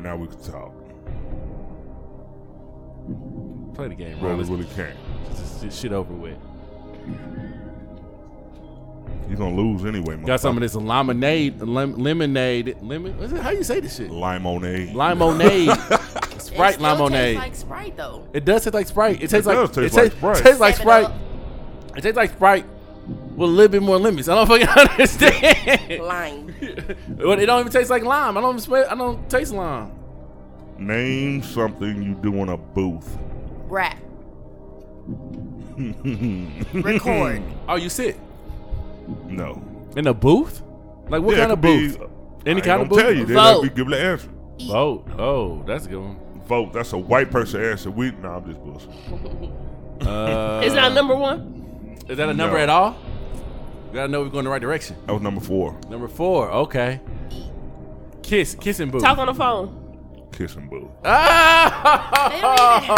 now we can talk. Play the game, bro. Roll it Let's when it came. get this, this shit over with. You're gonna lose anyway, Got some of this lemonade, lem- lemonade, lemon. Is it, how you say this shit? Limonade. Limonade, It Sprite still tastes limonade. like Sprite though. it does taste like Sprite. It It tastes like does taste it like tastes- Sprite. tastes like Seven Sprite. It tastes like Sprite with a little bit more lemons. I don't fucking understand. Up, lime. Well, it don't even taste like lime. I don't. Swear, I don't taste lime. Name something you do in a booth. Rap. Record. Oh, you sit No. in a booth? Like what kind of booth? Any kind of booth? Tell you, they let Vote. me give the answer. Vote. Oh, that's a good one. Vote. That's a white person answer. We nah, I'm just bullshit. Uh, Is that number one? is that a number No. at all? You gotta know we're going the right direction. That was number four. Number four. Okay. Kiss. Kissing booth. Talk on the phone. Kissing booth. Ah! They don't even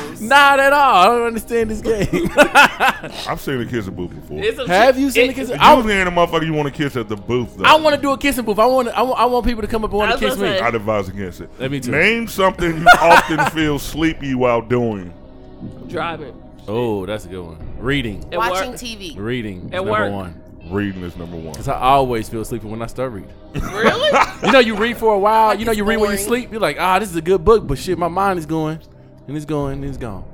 have those. Not at all. I don't understand this game. I've seen a kissing booth before. It's a Have you seen it- the kissing? I, Usually, ain't a motherfucker you want to kiss at the booth though. want to do a kissing booth. I want. I want. I want people to come up and want I to was kiss gonna me. say. I'd advise against it. Let me too. Name something you often feel sleepy while doing. Driving. Oh, that's a good one. Reading. At Watching work. TV. Reading. is At number work. one. Reading is number one. Cause I always feel sleepy when I start reading. Really? You know, you read for a while. You know, it's you read when you boring. sleep. You're like, ah, this is a good book, but shit, my mind is going, and it's going, and it's gone.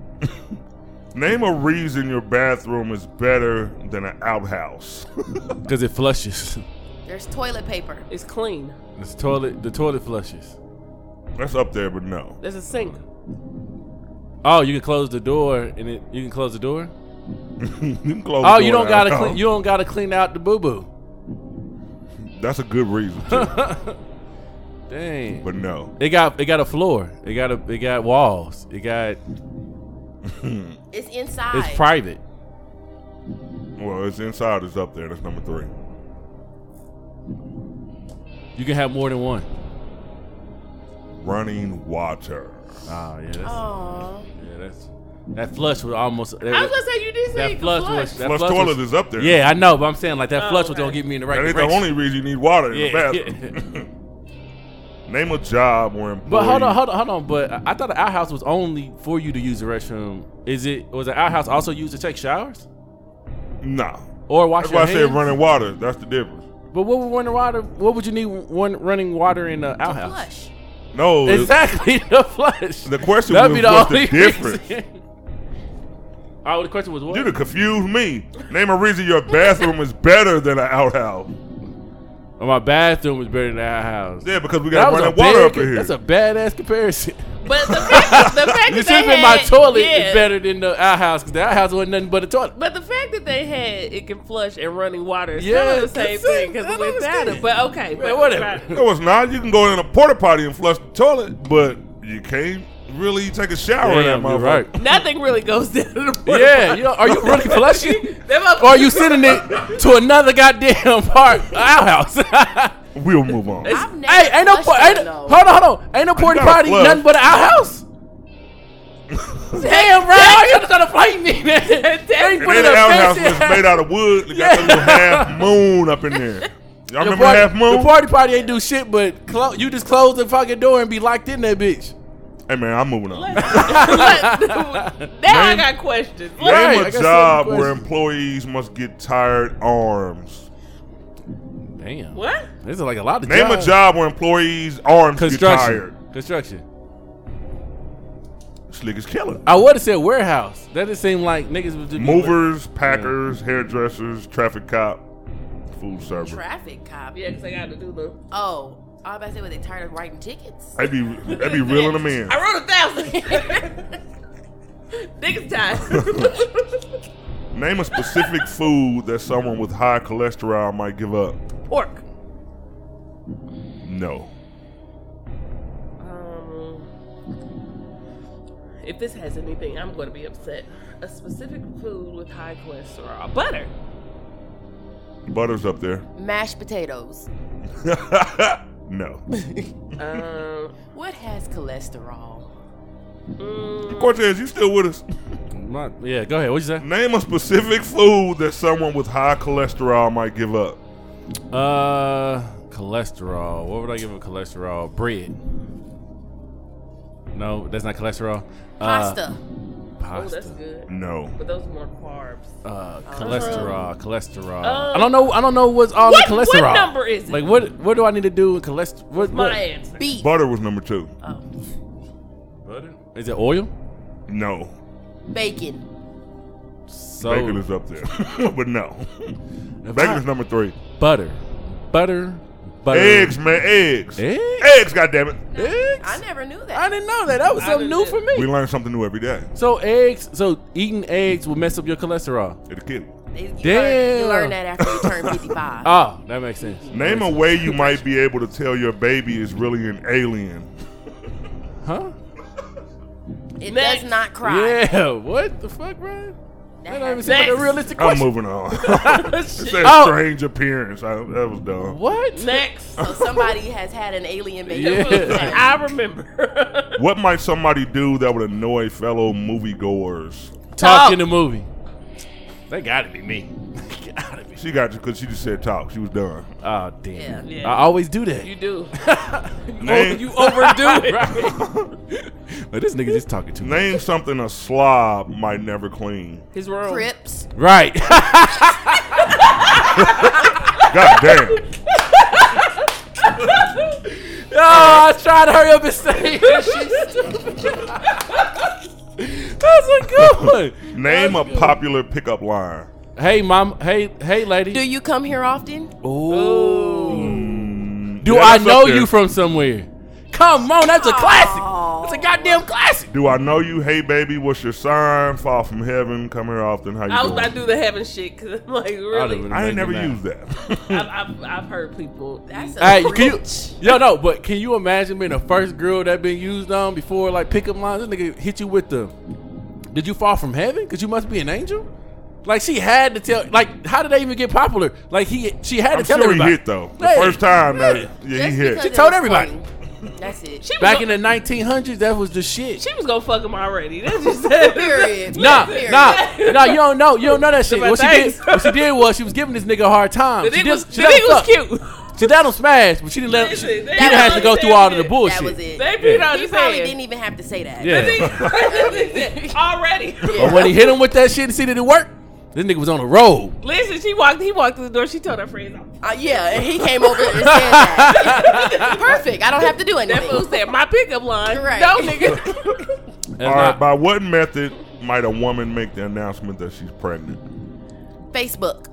Name a reason your bathroom is better than an outhouse. Cause it flushes. There's toilet paper. it's clean. This toilet, the toilet flushes. That's up there, but no. There's a sink. Oh, you can close the door, and it, you can close the door. you can close Oh, the you door don't gotta now. clean. You don't gotta clean out the boo boo. That's a good reason, too, Dang. but no. It got it got a floor. It got a it got walls. It got It's inside. it's private. Well, it's inside is up there. That's number three. You can have more than one. Running water. Ah, Oh yeah, that's, Aw. yeah, that's that flush was almost. I was gonna say you did say that you could flush flush. was- that Flush flush toilet was- is up there. Yeah, I know, but I'm saying like that Oh, flush was okay. gonna get me in the right That ain't the direction. only reason you need water in Yeah, the bathroom. Name a job where employees. but hold on, hold on, hold on. But I- I thought the outhouse was only for you to use the restroom. Is it was the outhouse also used to take showers Nah. or wash That's why I your said hands? running water. That's the difference. But what would running water? What would you need one running water in the outhouse? Flush. No. it's- Exactly the flush. The question That'd was be the what's the only difference? reason. Oh, the question was what? You done confused me. Name a reason your bathroom is better than an outhouse. Oh, my bathroom was better than our house. Yeah, because we That got was a running water up bad- in here. That's a badass comparison. But the fact, the fact You that they sleep had in my toilet yeah. is better than the outhouse because the outhouse wasn't nothing but a toilet. But the fact that they had it can flush and running water is Yeah, still the same that's it. thing because I don't without understand. it. But okay, but whatever. right. no, it's not. You can go in a porta potty and flush the toilet, but you can't really take a shower in Damn, that you're motherfucker. right. Nothing really goes down to the water. Yeah, you know, are you really flushing? Them up- or are you sending it to another goddamn park outhouse? hey, We'll move on. I've never ain't no flushed por- them, ain't, though. hold on, hold on, ain't no porta gotta potty, flush. nothing but an outhouse. Damn, bro, you're trying to fight me, man. They It put ain't in an a outhouse, fancy but it's made out of wood. It got a little half moon up in there. Y'all The remember party- half moon? The party party ain't do shit, but clo- you just close the fucking door and be locked in that bitch. hey man, I'm moving on. now I got questions. What- Right, Name I a got job seven where questions. employees must get tired arms. Damn. What? This is like a lot of Name a job where employees' arms get tired. Construction. Construction. Slick is killing. I would have said warehouse. That just seemed like niggas would just be like- Movers, packers, hairdressers, traffic cop, food server. Traffic cop. Yeah, because I got to do the. Oh, I was about to say, were they tired of writing tickets? That'd be that'd be reeling them in. I wrote a thousand. Niggas died. Name a specific food that someone with high cholesterol might give up. Pork. No. Um, if this has anything, I'm going to be upset. A specific food with high cholesterol. Butter. Butter's up there. Mashed potatoes. no. Um, What has cholesterol? mm, Cortez, you still with us? My- yeah, go ahead. What you say? Name a specific food that someone with high cholesterol might give up. Uh, cholesterol. What would I give a cholesterol? Bread. No, that's not cholesterol. Pasta. Uh, Oh, that's pasta. good. Oh. No. But those are more carbs. Uh, cholesterol, cholesterol. Uh, I don't know. I don't know what's all What- the what cholesterol. number is it? Like what? What do I need to do with cholesterol? What, My what? answer. Beef. Butter was number two. oh. Butter? Is it oil? No. Bacon. So Bacon is up there. but no. if Bacon I- is number three. butter, butter, butter. Eggs, man. Eggs. Eggs? Eggs, goddammit. Eggs? I never knew that. I didn't know that. That was I something new didn't- for me. We learn something new every day. So eggs. So eating eggs will mess up your cholesterol. It'll kill you. They- you Learn, Damn. you learn that after you turn 55. Oh, that makes sense. Name a way you might be able to tell your baby is really an alien. Huh? it Next. does not cry. Yeah. What the fuck, Brian? That don't even has- seem like a Next. realistic I'm question. moving on. it said Oh. strange appearance. I, that was dumb. What? Next. so somebody has had an alien baby. Yeah. I remember. What might somebody do that would annoy fellow moviegoers? Talk in the movie. That gotta be me. gotta be. She got you because she just said talk. She was done. Oh damn. Yeah. I always do that. you do. Name, you overdo it. but this nigga just talking too much. name something a slob might never clean. His room. Crips. Right. God damn. No, I was trying to hurry up and say it. She's stupid. That's a good one. Name a popular pickup line. Hey, mom. Hey, hey, lady. Do you come here often? Ooh. Mm, Do yeah, I that's up know there. you from somewhere? Come on, that's a Aw. classic. That's a goddamn classic. Do I know you? Hey baby, what's your sign? Fall from heaven. Come here often. How you I was doing? about to do the heaven shit because I'm like, really? I ain't never Making used that. I've, I've, I've heard people. That's a Hey, can you? reach. Yo, no, but can you imagine being the first girl that been used on before like pickup lines? This nigga hit you with the. Did you fall from heaven? Cause you must be an angel. Like she had to tell. Like how did they even get popular? Like he, she had to I'm tell sure he everybody. hit though. The Yeah, first time, that, yeah. yeah, Just he because hit. She it told was everybody. funny. That's it. She was Back in go- the 1900s, that was the shit. She was gonna fuck him already. That's just it. Period. Nah, Period. nah, nah. You don't know. You don't know that shit. But What she did, thanks. what she did was she was giving this nigga a hard time. The she nigga did, was, she the let nigga him was suck. cute. She let him smash, but she didn't let. She, Listen, he that didn't have to go through all of the was bullshit. That was it. They beat out he his probably head. didn't even have to say that. Yeah. already. But when he hit him with that shit and see that it worked, this nigga was on the road. Listen, she walked. He walked through the door. She told her friends, "Oh, Uh, yeah, and he came over and said that. Perfect. I don't have to do "That fool anything. said my pickup line." Right. No, nigga. All right. By what method might a woman make the announcement that she's pregnant? Facebook.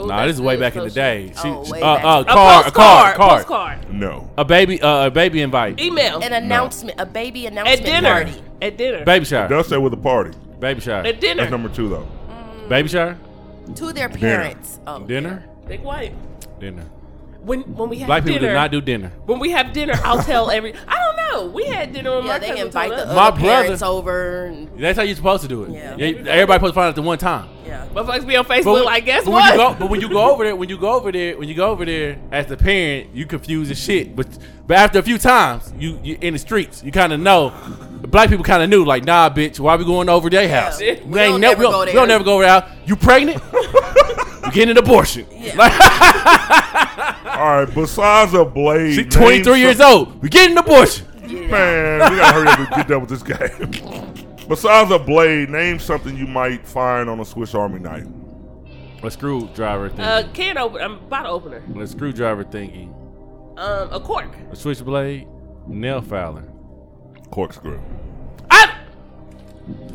Ooh, Nah, this is that's way good back in the social. day. She, Oh, way uh, back. uh, A card, a card, postcard, a card, postcard, No. a baby, uh, a baby invite, email An announcement, a baby announcement at dinner, party. at dinner, baby shower, Does say with a party. baby shower, at dinner. That's number two though. baby shower, To their parents. Oh, dinner, Big white. dinner. When when we have Black dinner, people did not do dinner. When we have dinner, I'll tell every. I don't know. We had dinner when Yeah, my they cousin invite told the us. other My brother- parents over. And, That's how you're supposed to do it. Yeah. everybody supposed to find out at the one time. yeah. Motherfuckers be on Facebook when- like, guess but When what? you go, but when you go over there, when you go over there, when you go over there as the parent, you confuse as shit. But but after a few times, you, you in the streets, you kind of know. Black people kind of knew, like, nah, bitch, why we going over their house? Yeah. We don't ne- never we don't, go there. we don't never go over there. You pregnant? you getting an abortion? Yeah. Like, All right. Besides a blade. she name 23 years some- old. We getting an abortion? Man, we gotta hurry up and get done with this game. Besides a blade, name something you might find on a Swiss Army knife. A screwdriver thing. uh, can open. I'm bottle opener. a screwdriver thingy. Um, a cork. A switchblade. Nail filer. Corkscrew. I.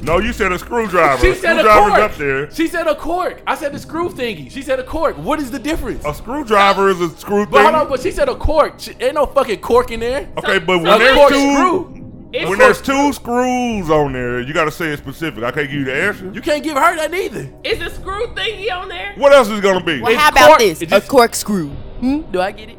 No, you said a screwdriver. She a said a screwdriver's cork. up there. She said a cork. I said the screw thingy. She said a cork. What is the difference? A screwdriver is a screw thing. But hold on, but she said a cork. She, ain't no fucking cork in there. okay, but A when there's cork two screw. It's when for- there's two screws on there, you gotta say it specific. I can't give you the answer. You can't give her that either. Is the screw thingy on there? What else is it gonna be? Well, how It's about cork- this? it just- a corkscrew. Hmm? Do I get it?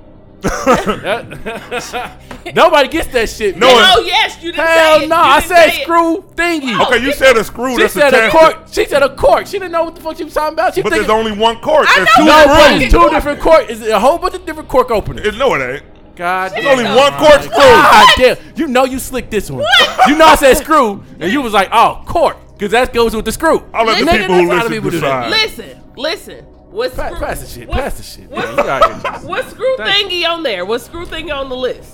That- Nobody gets that shit. No, man. it- Oh yes, you didn't say hell it. no. You I didn't said say it. screw thingy. okay, you said a screw. She that's said a attached. cork. She said a cork. She didn't know what the fuck she was talking about. She But thinking there's only one cork. I There's know two no, but screws. it's two different cork. Is it a whole bunch of different cork openers? It- no, it ain't. God, There's only damn. one cork screw. God damn. You know you slicked this one. You know I said screw, and you was like, oh, cork, because that goes with the screw. I'll let the Nigga, people that's who how listen people do that. decide. Listen, listen. What's Pa- screw- pass the shit. what's- Pass the shit. What's, man. You out here just- what screw Thank thingy on there? What screw thingy on the list?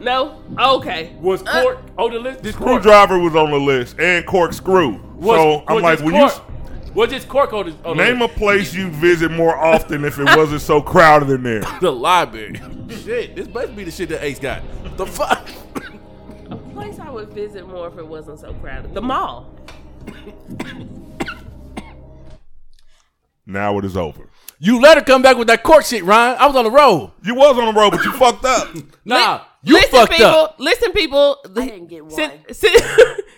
No? Okay. Was Cork on the list? Did Cork- Screwdriver was on the list and corkscrew. Was, so I'm was like, just when Cork, you was just Cork on the on the Name a list? place you visit more often if it wasn't so crowded in there. The library. shit, this must be the shit that Ace got. The fuck? A place I would visit more if it wasn't so crowded. The mall. Now it is over. you let her come back with that court shit, Ryan. I was on the road. You was on the road, but you fucked up. Nah, you fucked people, up. Listen, people. I didn't get one. Since,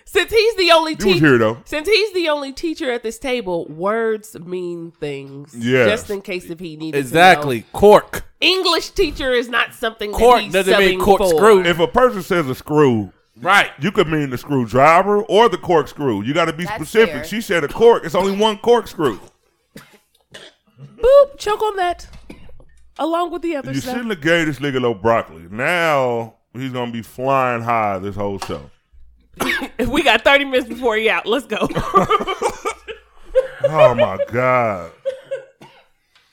since he's the only You was teacher, here though. since he's the only teacher at this table, words mean things. Yes. Just in case if he needed to know. Exactly. Cork. English teacher is not something. Cork that he's doesn't mean subbing corkscrew. for. If a person says a screw, Right. you could mean the screwdriver or the corkscrew. You got to be That's specific. fair. She said a cork. It's only one corkscrew. Boop. Choke on that. Along with the other You stuff. shouldn't have gave this nigga no broccoli. Now he's gonna be flying high this whole show. We got thirty minutes before you out. Let's go. Oh my god.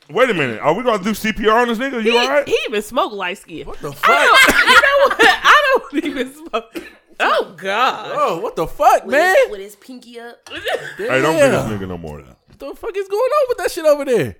Wait a minute. Are we gonna do CPR on this nigga? You he, all right? he even smoked light skin. What the fuck? I don't, you know what? I don't even smoke. Oh God. Oh, what the fuck, With man? his, with his pinky up. Hey, don't give Yeah. this nigga no more. of that. What the fuck is going on with that shit over there?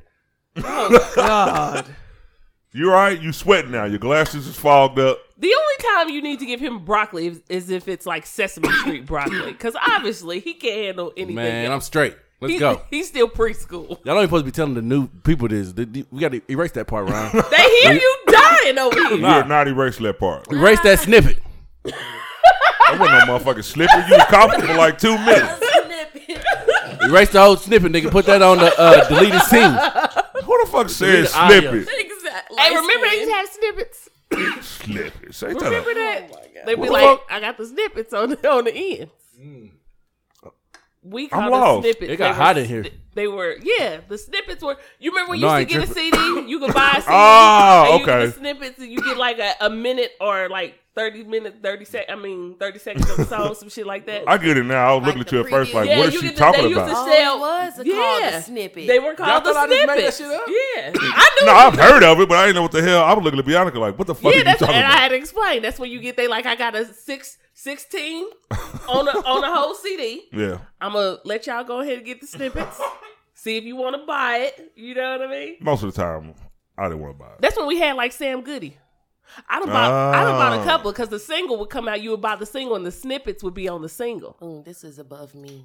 Oh, You all right? You sweating now? Your glasses is fogged up. The only time you need to give him broccoli is, is if it's like Sesame Street broccoli, because obviously he can't handle anything. Man, I'm else. straight. Let's He's- go. He's still preschool. Y'all ain't supposed to be telling the new people this. The- the- We gotta erase that part, Ryan. They hear you dying over here. You did not erase that part. erase that snippet. That wasn't no motherfucking slipper. You was coughing for like two minutes. Erase the whole snippet, nigga. Put that on the uh, deleted scene. Who the fuck said the audio. slip it? exactly. Hey, remember they used to have snippets. Slip it. Say Remember Oh that. that? they be What the like, fuck? I got the snippets on the, on the ends. We call I'm them lost. snippets. It got They hot were- in here. They were, yeah. The snippets were. You remember when you No, I Ah, used to ain't get a CD? You could buy a CD. Oh, and you get okay. the snippets, and you get like a, a minute or like thirty minutes, thirty sec. I mean, thirty seconds of the song, some shit like that. I get it now. I was looking at the you at first, preview. like, Yeah, what is you she get the- they talking used to about? Oh, sell- it was a called yeah, a snippet. They were called Y'all the thought I just made that snippets. shit up? Yeah, I knew. No, I've heard of it, but I didn't know what the hell. I was looking at Bianca like, what the fuck yeah, are you that's and talking I about? had to explain. That's when you get they like I got a six sixteen on a on a whole CD. yeah. I'm gonna let y'all go ahead and get the snippets. see if you want to buy it. You know what I mean? Most of the time, I didn't want to buy it. That's when we had like Sam Goody. I don't buy. I don't buy Oh. a couple because the single would come out. You would buy the single, and the snippets would be on the single. Mm, this is above me.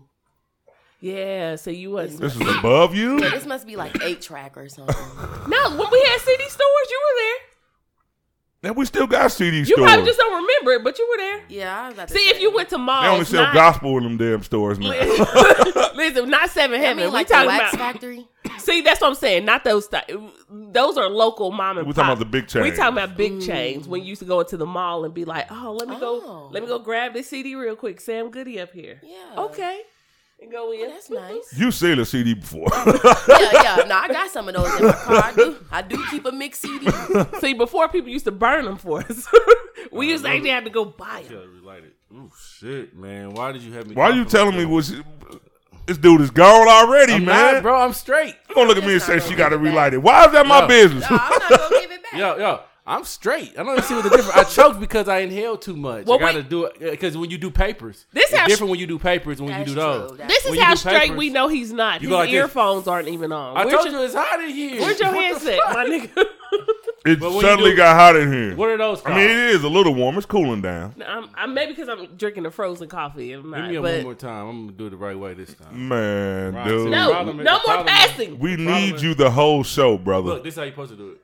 Yeah, so you wasn't. This is above you? Yeah, this must be like eight track or something. No, when we had CD stores, you were there. And we still got CD You stores. probably just don't remember it, but you were there. yeah, I was about to See, say. if you went to malls, they only sell not, gospel in them damn stores now. listen, not Seven I Heaven. mean, like we the talking Wax about. Factory. See, that's what I'm saying. Not those. Th- those are local mom and We're pop. talking about the big We chains. talking about big chains. When you used to go into the mall and be like, Mm. "Oh, let me go, Oh. let me go grab this CD real quick." Sam Goody up here. Yeah. Okay. And go in. Well, that's nice. you seen a CD before. yeah, yeah. No, I got some of those in my car. I do, I do keep a mix CD. See, before people used to burn them for us, Uh, we used to actually have to go buy them. Ooh, shit, man. Why did you have me? Why you telling me was this dude is gone already, I'm man? not, bro. I'm straight. You gonna look at me and say she got to relight it. Why is that my Yeah. business? No, I'm not gonna give it back. Yo, yo. I'm straight. I don't even see what the difference. I choked because I inhaled too much. Well, I gotta wait. do it because when you do papers, This it's how- different when you do papers than when That's you do those. true. That's This When is you how do straight papers, we know he's not. you His go like this. earphones aren't even on. I Where's told your- you it's hot in here. Where's your What the handset, fuck? my nigga? It But when you suddenly do- got hot in here. What are those? I mean, called? it is a little warm. It's cooling down. No, I'm, I'm maybe because I'm drinking a frozen coffee. I'm Give not, me a but one more time. I'm gonna do it the right way this Mm. time. Man, Right, dude. so- no, Problem is- no more problem is- passing. We The problem need is- you the whole show, brother. Look, this is how you supposed to do it.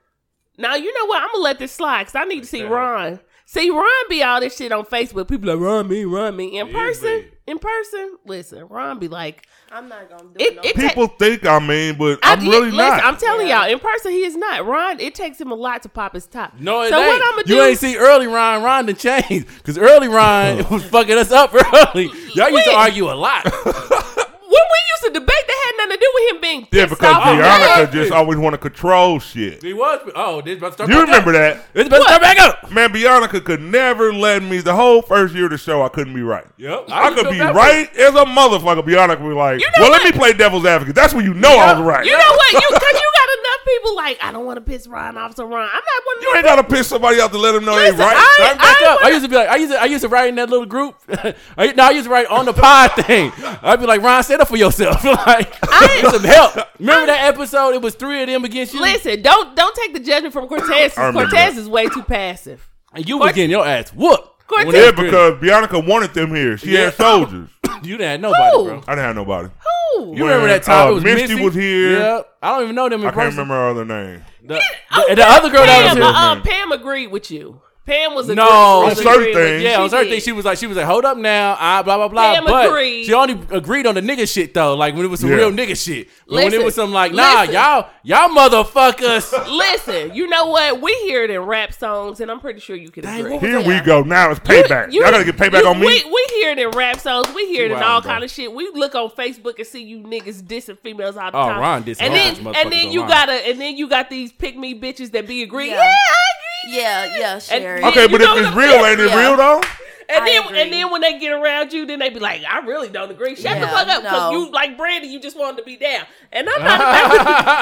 Now you know what? I'm gonna let this slide because I need to see Okay. Ron. See Ron be all this shit on Facebook. People like Ron me, Ron me in He is person. big. In person, listen, Ron be like, I'm not gonna do it. no it ta- People think I mean, but I- I'm really listen, not. I'm telling Yeah. y'all, in person he is not. Ron, it takes him a lot to pop his top. No, it so ain't. what I'm gonna you do? ain't see early Ryan. Ryan done changed because early Ryan was fucking us up early. Y'all used to When? argue a lot. when we used to debate, that had nothing to do with him being pissed yeah, because off and Bianca mad. just always want to control shit. he was. Oh, this about to start. You remember that? It's about to start back up. Man, Bianca could never let me. The whole first year of the show, I couldn't be right. Yep. I, could be right as a motherfucker. Bianca would be like, You know "Well, what? let me play devil's advocate." That's when you know I was right. You know what? You because you got enough people like, I don't want to piss Ron off, so Ron, I'm not one of You ain't gotta piss somebody out to let them know they Listen, right. I- That- back I up. I used to be like, I used to, I used to write in that little group. I, no, I used to write on the pod thing. I'd be like, Ron, stand up for yourself. like, I- get some help. Remember that episode? It was three of them against you. Listen, don't don't take the judgment from Cortez. I remember Cortez is way too passive. And you was getting your ass whooped. Cortez- When they yeah, was critical. because Bianca wanted them here. She Yeah. had soldiers. I you didn't have nobody, Who? bro. didn't have nobody. Who? You When, remember that time uh, it was Misty Misty, was here. Yeah, I don't even know them in I can't person. remember her other name. The, the- the other girl that was Pam, here. uh, Pam agreed with you. Pam was agree- No, was on certain agreeing with things. you. Yeah, on She certain did. things she was like, she was like, hold up now, ah, blah blah blah. Pam but agreed. she only agreed on the nigga shit though, like when it was some Yeah. real nigga shit. But when it Listen, was some like, nah, listen. y'all, y'all motherfuckers. Listen, you know what? We hear it in rap songs, and I'm pretty sure you can Dang, agree. what Here Yeah. we go. Now it's payback. You, all gotta get payback you- on me. We, we hear it in rap songs. We hear it in Wow, all bro. kind of shit. We look on Facebook and see you niggas dissing females all the Oh, time. Ron dissing and all then kinds of and motherfuckers then you online. gotta and then you got these pick me bitches that be agree. Yeah. Yeah, I agree. Yeah, yeah, Sherry. then- okay, you but know if it's what I'm real, saying? ain't it Yeah. real though? And I then agree. and then when they get around you, then they be like, I really don't agree. Shut the Yeah, fuck up, no. because you like Brandy, you just wanted to be down. And I'm not about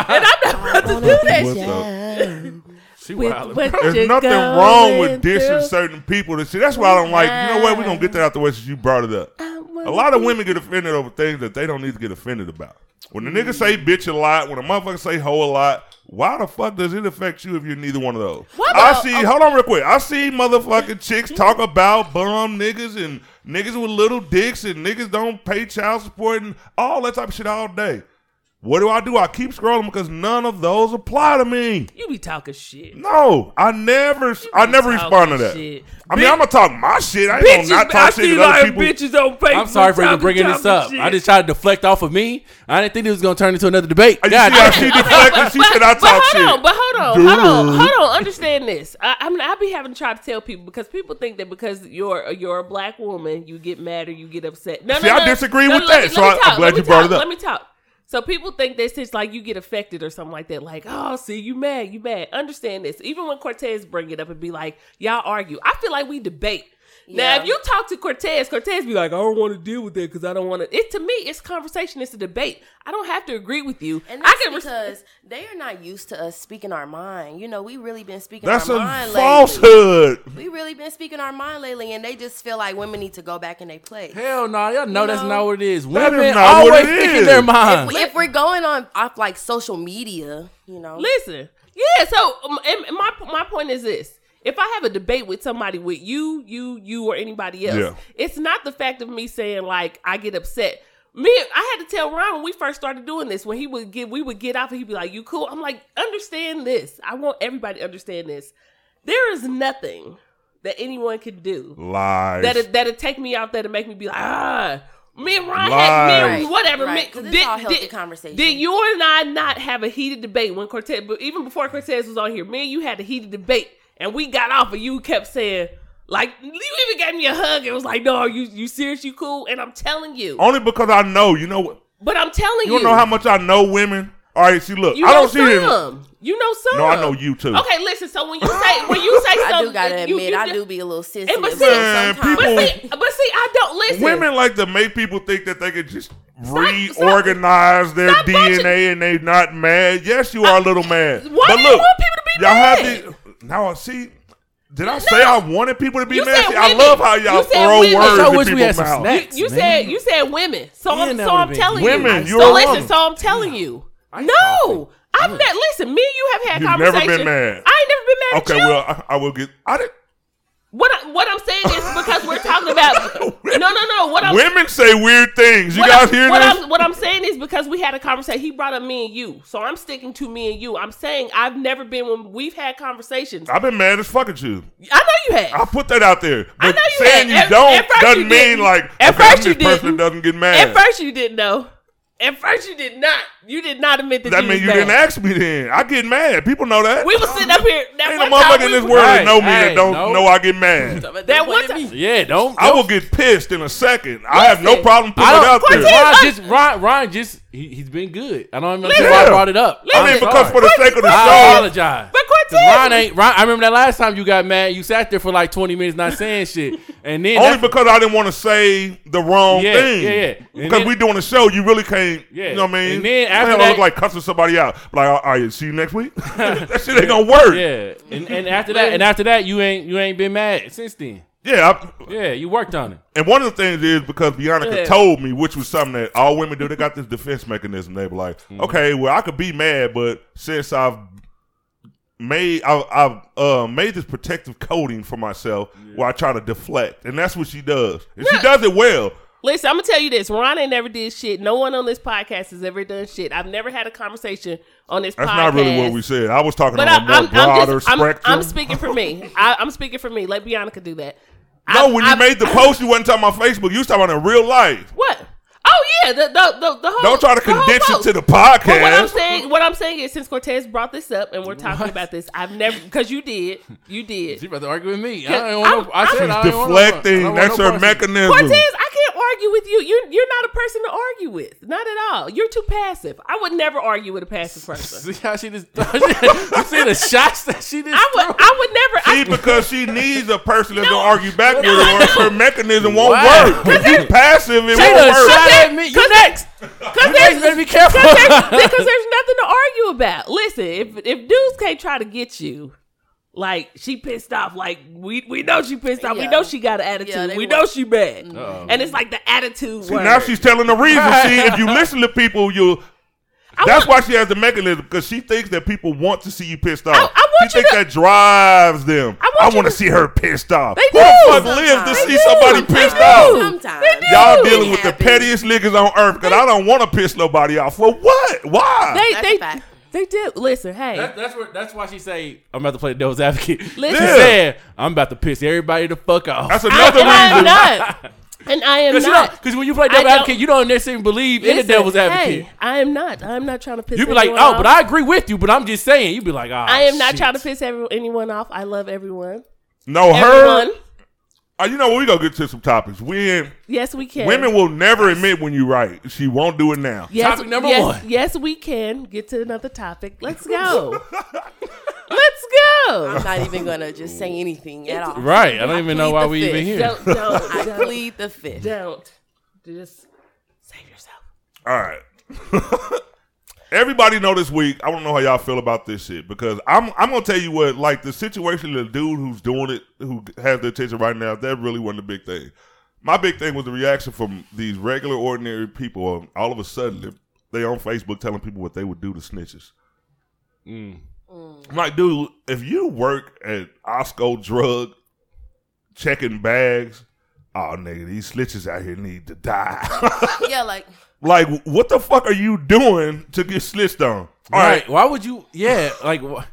to, and I'm not about to do that What's shit. up? she With wild. what There's you nothing going wrong with through. dissing certain people. And see, that's why I don't like. You know what? We're gonna get that out the way since you brought it up. A lot of women get offended over things that they don't need to get offended about. When the Mm. nigga say bitch a lot, when a motherfucker say hoe a lot, why the fuck does it affect you if you're neither one of those? What I about- see, hold on real quick. I see motherfucking chicks talk about bum niggas and niggas with little dicks and niggas don't pay child support and all that type of shit all day. What do I do? I keep scrolling because none of those apply to me. You be talking shit. No, I never, I never talking respond to that. shit. I mean, I'm gonna talk my shit. I ain't Bitches, Oh, gonna not I talk shit see to like other people. bitches on Facebook. I'm sorry for even talking- bringing this talking up. shit. I just tried to deflect off of me. I didn't think it was gonna turn into another debate. You God see how damn. she deflected? She said I but talk hold shit. on, but hold on, hold Dude. on, hold on. Understand this. I, I mean, I be having to try to tell people because people think that because you're you're a black woman, you get mad or you get upset. No, See, no, I no. disagree No, with no, that, let me- so let I- me I'm talk, glad let me you brought it talk, up. Let me talk. So people think this is like you get affected or something like that. Like, oh, see, you mad, you mad. Understand this. Even when Cortez bring it up and be like, y'all argue. I feel like we debate. Now, Yeah. if you talk to Cortez, Cortez be like, I don't want to deal with that because I don't want to. It to me, it's conversation, it's a debate. I don't have to agree with you. And that's I can res- because they are not used to us speaking our mind. You know, we really been speaking That's our a mind lately. falsehood. We really been speaking our mind lately, and they just feel like women need to go back in their place. Hell no, y'all know that's No. not what it is. That is Women not what always it thinking is. their If, minds. we, if we're going on off like social media, you know, Listen, yeah. So um, and and my my point is this: if I have a debate with somebody, with you, you, you, or anybody else, Yeah. it's not the fact of me saying like I get upset. Me, I had to tell Ron when we first started doing this. When he would get, we would get off, and he'd be like, "You cool?" I'm like, "Understand this. I want everybody to understand this. There is nothing that anyone can do Lies. that it, that it take me out there to make me be like ah. Me and Ron had me Lies. and whatever. Right, right, me, 'cause it's all healthy conversation. Did you and I not have a heated debate when Cortez, but even before Cortez was on here, me and you had a heated debate, and we got off, and you kept saying like you even gave me a hug. It was like, no, you you serious? You cool? And I'm telling you, Only because I know. You know what? but I'm telling Oh, You you, don't know how much I know women. All right, see, look, you I know don't see him. some. You know some. No, I know you too. Okay, listen. So when you say when you say I something, do gotta you- admit, you I do- do be a little sensitive. but see- so Man, sometimes- people- But see, but see, I don't listen. Women like to make people think that they can just stop- reorganize their stop DNA bunching- and they not mad. Yes, you are a little mad. why but do you look, want people to be y'all mad? have the now. I See, did I say I wanted people to be You mad? said See, I women. love how You y'all said throw women. words I at wish we people's had some mouths. snacks. You, you Man. said you said women, so Man, I'm that so would've I'm been telling Women, you. you're so a listen, woman. so I'm telling you. Ice no, I've not. Listen, me and you have had You've never been conversations. mad. I ain't never been mad. Okay, at you. well, I, I will get. I did, what I, what I'm saying is because we're talking about no no no. What I'm women say weird things. You what guys I'm, hear what this? I'm, what I'm saying is because we had a conversation. He brought up me and you, so I'm sticking to me and you. I'm saying I've never been when we've had conversations. I, I've been mad as fuck at you. know you have. I put that out there. I But know you saying had. you At- don't at first doesn't you mean didn't. like At okay, I'm first you this person didn't. doesn't get mad. At first you didn't know. At first you did not. You did not admit that. that you means was you mad. didn't ask me then. I get mad. People know that. We was sitting up here. That Ain't one a motherfucker time in we this was- world that Hey, know me hey, that don't no. know I get mad. That one time. yeah, don't. I will get pissed in a second. I have no Listen, problem putting I it don't, out there. Ron I- just Ron, Ron just he, he's been good. I don't even know Listen. why I brought it up. Listen. I mean, I'm because sorry. for the sake of the I show, apologize. But 'Cause Cortez. Ron ain't Ron. I remember that last time you got mad. You sat there for like twenty minutes not saying shit, And then Only that's- because I didn't want to say the wrong Yeah, thing. yeah, yeah. And Because then- we doing a show, you really can't. Yeah. You know what I mean? And then You after don't that- look like cussing somebody out. But like, all right, see you next week. that shit ain't gonna work. Yeah, yeah. And, and after that, and after that, you ain't you ain't been mad since then. I- Yeah, you worked on it. and one of the things is because Bianca Yeah. told me, which was something that all women do. They got this defense mechanism. They be like, Mm-hmm. okay, well, I could be mad, but since I've made I, I've uh, made this protective coating for myself, where I try to deflect, and that's what she does, and she does it well. Listen, I'm gonna tell you this. Ron ain't never did shit. No one on this podcast has ever done shit. I've never had a conversation on this That's podcast. not really what we said. I was talking But about I'm, a more I'm, I'm, broader just, I'm, spectrum. I'm speaking for me. I, I'm speaking for me. Let Bianca do that. no, I- when you I- made the post, you wasn't talking about Facebook. You was talking about in real life. what? Oh yeah, the the the, the whole. Don't try to the whole condense it post. to the But what I'm podcast. saying, what I'm saying is, since Cortez brought this up and we're talking about this, I've never because you did, you She did. Cortez, about to argue with me. Yeah, I ain't want no, I I'm- said I She's ain't want no- I don't deflecting. want That's no her person. mechanism. Mm. I can't argue with you. You you're not a person to argue with, not at all. You're too passive. I would never argue with a passive person. See how she just you see the shots that she just I would threw? I would never. See, I, because she needs a person that's No. gonna argue back with her, or else her mechanism won't Wow. work. If you passive, it She won't done work. shot at me. You next. because Next, there's better be careful. because there's, because there's nothing to argue about. Listen, if if dudes can't try to get you, like she pissed off, like we we know she pissed off, we Yeah. know she got an attitude, Yeah, they we were- Mm-hmm. know she bad, Uh-oh. and it's like the attitude. See, word. now she's telling the reason. See, if you listen to people, you. I That's want- why she has the mechanism because she thinks that people want to see you pissed off. I- I want she you thinks to- that drives them. I want I you want to to- see her pissed off. They Who the do. fuck lives to Sometimes. see They do. somebody Sometimes. pissed They do. off? Sometimes. They do. Y'all It dealing with the happens. pettiest niggas on earth because I don't want to piss nobody off. For what? Why? they That's they a fact. they did. Listen, hey, That, that's where. That's why she say I'm about to play devil's advocate. Listen. She Yeah. said I'm about to piss everybody the fuck off. That's I, another and I am reason. not, and I am Because you not. don't. Because when you play devil's don't- advocate, you don't necessarily believe in Listen, the devil's advocate. Hey, I am not. I am not trying to piss. you be like, anyone oh, off. but I agree with you. But I'm just saying. You be like, ah, I am not shit. trying to piss every, anyone off. I love everyone. No, her. Everyone. Uh, you know what? We gonna get to some topics. When Yes, we can. women will never admit when you right. She won't do it now. Yes, Topic number yes, one. Yes, we can get to another topic. Let's go. Let's I'm go. not even gonna just say anything at all. Right. I don't even know plead why the we even fifth. here. Don't, don't, I don't, plead the fifth. don't. Just save yourself. All right. Everybody know this week. I don't know how y'all feel about this shit because I'm I'm gonna tell you what like the situation of the dude who's doing it who has the attention right now that really wasn't the big thing. My big thing was the reaction from these regular ordinary people. um, All of a sudden, they, they on Facebook telling people what they would do to snitches. I'm like, dude, if you work at Osco Drug checking bags, oh nigga, these snitches out here need to die. Yeah, like Like, what the fuck are you doing to get snitched on? All right. right. Why would you? Yeah. Like what?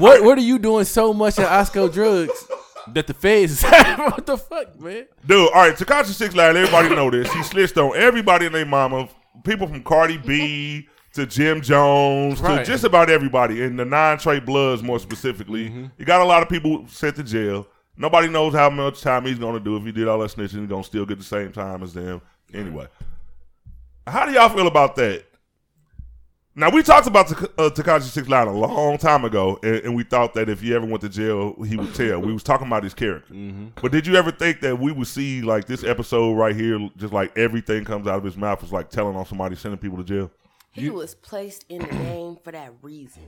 what? What are you doing so much at Osco Drugs that the feds? is- what the fuck, man? Dude, all right, Takashi Six Nine, everybody know this. He snitched on everybody and their mama. People from Cardi B to Jim Jones to Right. just about everybody, and the non Trey Bloods more specifically. You got a lot of people sent to jail. Nobody knows how much time he's going to do if he did all that snitching. He's going to still get the same time as them. Anyway, how do y'all feel about that? Now we talked about Takashi uh, Tekashi Six Nine a long time ago, and, and we thought that if he ever went to jail, he would tell. we was talking about his character, but did you ever think that we would see like this episode right here, just like everything comes out of his mouth was like telling on somebody, sending people to jail? he was placed in the game for that reason.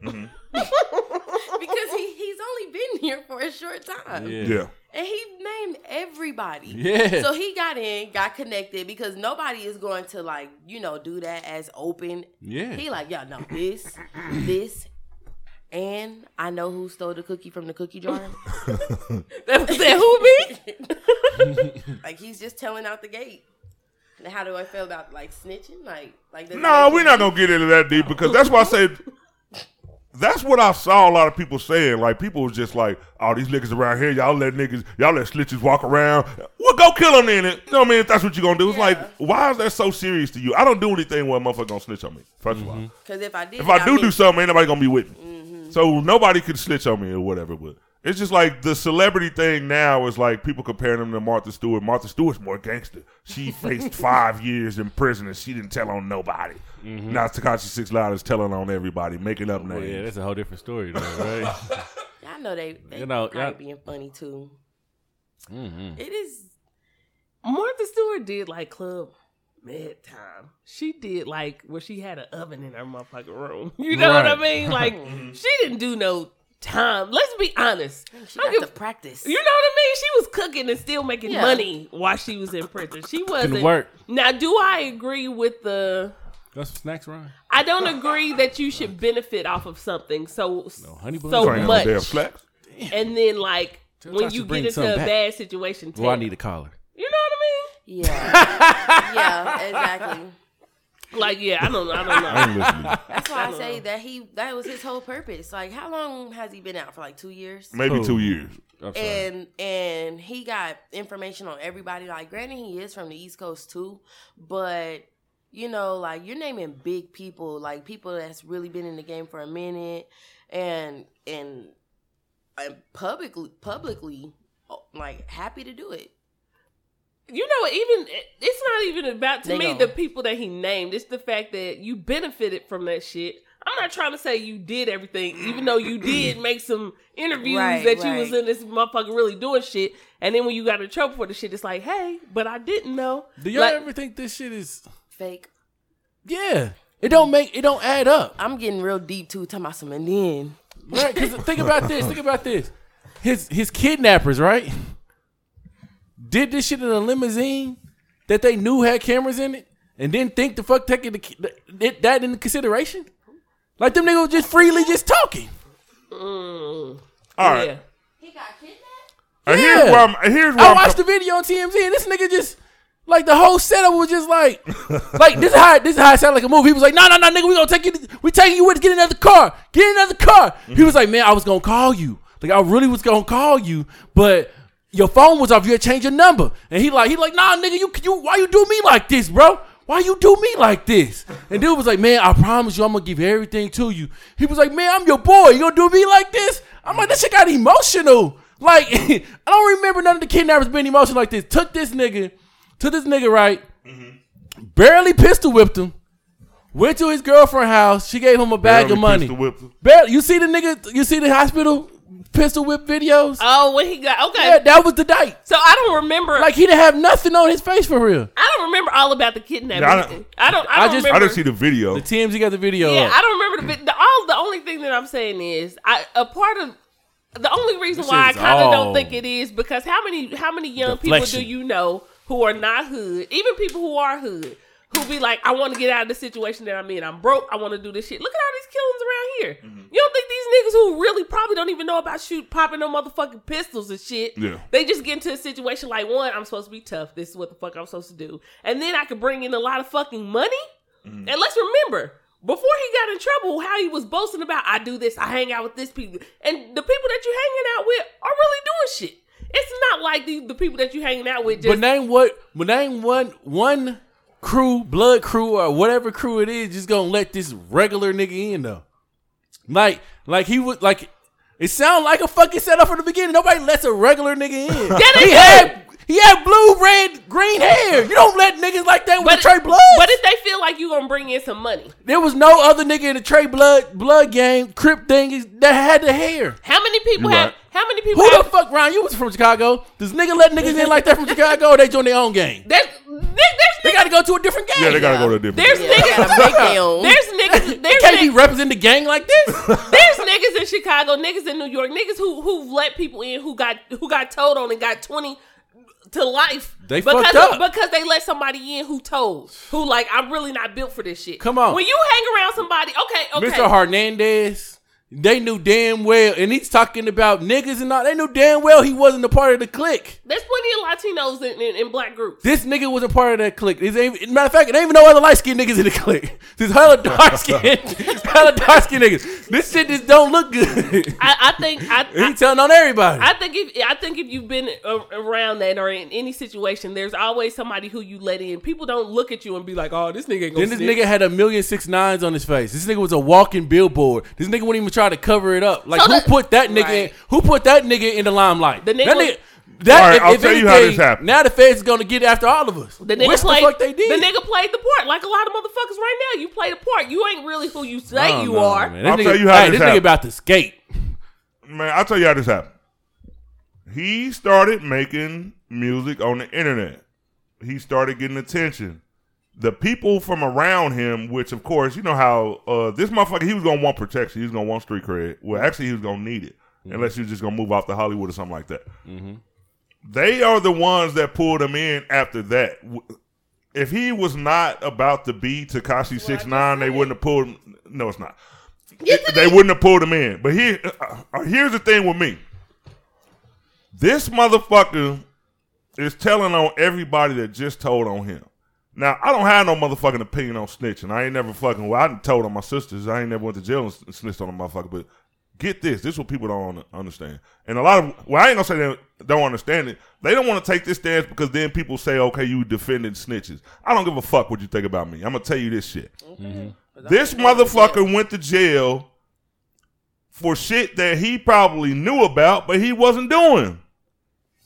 because he, he's only been here for a short time. Yeah, And he named everybody. Yeah. So he got in, got connected because nobody is going to like, you know, do that as open. Yeah. He like, y'all know this, this, and I know who stole the cookie from the cookie jar. Said who me? like he's just telling out the gate. And how do I feel about like snitching? Like like does it no, make we're you- not gonna get into that deep because that's why I said. That's what I saw a lot of people saying. Like people was just like, "Oh, these niggas around here, y'all let niggas, y'all let snitches walk around. Well, go kill them then. You know what I mean? If that's what you gonna do, it's like, why is that so serious to you? I don't do anything where a motherfucker gonna snitch on me. 1st of all, Cause if I did if I I'd do be- do something, ain't nobody gonna be with me. Mm-hmm. So nobody could snitch on me or whatever. But it's just like the celebrity thing now is like people comparing them to Martha Stewart. Martha Stewart's more gangster. She faced five years in prison and she didn't tell on nobody. Now Takashi Six Nine is telling on everybody, making up Well, Mm-hmm. Oh, yeah, names. that's a whole different story, though, right? Y'all know they, they You you know, know y'all- being funny too. It is Martha Stewart did like club bedtime. She did like where she had an oven in her motherfucking room. You know what I Right. Mm-hmm. mean? Like she didn't do no time. Let's be honest. she I got give- to practice. You know what I mean? She was cooking and still making Yeah. money while she was in prison. She wasn't work. Now, do I agree with the? Got some snacks, Ryan? I don't agree that you should benefit off of something so honey buns. so You ain't got much, no damn slacks. and then like Tell when Tasha you bring get into some a back. bad situation, Well, I take- need a collar. you know what Yeah. yeah, exactly. I mean? Like, yeah, I don't, I don't know. I ain't listening. to you. That's why I say that he that was his whole purpose. Like how long has he been out for like 2 years? Maybe Who? two years. I'm sorry. And and he got information on everybody. Like granted he is from the East Coast too, but you know, like you're naming big people, like people that's really been in the game for a minute and and and publicly publicly oh, like happy to do it. you know, even it's not even about to They me gone. the people that he named. It's the fact that you benefited from that shit. I'm not trying to say you did everything, even though you did make some interviews Right, that you was right. in this motherfucker really doing shit. And then when you got in trouble for the shit, it's like, hey, but I didn't know. Do y'all Like- ever think this shit is? Fake. Yeah, it don't make it don't add up. I'm getting real deep too, talking about some and then Right? Because think about this. Think about this. His his kidnappers, right? Did this shit in a limousine that they knew had cameras in it, and didn't think the fuck taking the, ki- the it, that into consideration. Like them niggas just freely just talking. All right. Yeah. He got kidnapped? And here's Yeah. where I'm. Here's where I I'm watched the video on TMZ, and this nigga just like the whole setup was just like, like this is how this is how it sounded like a movie. He was like, no, no, no, nigga, we gonna take you, to- we taking you with us. Get another car, get another car. He was like, man, I was gonna call you, like I really was gonna call you, but your phone was off. You had changed your number, and he like, he like, nah, nigga, you, you, why you do me like this, bro? Why you do me like this? And dude was like, man, I promise you, I'm gonna give everything to you. He was like, man, I'm your boy. You gonna do me like this? I'm like, this shit got emotional. Like, I don't remember none of the kidnappers being emotional like this. Took this nigga, took this nigga right, barely pistol whipped him. Went to his girlfriend's house. She gave him a bag Barely of money. pistol whipped him. Barely, you see the nigga? You see the hospital pistol whip videos? Oh, when he got okay. yeah, that was the date. so I don't remember. Like he didn't have nothing on his face for real. I don't remember all about the kidnapping. Yeah, I I don't- don't. I don't. I I, just- just I remember. didn't see the video. The TMZ got the video. Yeah, up. I don't remember the, bit- the all. The only thing that I'm saying is, I a part of the only reason This why I is kind of all don't think it is because how many how many young deflection. people do you know who are not hood, even people who are hood, who be like, I want to get out of the situation that I'm in. I'm broke. I want to do this shit. Look at all these killings around here. Mm-hmm. You don't think these niggas who really probably don't even know about shoot popping no motherfucking pistols and shit. Yeah. They just get into a situation like one, I'm supposed to be tough. This is what the fuck I'm supposed to do, and then I could bring in a lot of fucking money. Mm-hmm. And let's remember, before he got in trouble, how he was boasting about I do this, I hang out with this people, and the people that you hanging out with are really doing shit. It's not like the, the people that you hanging out with But just name what? But name one one crew, blood crew, or whatever crew it is, just gonna let this regular nigga in though. Like, like he would like. It sound like a fucking setup from the beginning. Nobody lets a regular nigga in. That he is had he had blue, red, green hair. You don't let niggas like that with but the Trey Blood. But if they feel like you gonna bring in some money, there was no other nigga in the Trey Blood Blood game, Crip thing that had the hair. how many people You have? right. How many people Who the have? fuck, Ryan? You was from Chicago. Does nigga let niggas in like that from Chicago? Or they join their own game. there's, there's, They there's, got to go to a different game. yeah, they gotta go to a different. There's Yeah, niggas- gotta make their own. there's niggas. You There's can't be niggas, representing the gang like this. there's niggas in Chicago, niggas in New York, niggas who who let people in who got who got told on and got twenty to life. They because fucked of- up. because they let somebody in who told who like I'm really not built for this shit. Come on. when you hang around somebody, okay, okay, Mr. Hernandez, they knew damn well, and he's talking about niggas and all. They knew damn well he wasn't a part of the clique. there's plenty of Latinos in, in, in black groups. This nigga wasn't part of that clique. There's ain't- matter of fact, it ain't even no other light skinned niggas in the clique. There's hella dark skinned, hella dark skinned niggas. This shit just don't look good. I, I think I. he I telling on everybody. I think if I think if you've been a, around that or in any situation, there's always somebody who you let in. People don't look at you and be like, "Oh, this nigga ain't gonna." then this snitch." nigga had a million six nines on his face. This nigga was a walking billboard. This nigga wouldn't even try to cover it up. Like So who the- put that nigga in? Right. Who put that nigga in the limelight? The nigga that was- that, All right, if, I'll if tell you anything, how this happened. Now the feds is gonna get after all of us. The nigga Which played the fuck they did. The nigga played the part like a lot of motherfuckers right now. You play the part. You ain't really who you I say don't you know, are. Oh, man. This I'll nigga- tell you how this hey, this nigga happened. about to skate. Man, I'll tell you how this happened. He started making music on the internet. He started getting attention. The people from around him, which of course, you know how uh, this motherfucker, he was gonna want protection. He was gonna want street cred. Well, actually, he was gonna need it unless he was just gonna move off to Hollywood or something like that. They are the ones that pulled him in after that. W- If he was not about to be Takashi Six Nine, they wouldn't have pulled. him. No, it's not. It- they wouldn't have pulled him in. But here, uh, uh, here's the thing with me. This motherfucker is telling on everybody that just told on him. Now, I don't have no motherfucking opinion on snitching. I ain't never fucking. Well, I done told on my sisters. I ain't never went to jail and sn- snitched on a motherfucker. But get this. This is what people don't un- understand. And a lot of. Well, I ain't gonna say they don't understand it. They don't want to take this stance because then people say, okay, you defending snitches. I don't give a fuck what you think about me. I'm gonna tell you this shit. This motherfucker went to jail for shit that he probably knew about, but he wasn't doing.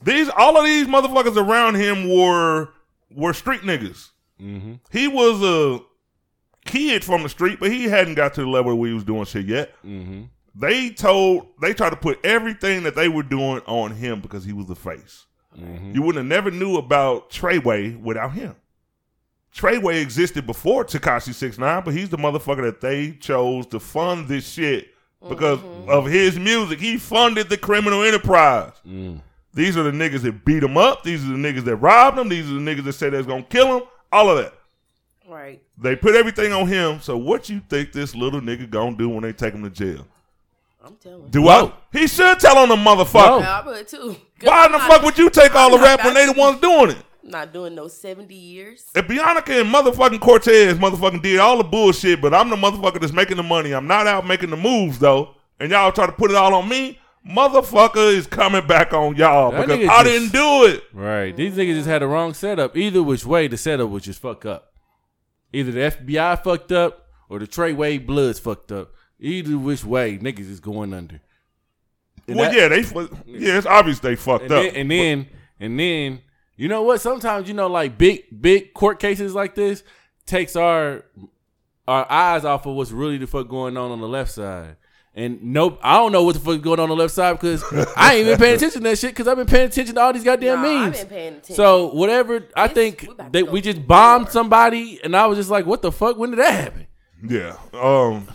These all of these motherfuckers around him were were street niggas. He was a kid from the street, but he hadn't got to the level where he was doing shit yet. They told they tried to put everything that they were doing on him because he was the face. You wouldn't have never knew about Treyway without him. Treyway existed before Takashi Six Nine, but he's the motherfucker that they chose to fund this shit because of his music. He funded the criminal enterprise. These are the niggas that beat him up. These are the niggas that robbed him. These are the niggas that said they was gonna kill him. All of that. Right. They put everything on him. So what you think this little nigga gonna do when they take him to jail? I'm telling. Do I? He should tell on the motherfucker. Whoa. Yeah, I would too. Why in the fuck would you take all the I'm not rap when they the about to. ones doing it? Not doing no seventy years. If Bianca and motherfucking Cortez motherfucking did all the bullshit, but I'm the motherfucker that's making the money. I'm not out making the moves though, and y'all try to put it all on me. Motherfucker is coming back on y'all That because nigga I just- didn't do it. Right. These niggas just had the wrong setup. Either which way, the setup was just fuck up. Either the FBI fucked up or the Trey Wade Bloods fucked up. Either which way, niggas is going under. And well, that- yeah, they fu- yeah, it's obvious they fucked And up. then, and then and then you know what? Sometimes you know like big big court cases like this takes our our eyes off of what's really the fuck going on on the left side. And nope, I don't know what the fuck is going on on the left side because I ain't even paying attention to that shit because I've been paying attention to all these goddamn Nah, I've memes. been paying attention. So whatever, I This- think we about to that go we too just bombed far. somebody, and I was just like, "What the fuck? When did that happen? yeah, um,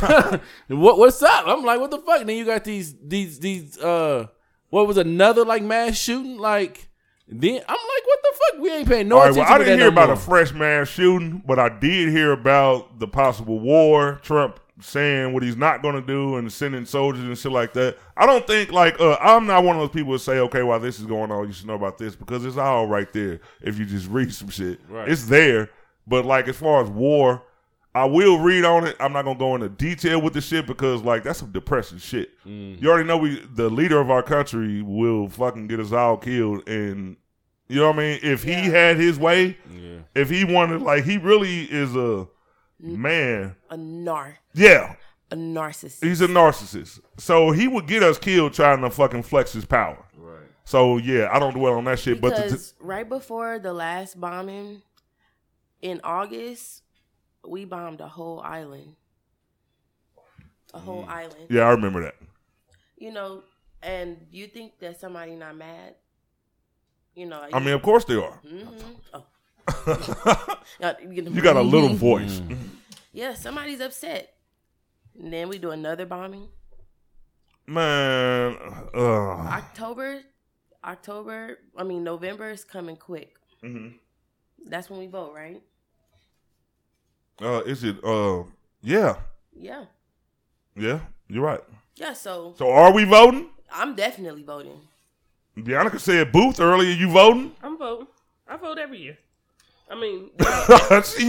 what what's up?" I'm like, "What the fuck?" And then you got these these these uh, what was another like mass shooting? Like then I'm like, "What the fuck? We ain't paying no all right. attention." Well, I didn't hear about a a fresh man shooting, but I did hear about the possible war. Trump saying what he's not going to do and sending soldiers and shit like that. I don't think like uh, I'm not one of those people that say, okay, while this is going on, you should know about this because it's all right there if you just read some shit. Right. It's there, but like as far as war. I will read on it. I'm not gonna go into detail with the shit because like that's some depressing shit. You already know we the leader of our country will fucking get us all killed and you know what I mean? If he had his way, if he wanted, like, he really is a man. A nar, Yeah, a narcissist. he's a narcissist. So he would get us killed trying to fucking flex his power. Right. So yeah, I don't dwell on that shit. But the, Because right before the last bombing in August, we bombed a whole island. A whole island. Mm. yeah, I remember that. You know, and you think that somebody not mad? You know, I mean, of course they are. mhm. Oh, You got a little voice. Yeah, somebody's upset. And then we do another bombing. Man, uh, October, October, I mean, November is coming quick. That's when we vote, right? uh, is it? Uh, yeah, Yeah. yeah, you're right. Yeah, so So are we voting? I'm definitely voting. Bianca said Booth earlier. You voting? I'm voting. I vote every year. I mean, you,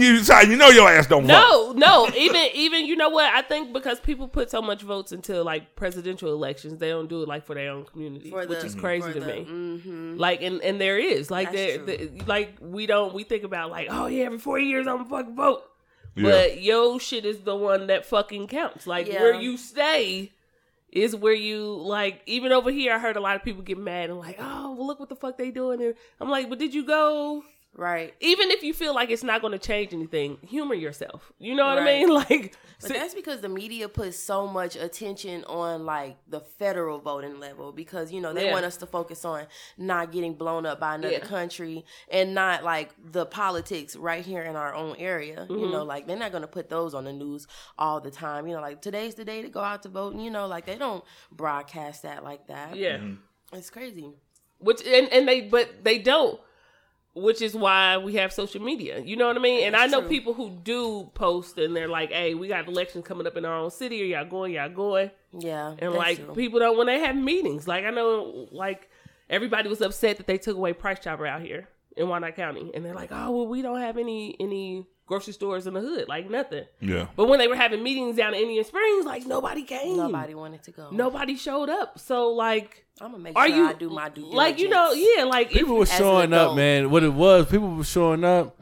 you know your ass don't vote. no, no. Even even you know what? I think because people put so much votes into like presidential elections, they don't do it like for their own community, For which the- is crazy for to the- me. mhm. Like and and there is like That's there true. the, like we don't we think about like oh yeah every four years I'm gonna fucking vote, Yeah. but yo shit is the one that fucking counts. Like Yeah. where you stay is where you like. Even over here, I heard a lot of people get mad and like oh well look what the fuck they doing. And I'm like, but did you go? right. Even if you feel like it's not going to change anything, humor yourself. You know what I Right. mean? Like, But sit- that's because the media puts so much attention on like the federal voting level because you know they Yeah. want us to focus on not getting blown up by another Yeah. country and not like the politics right here in our own area. Mm-hmm. You know, like they're not going to put those on the news all the time. You know, like today's the day to go out to vote. And, you know, like they don't broadcast that like that. yeah. Mm-hmm. it's crazy. Which and and they but they don't. Which is why we have social media. You know what I mean? And I know true. people who do post and they're like, "Hey, we got elections coming up in our own city. Are y'all going? Y'all going?" Yeah, And that's like true. people don't when they have meetings. Like I know like everybody was upset that they took away Price Chopper out here in Wyandotte County. And they're like, Oh well we don't have any any grocery stores in the hood, like nothing. Yeah. But when they were having meetings down in Indian Springs, like nobody came. nobody wanted to go. Nobody showed up. So like I'm gonna make are sure you I do my due diligence. Like you know, yeah, like if- People were as an showing up, adult. man. What it was, people were showing up.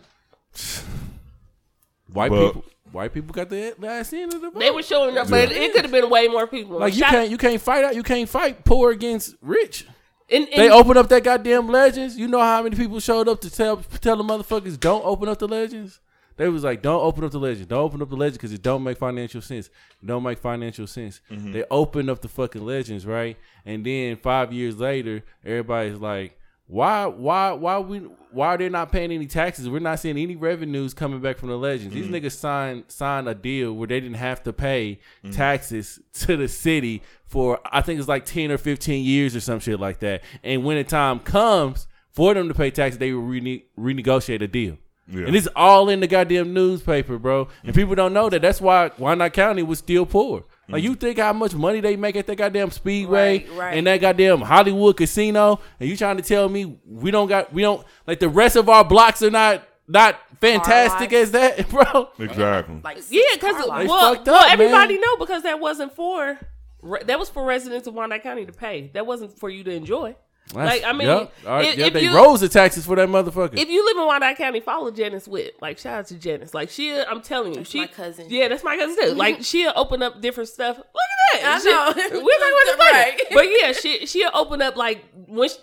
White But- people, white people got their ass in the vote. they were showing up, but it could have been way more people. like you Shout- can't, you can't fight out. You can't fight poor against rich. and, and They opened up that goddamn legends. You know how many people showed up to tell tell the motherfuckers don't open up the legends. They was like, don't open up the legend. Don't open up the legend because it don't make financial sense. It don't make financial sense. They opened up the fucking legends, right? And then five years later, everybody's like, why, why, why we, why are they not paying any taxes? We're not seeing any revenues coming back from the legends. These niggas signed signed a deal where they didn't have to pay taxes to the city for I think it's like ten or fifteen years or some shit like that. And when the time comes for them to pay taxes, they will rene- renegotiate a deal. Yeah. And it's all in the goddamn newspaper, bro. And people don't know that. That's why Wyandotte County was still poor. Like you think how much money they make at that goddamn speedway Right, right. and that goddamn Hollywood casino, and you trying to tell me we don't got we don't like the rest of our blocks are not not fantastic Our as that, bro. Exactly. like Yeah, car because lots. well, They well, fucked up, everybody man. know because that wasn't for re- that was for residents of Wyandotte County to pay. That wasn't for you to enjoy. like I mean, Yep. All right, if, yeah, if they you rose the taxes for that motherfucker. if you live in Wyandotte County, follow Janice Witt. Like shout out to Janice. Like she, I'm telling you, That's she my cousin. Yeah, that's my cousin too. Like she'll open up different stuff. Look at that. I She- know. We're talking about Right. this later. But yeah, she she'll open up like when. She,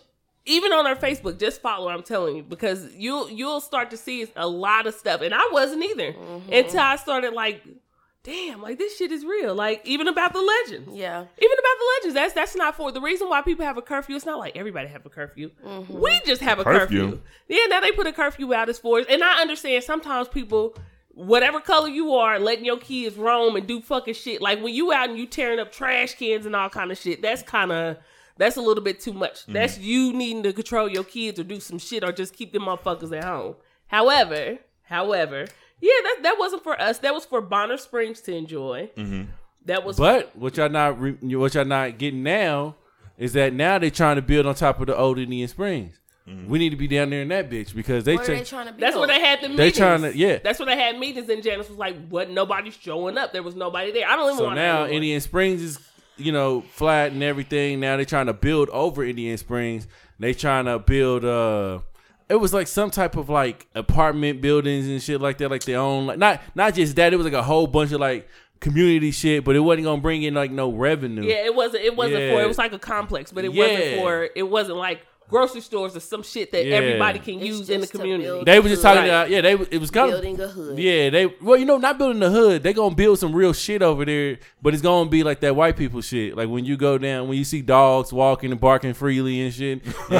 even on her Facebook, just follow. her, I'm telling you because you'll you'll start to see a lot of stuff, and I wasn't either Mm-hmm. until I started like, damn, like this shit is real. Like even about the legends, yeah. even about the legends. That's that's not for the reason why people have a curfew. It's not like everybody have a curfew. We just have a curfew. Curfew. Yeah, now they put a curfew out as for and I understand sometimes people, whatever color you are, letting your kids roam and do fucking shit. Like when you out and you tearing up trash cans and all kind of shit. That's kind of. That's a little bit too much. That's you needing to control your kids or do some shit or just keep them motherfuckers at home. However, however, yeah, that that wasn't for us. That was for Bonner Springs to enjoy. That was but what y'all not re- what y'all not getting now is that now they trying to build on top of the old Indian Springs. We need to be down there in that bitch because they What are they take trying to be? That's where they had the meetings. tryna- yeah. That's where they had meetings, and Janice was like, "What? Nobody's showing up. There was nobody there. I don't even So want now to." Indian Springs is, you know, flat and everything. Now they're trying to build over Indian Springs. They trying to build uh it was like some type of like apartment buildings and shit like that, like their own like not not just that, it was like a whole bunch of like community shit, but it wasn't gonna bring in like no revenue. yeah, it wasn't. It wasn't for. Yeah. It was like a complex, but it Yeah. wasn't for. It wasn't like grocery stores or some shit that Yeah. everybody can It's use in the just to community. build- They were just talking Right. about yeah, they it was kind of building a hood. Yeah, they well, you know, not building the hood. They gonna build some real shit over there, but it's gonna be like that white people shit. Like when you go down, when you see dogs walking and barking freely and shit, and,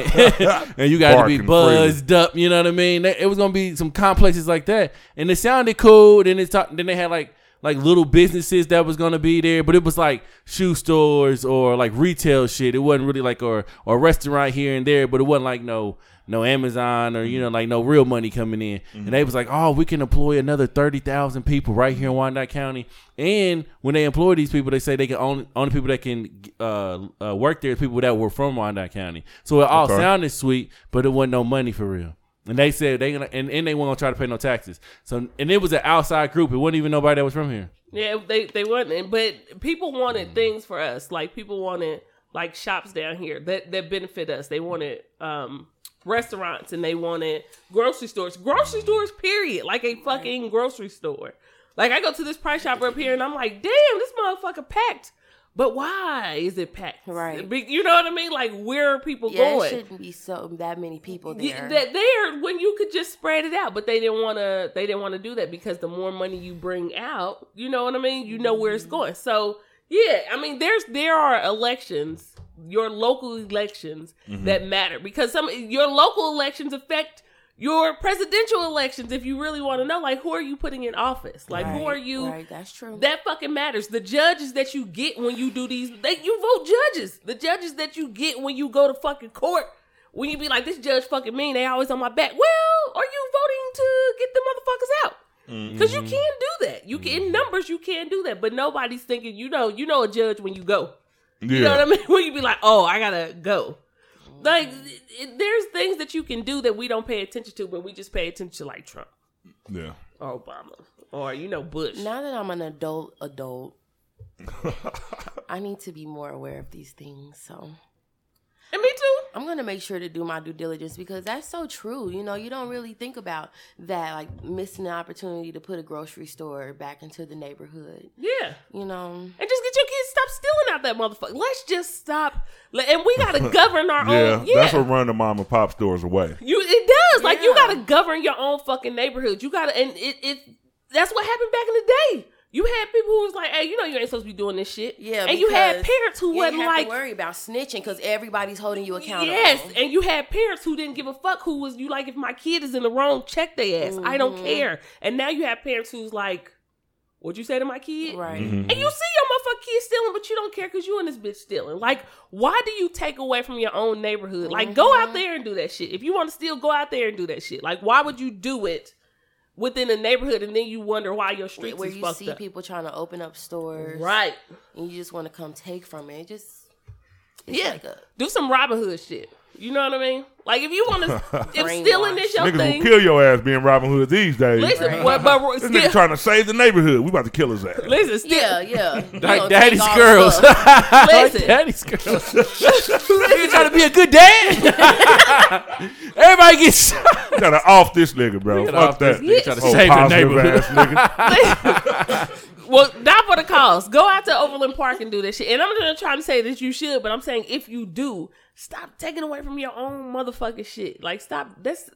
you got to Barking be freely. buzzed up. You know what I mean? They- It was gonna be some complexes like that, and it sounded cool. Then it's talk, then they had like like little businesses that was gonna be there, but it was like shoe stores or like retail shit. It wasn't really like or or restaurant here and there, but it wasn't like no no Amazon or Mm-hmm. you know like no real money coming in. And they was like, oh, we can employ another thirty thousand people right here in Wyandotte County. And when they employ these people, they say they can only only people that can uh, uh, work there is people that were from Wyandotte County. So it all Okay. sounded sweet, but it wasn't no money for real. And they said they gonna and, and they weren't gonna try to pay no taxes. So and it was an outside group. It wasn't even nobody that was from here. Yeah, they they wasn't. But people Mm. wanted things for us. Like people wanted like shops down here that that benefit us. They wanted um restaurants and they wanted grocery stores. Mm. Grocery stores, period. Like a fucking grocery store. Like I go to this price shopper up here and I'm like, damn, this motherfucker packed. But why is it packed? Right. Be- You know what I mean? Like, where are people Yeah, it going? shouldn't be so that many people Y- there. that there when you could just spread it out but they didn't want to they didn't want to do that because the more money you bring out you know what i mean you know where it's Mm-hmm. going so yeah i mean there's there are elections your local elections that matter because some your local elections affect your presidential elections if you really want to know like who are you putting in office like who Right, are you Right, that's true. that fucking matters. The judges that you get when you do these, they, you vote judges. The judges that you get when you go to fucking court, when you be like, this judge fucking mean, they always on my back. Well, are you voting to get the motherfuckers out? Because you can do that. You can, in numbers, you can do that. But nobody's thinking, you know, you know a judge when you go. Yeah. You know what I mean? When you be like, oh, I gotta go. Like, it- it- there's things that you can do that we don't pay attention to when we just pay attention to like Trump Yeah. or Obama or, you know, Bush. now that I'm an adult, adult, I need to be more aware of these things. So And me too. I'm gonna make sure to do my due diligence because that's so true. You know, you don't really think about that, like missing an opportunity to put a grocery store back into the neighborhood. Yeah. You know, And just get your kids stop stealing out that motherfucker. Let's just stop. Let- And we gotta govern our Yeah. own. Oh, Yeah, That's what run the mom and pop stores away. you it does. Like you Yeah. gotta govern your own fucking neighborhood. You gotta, and it it that's what happened back in the day. You had people who was like, "Hey, you know you ain't supposed to be doing this shit." Yeah, and you had because parents who you wasn't have like, to worry about snitching because everybody's holding you accountable. Yes, and you had parents who didn't give a fuck who was you like if my kid is in the wrong, check their ass. I Mm-hmm. don't care. And now you have parents who's like, "What'd you say to my kid?" right. And you see your motherfucking kid stealing, but you don't care because you and this bitch stealing. Like, why do you take away from your own neighborhood? Like, go Mm-hmm. out there and do that shit. If you want to steal, go out there and do that shit. Like, why would you do it within a neighborhood and then you wonder why your streets Where is you fucked see up? people trying to open up stores, right? And you just want to come take from it. It just it's Yeah, like a- do some Robin Hood shit. You know what I mean? Like, if you want to, if Brainwash. stealing is your Niggas thing, will kill your ass being Robin Hood these days. listen. Right. But, but This nigga still, trying to save the neighborhood. We about to kill his ass. listen, yeah, still, yeah. You gonna Like take daddy's all the girls. stuff. like Listen. daddy's girls. you trying to be a good dad? Everybody gets shot. You gotta off this nigga, bro. gotta Fuck off that. this nigga. Try to Whole save the positive neighborhood. ass nigga. Well, not for the cause. Go out to Overland Park and do this shit. And I'm not trying to say that you should, but I'm saying if you do, stop taking away from your own motherfucking shit. Like, stop. That's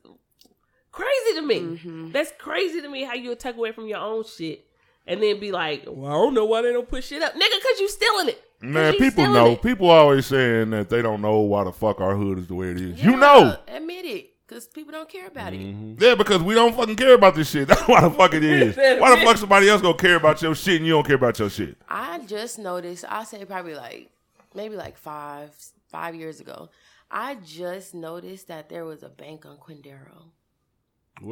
crazy to me. Mm-hmm. That's crazy to me how you'll take away from your own shit and then be like, well, I don't know why they don't put shit up. Nigga, because you stealing it. 'Cause Man, you people stealing know. it. People always saying that they don't know why the fuck our hood is the way it is. You Yeah, know. Mm-hmm. admit it, because people don't care about it. Yeah, because we don't fucking care about this shit. That's why the fuck it is. That's Why the it. fuck somebody else gonna care about your shit and you don't care about your shit? I just noticed. I say probably like maybe like five five years ago. I just noticed that there was a bank on Quindaro.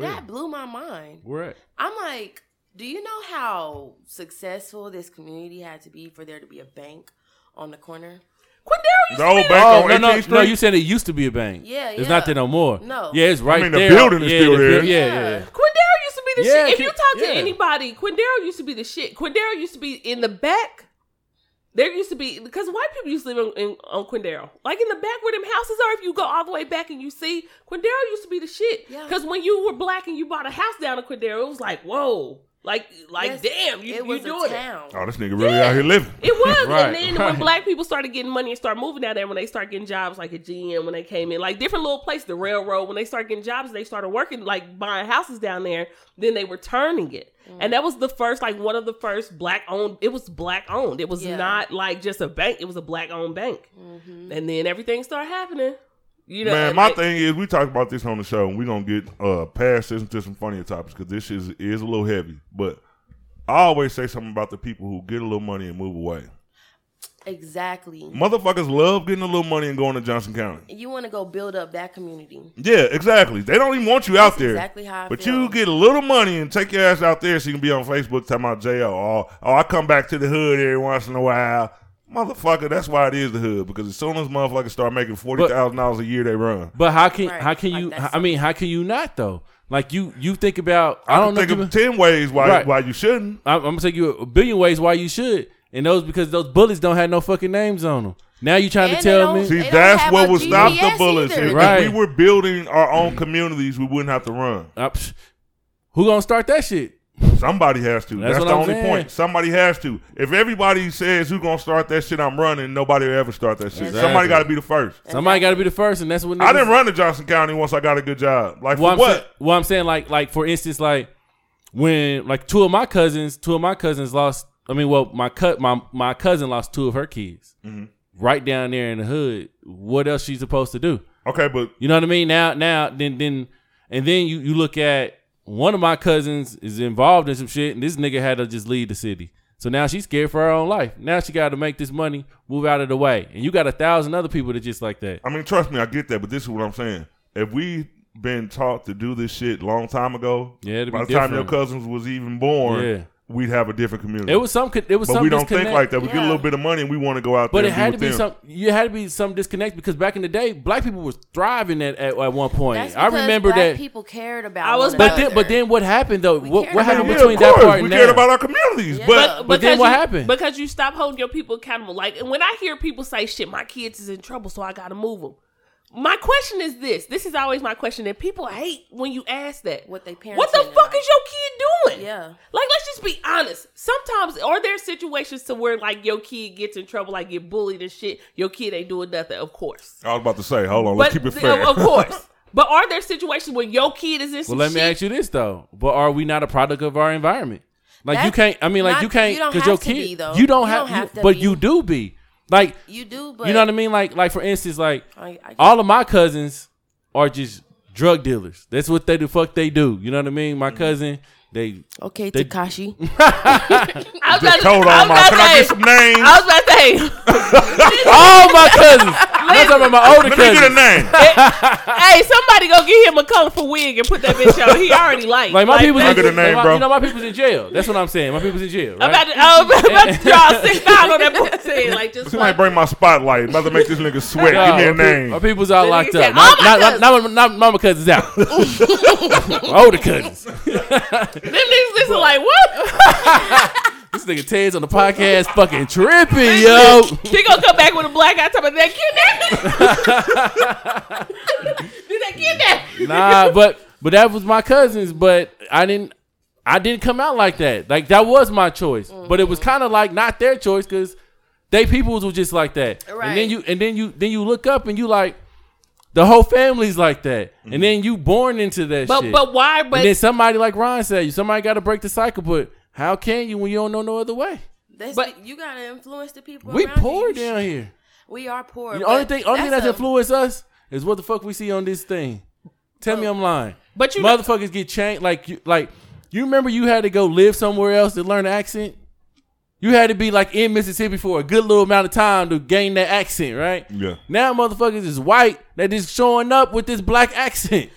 That blew my mind. We're at. I'm like, do you know how successful this community had to be for there to be a bank on the corner? Quindaro, you The old stealing bank Oh, on no, 18th no, no, Street? you said it used to be a bank. Yeah, It's yeah. not there no more. No. Yeah, it's right mean, the there. building is yeah, still the there. buil- Yeah, yeah, yeah. Quindaro used to be the Yeah, shit. If Qu- you talk to yeah. anybody, Quindaro used to be the shit. Quindaro used to be in the back. There used to be because white people used to live in, in, on Quindaro, like in the back where them houses are. If you go all the way back and you see Quindaro used to be the shit. Yeah. Because when you were black and you bought a house down in Quindaro, it was like whoa, like Yes, like damn, you it you was a doing it. town. Oh, this nigga really out here living. It was, Right, and then right. when black people started getting money and started moving out there, when they start getting jobs like at GM, when they came in, like different little places, the railroad, when they started getting jobs, they started working like buying houses down there. Then they were turning it, and that was the first, like one of the first black owned. It was black owned. It was Yeah. not like just a bank. It was a black owned bank, and then everything started happening. You know, Man, and my they- thing is, we talk about this on the show, and we gonna get uh past this to some funnier topics because this is is a little heavy. But I always say something about the people who get a little money and move away. Exactly. Motherfuckers love getting a little money and going to Johnson County. You want to go build up that community. Yeah, exactly. They don't even want you out That's there. exactly how I but feel. you get a little money and take your ass out there so you can be on Facebook talking about JO. Oh, oh, I come back to the hood every once in a while. Motherfucker, that's why it is the hood because as soon as motherfuckers start making forty thousand dollars a year, they run. But how can Right, how can like you? that's- I mean, how can you not though? Like you you think about I, don't know. Think if you- of ten ways why Right. why you shouldn't. I'm, I'm gonna take you a billion ways why you should, and those because those bullets don't have no fucking names on them. Now you trying to And they tell don't- me? See, They don't that's have what a would stop the GPS bullets. either. If Right. we were building our own communities, we wouldn't have to run. Uh, psh, who gonna start that shit? Somebody has to. That's That's, what the I'm only saying. point. Somebody has to. If everybody says who's gonna start that shit, I'm running. Nobody will ever start that shit. Exactly. Somebody got to be the first. Somebody got to be the first, and that's when I niggas- didn't run to Johnson County once I got a good job. Like Well, for I'm what? Saying, well, I'm saying like like for instance, like when like two of my cousins, two of my cousins lost. I mean, well, my cut my my cousin lost two of her kids Mm-hmm. right down there in the hood. What else she supposed to do? okay, but You know what I mean? Now now then then and then you you look at one of my cousins is involved in some shit, and this nigga had to just leave the city. So now she's scared for her own life. Now she got to make this money, move out of the way, and you got a thousand other people that just like that. I mean, trust me, I get that. But this is what I'm saying. If we been taught to do this shit long time ago, Yeah, it'd be by the time your different. cousins was even born, Yeah. we'd have a different community. It was some. It was but some we don't disconnect. think like that. We get a Yeah. little bit of money and we want to go out But there. it had and to be be with them. some. You had to be some disconnect because back in the day, black people was thriving at at, at one point. That's I because remember black that. people cared about. I was one but then, another. but then, what happened though? What, cared what about happened it. yeah, between of that course, part and we now? cared about our communities, Yeah. but But then Uh, because what you- happened? Because you stop holding your people accountable. Like, and when I hear people say, "Shit, my kids is in trouble, so I gotta move them." My question is this: This is always my question, and people hate when you ask that. What they What the parenting fuck like. is your kid doing? Yeah. Like, let's just be honest. Sometimes, are there situations to where like your kid gets in trouble, like get bullied and shit? Your kid ain't doing nothing, of course. I was about to say, hold on, let's keep it th- fair. Of, of course. But are there situations where your kid is in well, some let me shit? ask you this though: But are we not a product of our environment? Like you That's- can't. I mean, like not- you can't you don't because have your to kid. be, though. You You don't have. don't you- have to but be. you do be like. you do, but you know what I Oh, mean? Like, like for instance, like I- I- all of my cousins are just drug dealers. That's what they the fuck they do. You know what I mean? Mm-hmm. My cousin, they Okay, They- Takashi. I was Just about to- told I all was my. about Can to I get say- some names? I was about to say. all my cousins. I'm talking about my older Let me cousins. get a name. Hey, somebody go get him a colorful wig and put that bitch on. He already like. Like my people's Can I in get a name, like, my- bro? You know my people's in jail. That's what I'm saying. My people's in jail. Right? I'm about to, I'm about to draw a six down on that boy's head. Like, just Somebody like, bring my spotlight. About to make this nigga sweat. Nah, Give me my a pe- name. My people's all Then locked he said, up. My, "All my not, not, not, not, mama cousins out. my older cousins. them niggas listen like, what? This nigga Ted's on the podcast fucking tripping, yo. She gonna come back with a black eye talking about that kidnapping. Did that kidnap? nah, but but that was my cousins. But I didn't I didn't come out like that. Like that was my choice. But it was kind of like not their choice because they peoples were just like that. And then Right. you and then you then you look up and you like the whole family's like that. And then you born into that But shit. but why? But and then somebody like Ron said, you somebody got to break the cycle. But how can you when you don't know no other way? That's But- the- you gotta influence the people. We around you. poor You down sh- here. We are poor. The only but thing, only thing that's a- influenced us is what the fuck we see on this thing. Tell me I'm lying. But you- motherfuckers get changed. Like you, like you remember you had to go live somewhere else to learn an accent. You had to be like in Mississippi for a good little amount of time to gain that accent, right? Yeah. Now motherfuckers is white that is showing up with this black accent.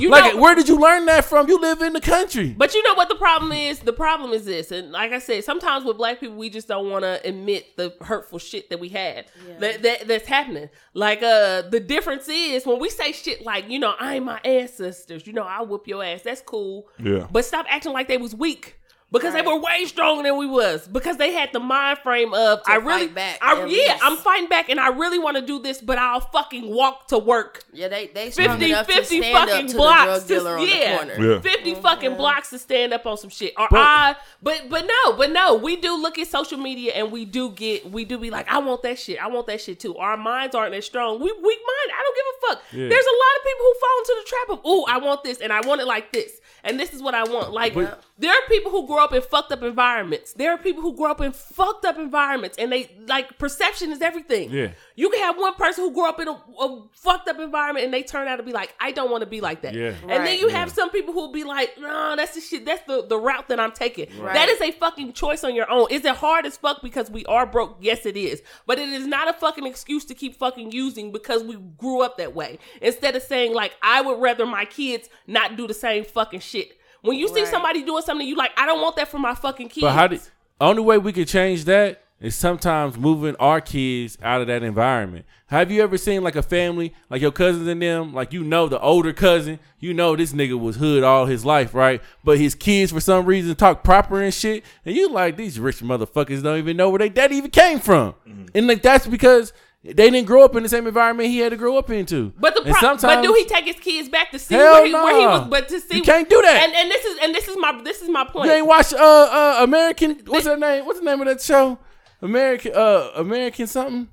you like, know, where did you learn that from? You live in the country. But you know what the problem is? The problem is this, and like I said, sometimes with black people, we just don't want to admit the hurtful shit that we had that, that that's happening. Like, uh, the difference is when we say shit like, you know, I ain't my ancestors. You know, I whoop your ass. That's cool. Yeah. But stop acting like they was weak. Because they Right. were way stronger than we was. Because they had the mind frame of I really, fight back, I, yeah, at least. I'm fighting back, and I really want to do this, but I'll fucking walk to work. Yeah, they they strong 50, enough 50 to stand fucking up to blocks the drug dealer to, on yeah, the corner. Yeah. 50 fucking blocks to stand up on some shit or But- I but but no but no we do look at social media and we do get we do be like I want that shit I want that shit too our minds aren't as strong we weak mind I don't give a fuck Yeah. there's a lot of people who fall into the trap of oh I want this and I want it like this and this is what I want like But- there are people who grow up in fucked up environments there are people who grow up in fucked up environments and they like perception is everything Yeah. you can have one person who grew up in a, a fucked up environment and they turn out to be like, I don't want to be like that. Yeah. And then Right. you have some people who'll be like, nah, that's the shit. That's the, the route that I'm taking. Right. That is a fucking choice on your own. Is it hard as fuck because we are broke? Yes, it is. But it is not a fucking excuse to keep fucking using because we grew up that way. Instead of saying, like, I would rather my kids not do the same fucking shit. When you see Right. somebody doing something, you like, I don't want that for my fucking kids. But how did only way we could change that is sometimes moving our kids out of that environment. Have you ever seen like a family, like your cousins and them, like you know the older cousin, you know this nigga was hood all his life, right? But his kids for some reason talk proper and shit, Mm-hmm. and you like these rich motherfuckers don't even know where they dad even came from, and like that's because They didn't grow up in the same environment he had to grow up into. But the And pro- but do he take his kids back to see Hell where he, where he nah. was? But to see You can't do that. And and this is and this is my this is my point. You ain't watch uh uh American what's her name? What's the name of that show? American uh American something?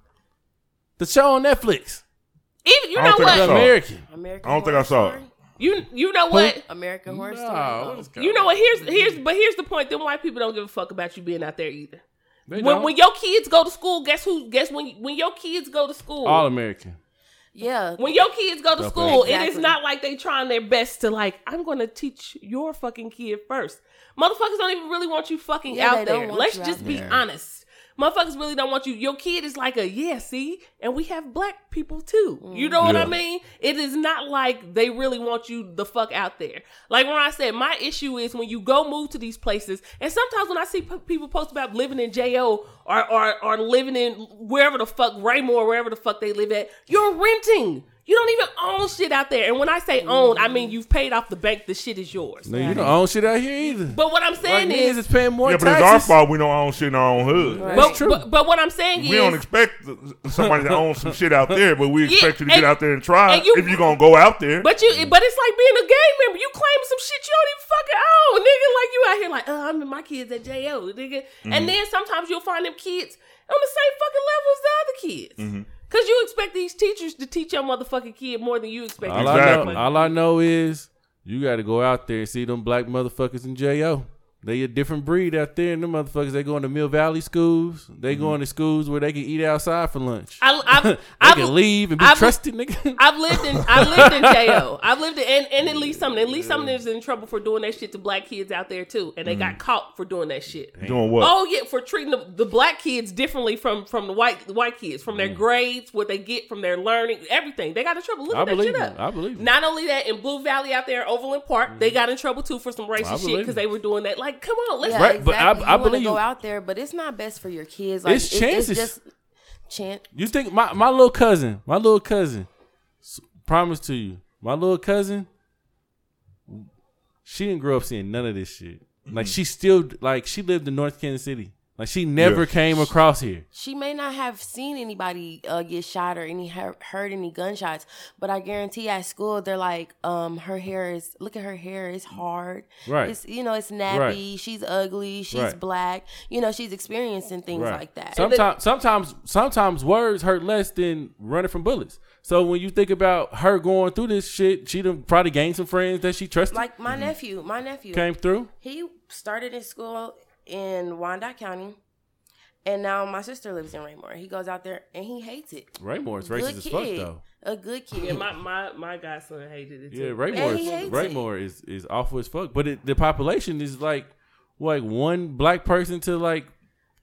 The show on Netflix. Even you I know don't think The so. what American. American I don't think Horror I saw it. Story? you you know what American Horror Story. Nah, Oh. what is you know what here's here's but here's the point. Then white people don't give a fuck about you being out there either. They When don't. when your kids go to school, guess who? Guess when when your kids go to school. All American. Yeah. when your kids go to Stop school, it is Exactly. not like they trying their best to like. I'm going to teach your fucking kid first. Motherfuckers don't even really want you fucking Yeah, out they don't there. want Let's you out just be there. honest. Motherfuckers really don't want you. Your kid is like a yeah, see, and we have black people too. You know what I Yeah. mean? It is not like they really want you the fuck out there. Like when I said, my issue is when you go move to these places, and sometimes when I see p- people post about living in Jo or or or living in wherever the fuck Raymore, wherever the fuck they live at, you're renting. You don't even own shit out there. And when I say own, I mean you've paid off the bank. The shit is yours. No, you don't own shit out here either. But what I'm Like, saying niggas is, is paying more yeah, but taxes. it's our fault we don't own shit in our own hood. Right. but, That's true. but but what I'm saying We is, don't expect somebody to own some shit out there, but we expect you to get and- out there and try and you- if you're gonna go out there. But you, but it's like being a gang member. You claim some shit you don't even fucking own, nigga. Like you out here, like, oh, I'm in my kids at JO, nigga. Mm-hmm. And then sometimes you'll find them kids on the same fucking level as the other kids, Mm-hmm. cause you expect these teachers to teach your motherfucking kid more than you expect. all, your I Exactly. know, all I know is you got to go out there and see them black motherfuckers in J.O. They a different breed out there, and them motherfuckers, they going to Mill Valley schools. They Mm-hmm. going to schools where they can eat outside for lunch. I, I've, they I've, can leave and be I've- trusted, nigga. I've lived in I've lived in JO. I've lived in and, and at least something. At least something is in trouble for doing that shit to black kids out there too. And they Mm-hmm. got caught for doing that shit. Doing what? Oh yeah, for treating the, the black kids differently from from the white the white kids, from Mm. their grades, what they get from their learning, everything. They got in trouble. Look I at that believe shit you. up. I believe you. Mm. Not only that, in Blue Valley out there, in Overland Park, they got in trouble too for some racist shit believe because you. they were doing that. Like, come on, let's Yeah, Right, but I- exactly. I you wanna believe- go out there, but it's not best for your kids. Like, It's chances. just chance. You think my, my little cousin, my little cousin, s- promise to you, my little cousin, she didn't grow up seeing none of this shit. Like she still like she lived in North Kansas City. Like she never Yeah. came across here. She may not have seen anybody uh, get shot or any heard, heard any gunshots, but I guarantee at school they're like, um, her hair is look at her hair, it's hard, Right. It's you know it's nappy, Right. she's ugly, she's Right. black, you know she's experiencing things like that. Sometimes, sometimes, sometimes words hurt less than running from bullets. So when you think about her going through this shit, she done probably gained some friends that she trusted like my nephew, my nephew, came through. he started in school in Wyandotte County, and now my sister lives in Raymore. He goes out there and he hates it. Raymore's Good racist as kid, fuck though. a good kid. Yeah, my, my my godson hated it too. Yeah, Raymore, And he hates Raymore is is awful as fuck. But it, the population is like like one black person to like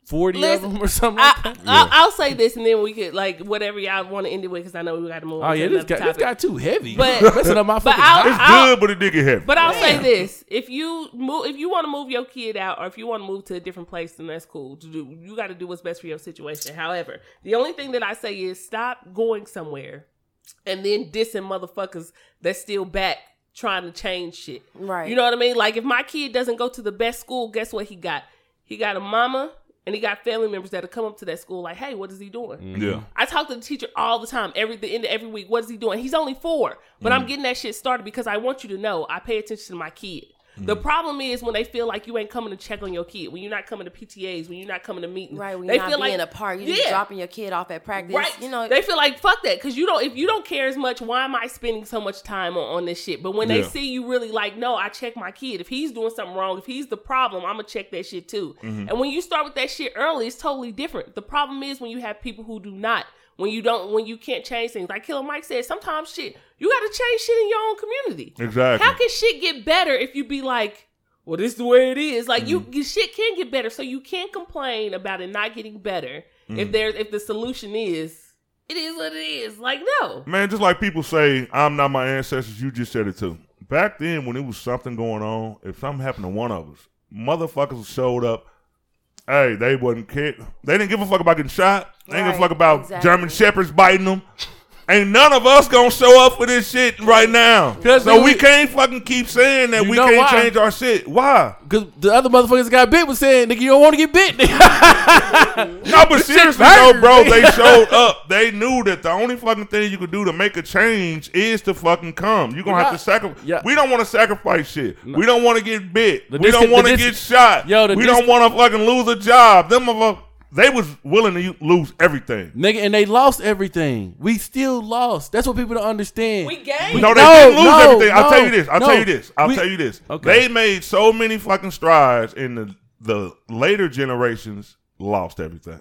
forty Listen, of them or something. like I, that. I, I'll say this, and then we could like whatever y'all want to end it with, because I know we got to move. oh on yeah, to this another guy, this topic. guy too heavy. But- messing up my but fucking. I'll- diet. it's I'll- good, but it did get heavy. But I'll say this: if you move, if you want to move your kid out, or if you want to move to a different place, then that's cool. To do, you got to do what's best for your situation. However, the only thing that I say is stop going somewhere and then dissing motherfuckers that's still back trying to change shit. Right. You know what I mean? Like if my kid doesn't go to the best school, guess what he got? He got a mama and he got family members that'll come up to that school like, "Hey, what is he doing?" yeah. I talk to the teacher all the time, every the end of every week. What is he doing? He's only four, but I'm getting that shit started because I want you to know I pay attention to my kid. The problem is when they feel like you ain't coming to check on your kid, when you're not coming to PTAs, when you're not coming to meetings, Right, when they you're not feel being like a part, you're just Yeah. dropping your kid off at practice. Right, You know, they feel like fuck that because you don't. If you don't care as much, why am I spending so much time on, on this shit? But when they Yeah. see you really like, no, I check my kid. If he's doing something wrong, if he's the problem, I'm gonna check that shit too. And when you start with that shit early, it's totally different. The problem is when you have people who do not. When you don't, when you can't change things, like Killer Mike said, sometimes shit you got to change shit in your own community. Exactly. How can shit get better if you be like, well, this is the way it is? Like you, Mm-hmm. you shit can get better, so you can't complain about it not getting better Mm-hmm. if there's if the solution is it is what it is. Like no, Man, just like people say, I'm not my ancestors, you just said it too. Back then, when it was something going on, if something happened to one of us, motherfuckers showed up. Hey, they wasn't care. They didn't give a fuck about getting shot. They didn't give a Right, fuck about exactly. German shepherds biting them. Ain't none of us gonna show up for this shit right now. 'Cause So they- we can't fucking keep saying that You we know can't why? change our shit. Why? Because the other motherfuckers that got bit was saying, nigga, you don't want to get bit. No, but seriously hurt. though, bro, they showed up. They knew that the only fucking thing you could do to make a change is to fucking come. You're gonna have to sacrifice. Yeah. We don't want to sacrifice shit. We don't want to get bit. The we dis- don't want the to dis- get shot. Yo, the we dis- don't want to fucking lose a job. Them of us, they was willing to u- lose everything. nigga, and they lost everything. We still lost. That's what people don't understand. We gay. No, they No, didn't lose no, everything. I'll no, tell you this. I'll no. tell you this. I'll We- tell you this. Okay. They made so many fucking strides, and the the later generations lost everything.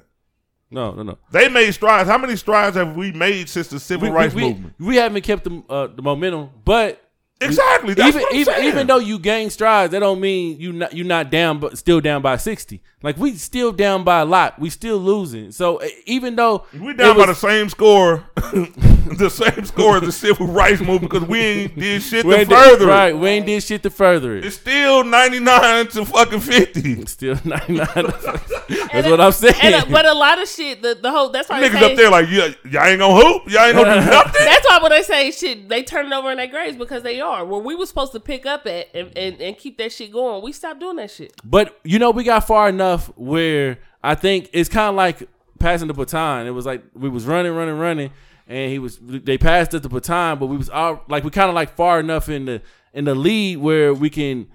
no, no, no. They made strides. How many strides have we made since the civil rights we, movement? we haven't kept the, uh, the momentum, but Exactly. That's even what I'm even saying. even though you gain strides, that don't mean you not you not down, but still down by sixty. Like we still down by a lot. We still losing. So uh, even though we down it was- by the same score, the same score as the civil rights movement because we ain't did shit we to ain't did- further. it. right, we ain't did shit to further it. It's still ninety nine to fucking fifty. still ninety nine. That's what I'm saying. And, uh, but a lot of shit, the, the whole that's why Niggas they say, up there like yeah, y'all ain't gonna hoop, y'all ain't gonna do nothing. That's why when they say shit, they turn it over in their graves because they are where we was supposed to pick up at and, and, and keep that shit going. We stopped doing that shit. But you know, we got far enough where I think it's kind of like passing the baton. It was like we was running, running, running, and he was they passed us the baton, but we was all like we kind of like far enough in the in the lead where we can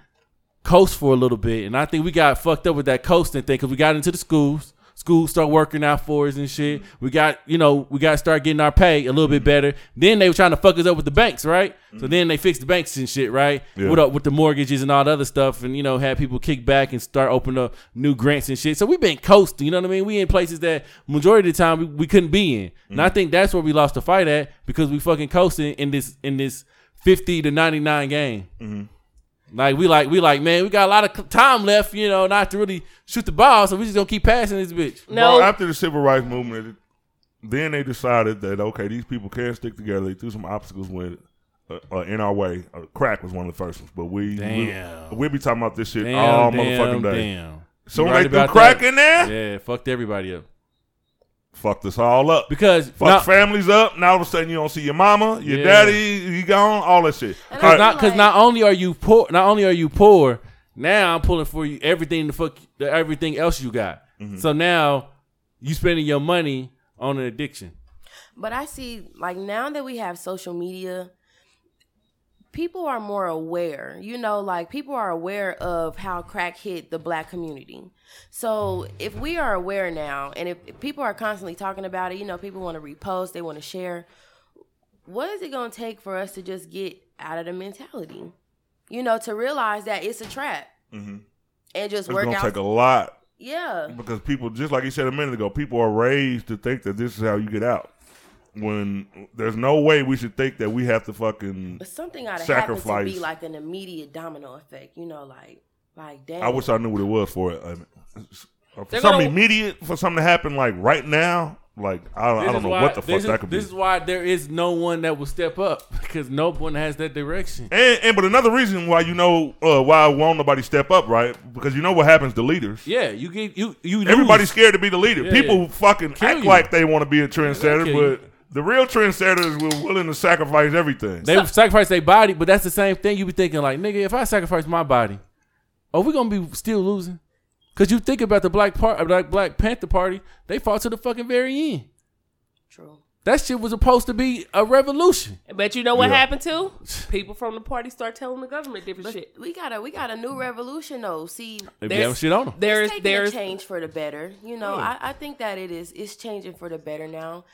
coast for a little bit. And I think we got fucked up with that coasting thing because we got into the schools. Schools start working out for us and shit. We got, you know, we got to start getting our pay a little bit better. Then they were trying to fuck us up with the banks, right? So then they fixed the banks and shit, right? Yeah. With, uh, with the mortgages and all the other stuff and, you know, had people kick back and start opening up new grants and shit. So we've been coasting, you know what I mean? We in places that majority of the time we, we couldn't be in. And I think that's where we lost the fight at because we fucking coasting in this, in this 50 to 99 game. Like we like we like man, we got a lot of c- time left, you know, not to really shoot the ball, so we just gonna keep passing this bitch. No, Bro, after the civil rights movement, it- then they decided that okay, these people can stick together. They threw some obstacles with. Uh, uh, in our way, uh, crack was one of the first ones, but we Damn. we, be talking about this shit Damn, all damn, motherfucking day. damn. So You when right they threw about crack that. in there, Yeah, fucked everybody up fucked us all up. because Fuck not, families up. Now all of a sudden you don't see your mama, your Yeah. daddy, you gone, all that shit. And All because right, not, 'cause Like- not only are you poor, not only are you poor, now I'm pulling for you everything the fuck everything else you got. Mm-hmm. So now you spending your money on an addiction. But I see, like, now that we have social media, people are more aware. You know, like, people are aware of how crack hit the black community. So if we are aware now, and if, if people are constantly talking about it, you know, people want to repost, they want to share. What is it going to take for us to just get out of the mentality? You know, to realize that it's a trap and just Mm-hmm. it's work gonna out. take a lot yeah. because people, just like you said a minute ago, people are raised to think that this is how you get out. When there's no way we should think that we have to fucking. But something gotta happen to Sacrifice. be like an immediate domino effect, you know, like like damn. I wish I knew what it was for it. I mean, for They're something gonna- immediate, for something to happen like right now, like I, don't- I This don't is know why- what the fuck this is- that could be. This is why there is no one that will step up because no one has that direction. And, and but another reason why you know uh, why won't nobody step up, right? Because you know what happens to leaders. Yeah, you get you you lose. Everybody's scared to be the leader. Yeah, People yeah. fucking Kill act you. like they want to be a trendsetter, kill you. but the real trendsetters were willing to sacrifice everything. They sacrifice their body, but that's the same thing. You be thinking like, nigga, if I sacrifice my body, are we gonna be still losing? Cause you think about the black part, black Black Panther Party, they fought to the fucking very end. True. That shit was supposed to be a revolution. but you know what Yeah. happened too? People from the party start telling the government different shit. We got a we got a new revolution though. See, They be There's- having shit on them. There is it's taking there's a change for the better. You know, I, I think that it is it's changing for the better now.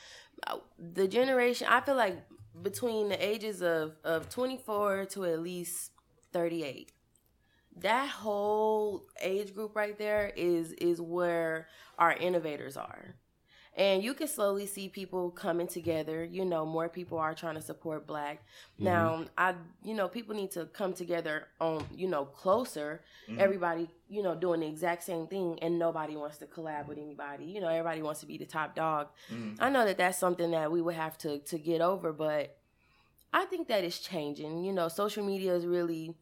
Uh, The generation I feel like between the ages of of 24 to at least 38. That whole age group right there is is where our innovators are. And you can slowly see people coming together. You know, more people are trying to support black. Now, I, you know, people need to come together on, you know, closer. Everybody, you know, doing the exact same thing, and nobody wants to collab with anybody. You know, everybody wants to be the top dog. I know that that's something that we would have to to get over, but I think that is changing. You know, social media is really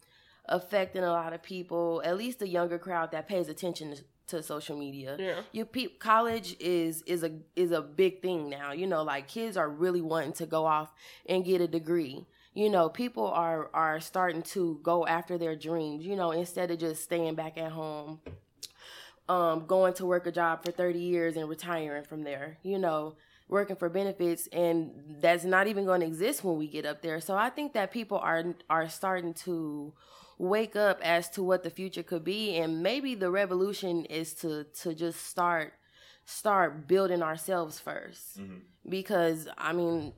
affecting a lot of people, at least the younger crowd that pays attention to, to social media. Yeah. You peep college is is a is a big thing now. You know, like kids are really wanting to go off and get a degree. You know, people are are starting to go after their dreams, you know, instead of just staying back at home um, going to work a job for 30 years and retiring from there, you know, working for benefits. And that's not even going to exist when we get up there. So I think that people are, are starting to wake up as to what the future could be. And maybe the revolution is to, to just start, start building ourselves 1st because I mean,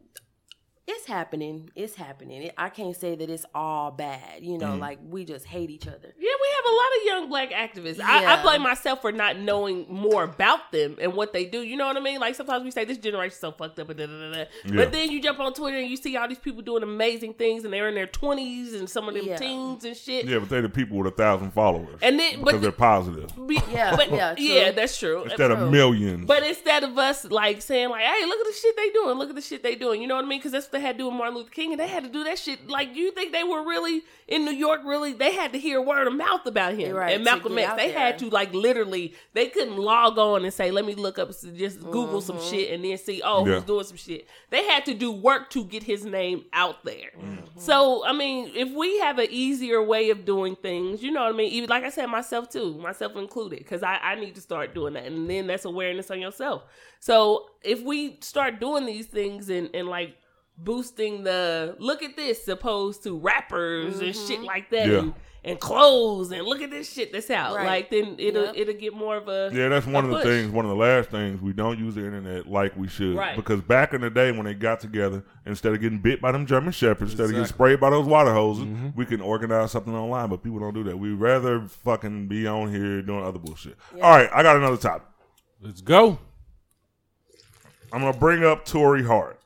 it's happening. It's happening. I can't say that it's all bad. You know, like we just hate each other. Yeah, we have a lot of young black activists. I, I Yeah. blame myself for not knowing more about them and what they do. You know what I mean? Like sometimes we say this generation's so fucked up, and da, da, da, da. Yeah. but then you jump on Twitter and you see all these people doing amazing things, and they're in their twenties and some of them Yeah. teens and shit. Yeah, but they're the people with a thousand followers. And then, because but they're positive. be- Yeah, but yeah, yeah, true. that's true. Instead of true. millions. But instead of us like saying like, "Hey, look at the shit they doing. Look at the shit they doing." You know what I mean? Because that's what they had to do with Martin Luther King, and they had to do that shit. Like, you think they were really in New York? Really, they had to hear word of mouth about him Right, and to Malcolm get X. out They had to there. like literally, they couldn't log on and say, "Let me look up s- just Google some shit and then see oh Yeah. who's doing some shit." They had to do work to get his name out there. So I mean, if we have an easier way of doing things, you know what I mean. Even like I said, myself too, myself included, because I, I need to start doing that, and then that's awareness on yourself. So if we start doing these things and and like boosting the look at this, opposed to rappers and shit like that, Yeah. and, and clothes and look at this shit that's out, Right. like then it'll Yep. it'll get more of a yeah, that's one a of the push. things, one of the last things. We don't use the internet like we should. Right. Because back in the day when they got together, instead of getting bit by them German shepherds, instead of getting Exactly. Mm-hmm. sprayed by those water hoses, we can organize something online, but people don't do that. We'd rather fucking be on here doing other bullshit. All right, I got another topic. Let's go. I'm going to bring up Tory Hart.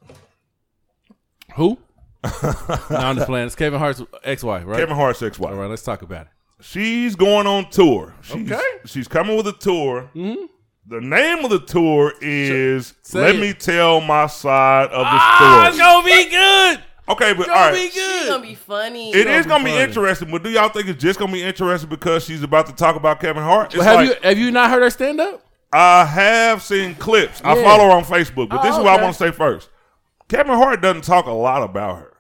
Who? no, I'm just playing. It's Kevin Hart's ex-wife, right? Kevin Hart's ex wife. All right, let's talk about it. She's going on tour. She's, Okay. Mm-hmm. She's coming with a tour. The name of the tour is Say Let it. Ah, Me Tell My Side of the Ah, Story. gonna be good. Okay, but all right. It's gonna be funny. It is gonna be funny. interesting, but do y'all think it's just gonna be interesting because she's about to talk about Kevin Hart? It's Have like, you have you not heard her stand up? I have seen clips. I Yeah. follow her on Facebook, but Oh, this is what I okay. want to say first. Kevin Hart doesn't talk a lot about her.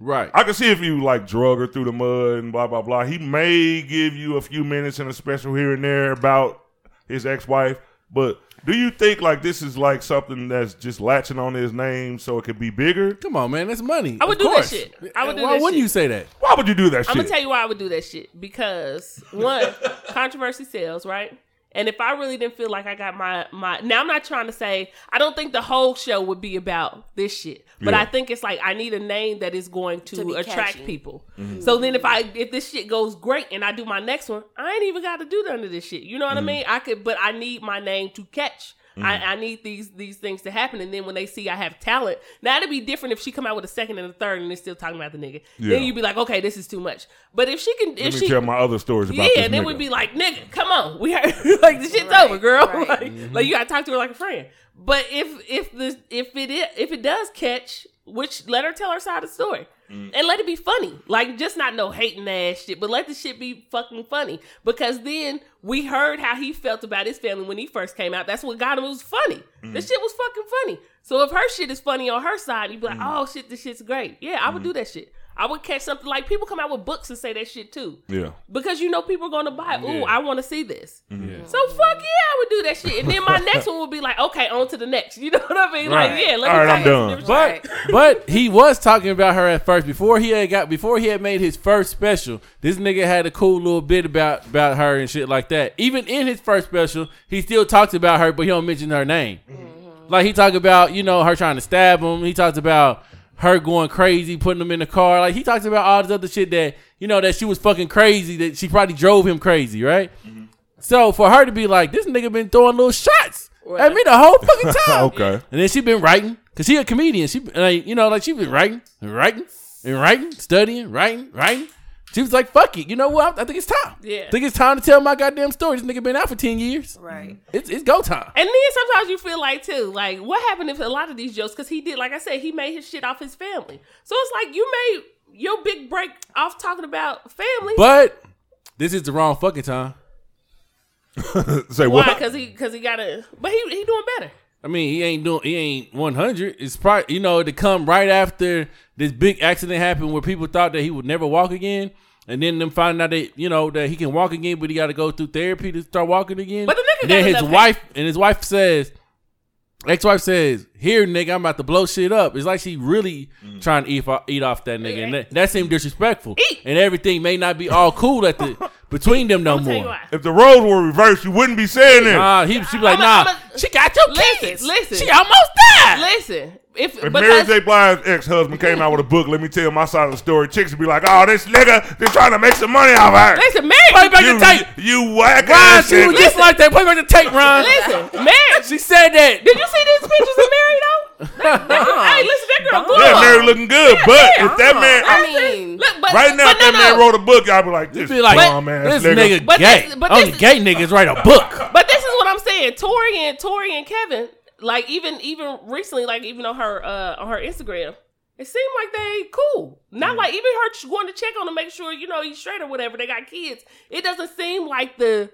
Right. I can see if you like drug her through the mud and blah blah blah. He may give you a few minutes in a special here and there about his ex-wife, but do you think like this is like something that's just latching on his name so it could be bigger? Come on, man. That's money. I would Of do that course. shit. I would do Why that wouldn't shit. you say that? Why would you do that shit? I'm gonna tell you why I would do that shit because one, controversy sells, right? And if I really didn't feel like I got my my now, I'm not trying to say I don't think the whole show would be about this shit, but Yeah. I think it's like I need a name that is going to, To be attract catchy. people. Mm-hmm. So then if I if this shit goes great and I do my next one, I ain't even got to do none of this shit. You know what Mm-hmm. I mean? I could, but I need my name to catch. I, I need these these things to happen, and then when they see I have talent, now it'd be different if she come out with a second and a third, and they're still talking about the nigga. Yeah. Then you'd be like, okay, this is too much. But if she can, Let if me she, tell my other stories about yeah, this. then nigga. we'd be like, nigga, come on, we are, like the shit's Right, over, girl. right. Like, Mm-hmm. like you gotta talk to her like a friend. But if if this if it is, if it does catch, which let her tell her side of the story. Mm. And let it be funny, like just not no hating ass shit, but let the shit be fucking funny. Because then we heard how he felt about his family when he first came out. That's what got him. It was funny. Mm. The shit was fucking funny. So if her shit is funny on her side, you'd be like, Mm. oh shit, this shit's great. Yeah, I would Mm-hmm. do that shit. I would catch something like people come out with books and say that shit too yeah. because you know people are gonna buy. it. Ooh, Yeah. Mm-hmm. I want to see this. Yeah. So fuck yeah, I would do that shit. And then my next one would be like, okay, on to the next. You know what I mean? Right. Like yeah, let All me right, I'm try done. this. Right. But but he was talking about her at first before he had got before he had made his first special. This nigga had a cool little bit about about her and shit like that. Even in his first special, he still talks about her, but he don't mention her name. Like he talked about you know her trying to stab him. He talked about her going crazy, putting him in the car. Like he talks about all this other shit that you know that she was fucking crazy. That she probably drove him crazy, right? So for her to be like, this nigga been throwing little shots at me the whole fucking time. Okay. And then she been writing because she a comedian. She like you know like she been writing and writing and writing, studying, writing, writing. She was like, "Fuck it, you know what? I, I think it's time. Yeah. I think it's time to tell my goddamn story. This nigga been out for ten years. right. It's it's go time. And then sometimes you feel like too, like what happened if a lot of these jokes? Because he did, like I said, he made his shit off his family. So it's like you made your big break off talking about family. But this is the wrong fucking time. Say Why? what? Because he because he got a. But he he doing better. I mean, he ain't doing. He ain't one hundred. It's probably you know to come right after this big accident happened where people thought that he would never walk again, and then them finding out that you know that he can walk again, but he got to go through therapy to start walking again. But the nigga And then got his enough- wife and his wife says, ex-wife says, "Here, nigga, I'm about to blow shit up." It's like she really trying to eat off, eat off that nigga, and that, that seemed disrespectful. Eat. And everything may not be all cool at the between them no I'm tell you more. why. If the roles were reversed, you wouldn't be saying that. Nah, he she be like, I'ma- nah, I'ma- she got your Listen, kids. listen. she almost died. Listen, if if Mary because J. Blige's ex husband came out with a book, let me tell my side of the story. Chicks would be like, "Oh, this nigga, they trying to make some money off her." listen, Mary, Play back the tape. you, you whack Ron, ass she was nigga. just Listen. like that. Play back the tape, Ron. listen, Mary. She said that. Did you see these pictures of Mary though? Hey, listen, that girl good. Yeah, Mary looking good, but if that man I Listen, mean, look, uh-huh. but, right now, but if that no, man no. wrote a book, y'all be like, "This Be like, bum ass this nigga." nigga But gay. this- but Only this- gay niggas write a book. But this is what I'm saying. Tori and Tori and Kevin, like even even recently, like even on her uh on her Instagram, it seemed like they cool. Not Mm. like even her ch- going to check on to make sure you know he's straight or whatever. They got kids. It doesn't seem like the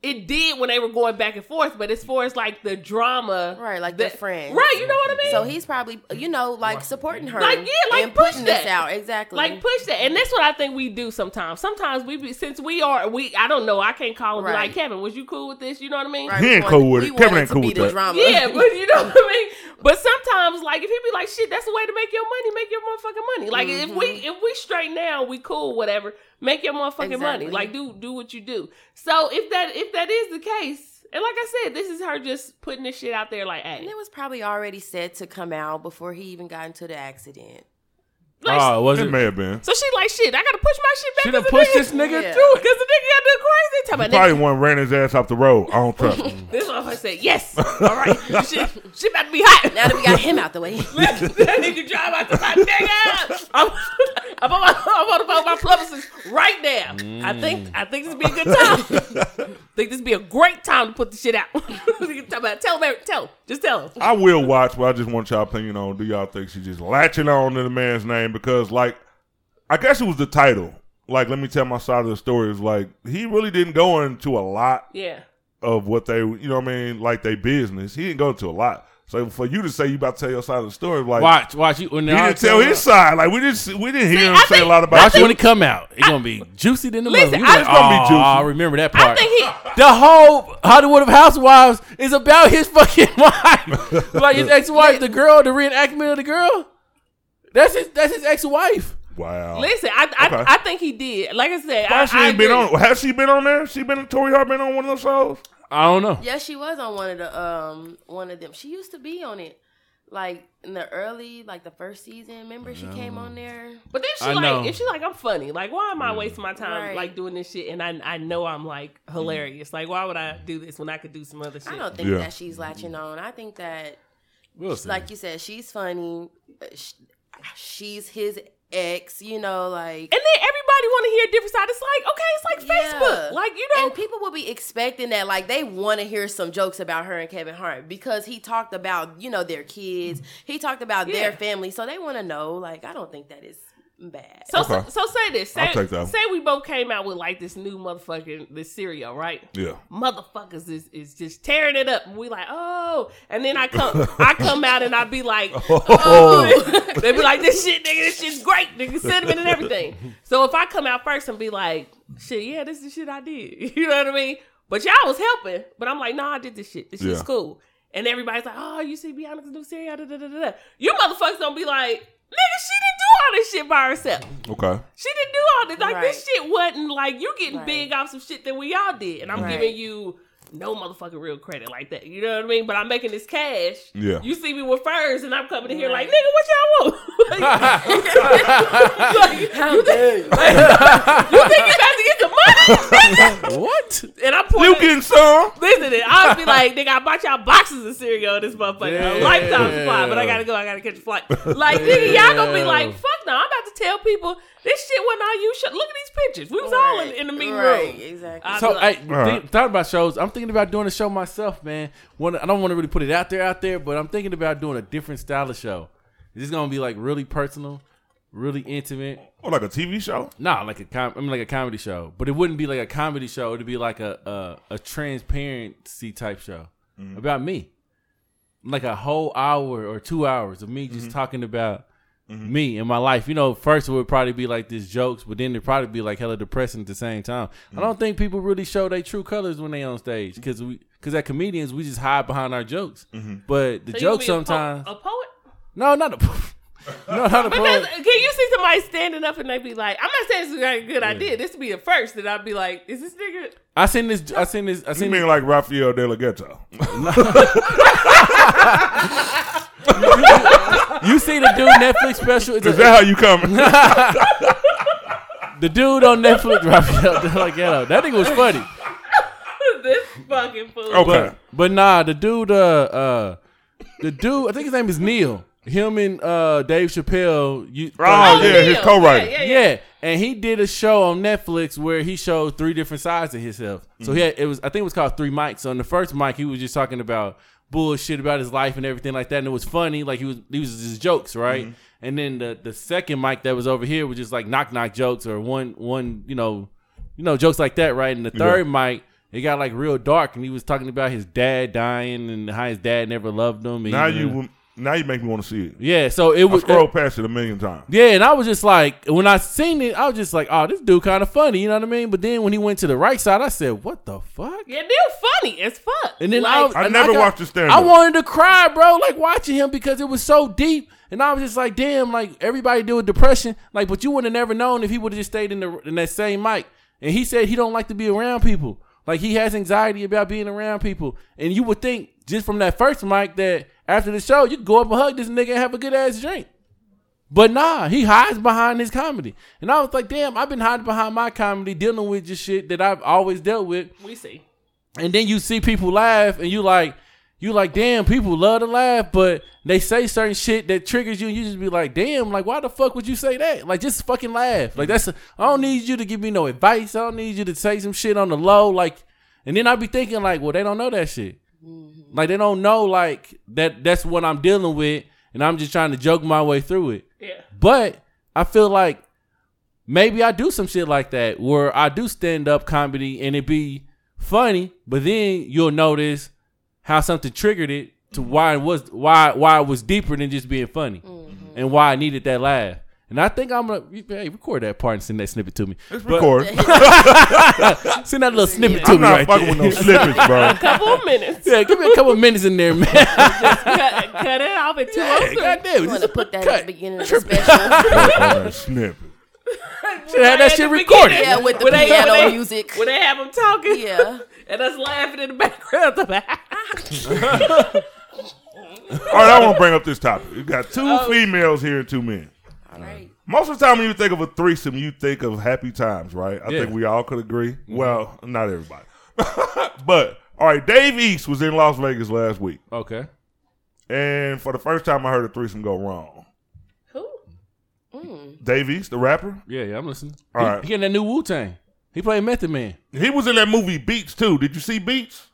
it did when they were going back and forth. But as far as like the drama, Right, like the they're friends. right? You know what I mean? So he's probably, you know, like supporting her. Like, yeah, like, and push putting that. this out. Exactly. like push that and that's what i think we do sometimes sometimes we be since we are we i don't know i can't call him be Right. like kevin was you cool with this you know what i mean Right, He we ain't want- cool with we it. Kevin want ain't to cool be with the that. drama. yeah but you know what i mean but sometimes like if he be like shit that's the way to make your money make your motherfucking money like if we Mm-hmm. if we straight now we cool whatever make your motherfucking money Exactly. like do do what you do so if that if that is the case and like i said this is her just putting this shit out there like hey And it was probably already set to come out before he even got into the accident. like, oh, was It it? may have been. so she like shit i gotta push my shit back Should because have the pushed nigga- this nigga Yeah. through it. Because the nigga got to do crazy. Talking about Probably one ran his ass off the road. I don't trust him. This motherfucker said, yes. All right. Shit, shit about to be hot. Now that we got him out the way. I need to drive out to my nigga. I'm, I'm, on my, I'm on about my publicist right now. I think I think this be a good time. think this be a great time to put the shit out. You talk about- tell him, tell him. Just tell him. I will watch, but I just want y'all opinion on do y'all think she just latching on to the man's name because like I guess it was the title. Like let me tell my side of the story is like he really didn't go into a lot Yeah. of what they you know what I mean, like they business. He didn't go into a lot. So for you to say you about to tell your side of the story, like Watch, watch you. When he didn't tell his side. Like we didn't we didn't hear See, him I say a think- lot about Watch it. when it come out. It's gonna be juicy than the Listen, mother. You I- like, It's gonna be "Oh, juicy." I remember that part. I think he. the whole Hollywood of Housewives is about his fucking wife. like his ex-wife, the girl, the reenactment of the girl. That's his. That's his ex-wife. Wow. Listen, I I, Okay. I think he did. Like I said, Why I, she I ain't been agree. on has she been on there? She been Tori Hart been on one of those shows? I don't know. Yeah, she was on one of the um one of them. She used to be on it. Like in the early, like the first season, remember she came on there. But then she I like know. if she like I'm funny, like why am I wasting my time Right. like doing this shit and I I know I'm like hilarious. Like why would I do this when I could do some other shit? I don't think Yeah. that she's latching on. I think that We'll Just like you said, she's funny. Uh, sh- She's his ex, you know, like. and then everybody want to hear a different side. It's like okay, it's like Yeah. Facebook. Like you know, And people will be expecting that, like they want to hear some jokes about her and Kevin Hart because he talked about, you know, their kids. He talked about their Yeah. family, so they want to know. Like, I don't think that is bad. so, Okay. so so say this. Say, I'll take that one. say we both came out with like this new motherfucking this cereal, right? Yeah. Motherfuckers is, is just tearing it up. And we like, oh, and then I come I come out and I be like, oh, they be like, this shit, nigga, this shit's great, nigga, cinnamon and everything. So if I come out first and be like, shit, yeah, this is the shit I did. You know what I mean? But y'all was helping, but I'm like, nah, I did this shit. This shit's Yeah. cool. And everybody's like, oh, you see Bianca's new cereal, da da da da. da. You motherfuckers don't be like, nigga, she didn't do all this shit by herself. Okay. She didn't do all this. Like this shit wasn't like you getting Right. big off some shit that we all did, and I'm Right. giving you no motherfucking real credit like that. You know what I mean? But I'm making this cash. Yeah. You see me with furs, and I'm coming in here like, Right. nigga, what y'all want? like, you, think, you think you about to get the money? What? and I'm You pointing. getting some? Listen, and I'll be like, nigga, I bought y'all boxes of cereal in this motherfucker. A Yeah. lifetime supply, but I gotta go, I gotta catch a flight. Like, nigga, y'all gonna be like, fuck no, I'm about to tell people this shit wasn't all you. Sh- look at these pictures. We was all in, in the meeting Right, room. exactly. I- So I Like- think Alright. thought about shows. I'm thinking about doing a show myself, man. One, I don't want to really put it out there, out there, but I'm thinking about doing a different style of show. This is gonna be like really personal, really intimate. Or like a TV show. Nah, like a com- I mean, like a comedy show, but it wouldn't be like a comedy show. It'd be like a a, a transparency type show about me, like a whole hour or two hours of me just talking about me and my life. You know, first it would probably be like this jokes, but then it'd probably be like hella depressing at the same time. I don't think people really show their true colors when they on stage because we because at comedians we just hide behind our jokes, but the So you jokes be a po- sometimes a poet. no, not a no, not a Because poet. can you see somebody standing up and they be like, "I'm not saying this is not a good idea. This would be the first that I'd be like, "Is this nigga?" I seen this. I seen this. I You seen mean like Rafael De La Ghetto? You see the dude Netflix special? It's Is a- that how you coming? the dude on Netflix, Raphael De La Ghetto. That nigga was funny. this fucking fool. Okay. But but nah, the dude uh uh the dude I think his name is Neil. Him and uh Dave Chappelle you Oh, yeah, his Neil. co-writer. Yeah, yeah, yeah. Yeah, and he did a show on Netflix where he showed three different sides of himself. So Mm-hmm. he had, it was I think it was called Three Mics. So on the first mic, he was just talking about bullshit about his life and everything like that, and it was funny. Like he was he was just jokes, right? Mm-hmm. And then the the second mic that was over here was just like knock knock jokes or one one you know you know jokes like that, right? And the third mic. It got like real dark, and he was talking about his dad dying and how his dad never loved him. and now he- you now you make me want to see it. yeah. So it I was scrolled past it a million times. yeah, and I was just like, when I seen it, I was just like, oh, this dude kind of funny, you know what I mean? But then when he went to the right side, I said, what the fuck? Yeah, they're funny as fuck. And then Like, I, I and never got- watched his stand-up. I wanted to cry, bro, like watching him because it was so deep. And I was just like, damn, like everybody deal with depression, like, but you would have never known if he would have just stayed in the in that same mic. And he said he don't like to be around people, like he has anxiety about being around people. And you would think just from that first mic that after the show you could go up and hug this nigga and have a good ass drink. But nah, he hides behind his comedy. And I was like, damn, I've been hiding behind my comedy, dealing with just shit that I've always dealt with. we see. And then you see people laugh and you like, you like, damn, people love to laugh, but they say certain shit that triggers you and you just be like, damn, like why the fuck would you say that? Like just fucking laugh. Like that's I I don't need you to give me no advice. I don't need you to say some shit on the low. Like and then I'd be thinking like, well, they don't know that shit. Like they don't know like that that's what I'm dealing with and I'm just trying to joke my way through it. Yeah. But I feel like maybe I do some shit like that where I do stand up comedy and it be funny, but then you'll notice how something triggered it to why it was why why it was deeper than just being funny Mm-hmm. and why I needed that laugh. And I think I'm gonna hey, record that part and send that snippet to me. It's But- recorded. Send that little snippet to I'm me not right fucking there. with no slippage, bro. Couple of minutes. yeah, give me a couple minutes in there, man. cut, cut it off at two oh God damn, I'm just gonna put that cut. at the beginning of the special. Fucking snippet. Should have had that At shit the recorded. beginning. yeah, with the When they- piano when they- music. When they have them talking, yeah. and us laughing in the background. All right, I want to bring up this topic. You got two Oh. females here and two men. All right. Most of the time, when you think of a threesome, you think of happy times, right? I Yeah. Mm-hmm. think we all could agree. Well, not everybody, but all right. Dave East was in Las Vegas last week, Okay. and for the first time, I heard a threesome go wrong. Who? Mm. Dave East, the rapper, Yeah, yeah, I'm listening. All he, right. he in that new Wu Tang. He played Method Man. he was in that movie Beats too. Did you see Beats?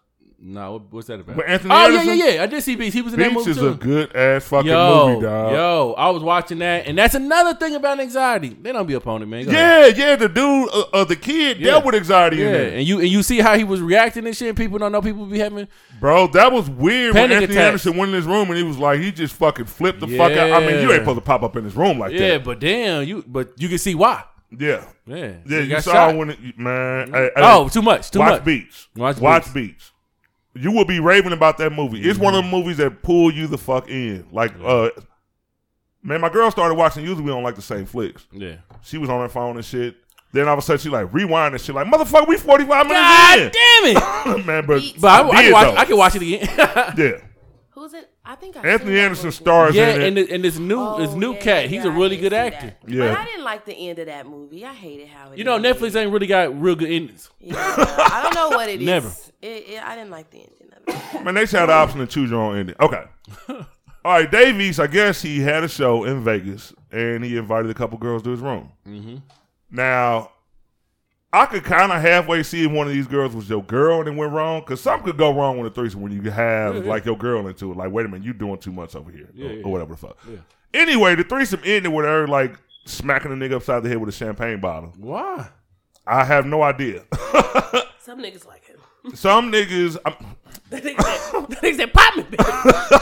No, what, what's that about? With Anthony oh yeah, Anderson? yeah, yeah. I did see Beats. He was in that Beats movie is too. a good ass fucking yo, movie, dog. yo, I was watching that, and that's another thing about anxiety. They don't be upon it, man. Go ahead. Yeah, yeah, the dude, uh, uh, the kid dealt with anxiety in yeah. there. And you and you see how he was reacting and shit. People don't know people be having. Bro, that was weird when Panic Anthony attacks. Anderson went in his room and he was like, he just fucking flipped the fuck out. I mean, you Yeah. ain't supposed to pop up in his room like Yeah, that. but damn, you but you can see why. Yeah. Yeah, Yeah, He you got saw shot. when it, man. hey, hey, Oh, too much, too watch much. Beats. Watch Watch, Beats. You will be raving about that movie. It's one of Mm-hmm. the movies that pull you the fuck in. Like, uh, man, my girl started watching. Usually we don't like the same flicks. Yeah, She was on her phone and shit. Then all of a sudden she like rewind and shit. Like, motherfucker, we forty five minutes god in. damn it. man, but, Beats. But I, did, I, can watch, though. I can watch it again. yeah. Who's it? I think I seen Anthony that Anderson movie. stars in yeah, it. and the, and this new Oh, this new yeah, cat, he's yeah, a really I good did see actor. that. Yeah. But I didn't like the end of that movie. I hated how it You know, ended. Netflix ain't really got real good endings. Yeah, I don't know what it is. Never. It, it, I didn't like the ending of it. Man, they should have the option to choose your own ending. Okay. All right, Davies, I guess he had a show in Vegas and he invited a couple girls to his room. Mm-hmm. Now, I could kind of halfway see if one of these girls was your girl and it went wrong because something could go wrong with a threesome when you have like your girl into it. Like, wait a minute, you doing too much over here or, yeah. or whatever the fuck. Anyway, the threesome ended with her like smacking a nigga upside the head with a champagne bottle? Why? I have no idea. Some niggas like him. Some niggas, I'm, That nigga said, that nigga said pop me, bitch.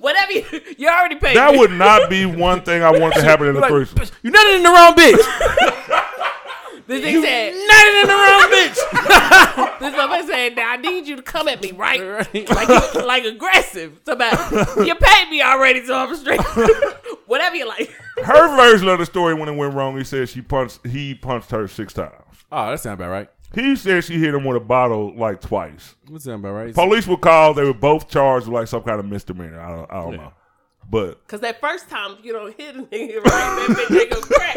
Whatever you, you already paid. that me. would not be one thing I want to happen in a Like, threesome. bitch, you nutted in the wrong bitch. This nigga said, nutted in the wrong bitch. this motherfucker said, now I need you to come at me, right? Right. Like, like aggressive. Somebody, you paid me already, so I'm straight. Whatever you like. Her version of the story when it went wrong, he said she punched he punched her six times. Oh, that sound about right. He said she hit him with a bottle like twice. That sound about right. Police were called. They were both charged with like some kind of misdemeanor. I don't, I don't know, but Because that first time, you don't hit a nigga, right? That bitch ain't gonna crack.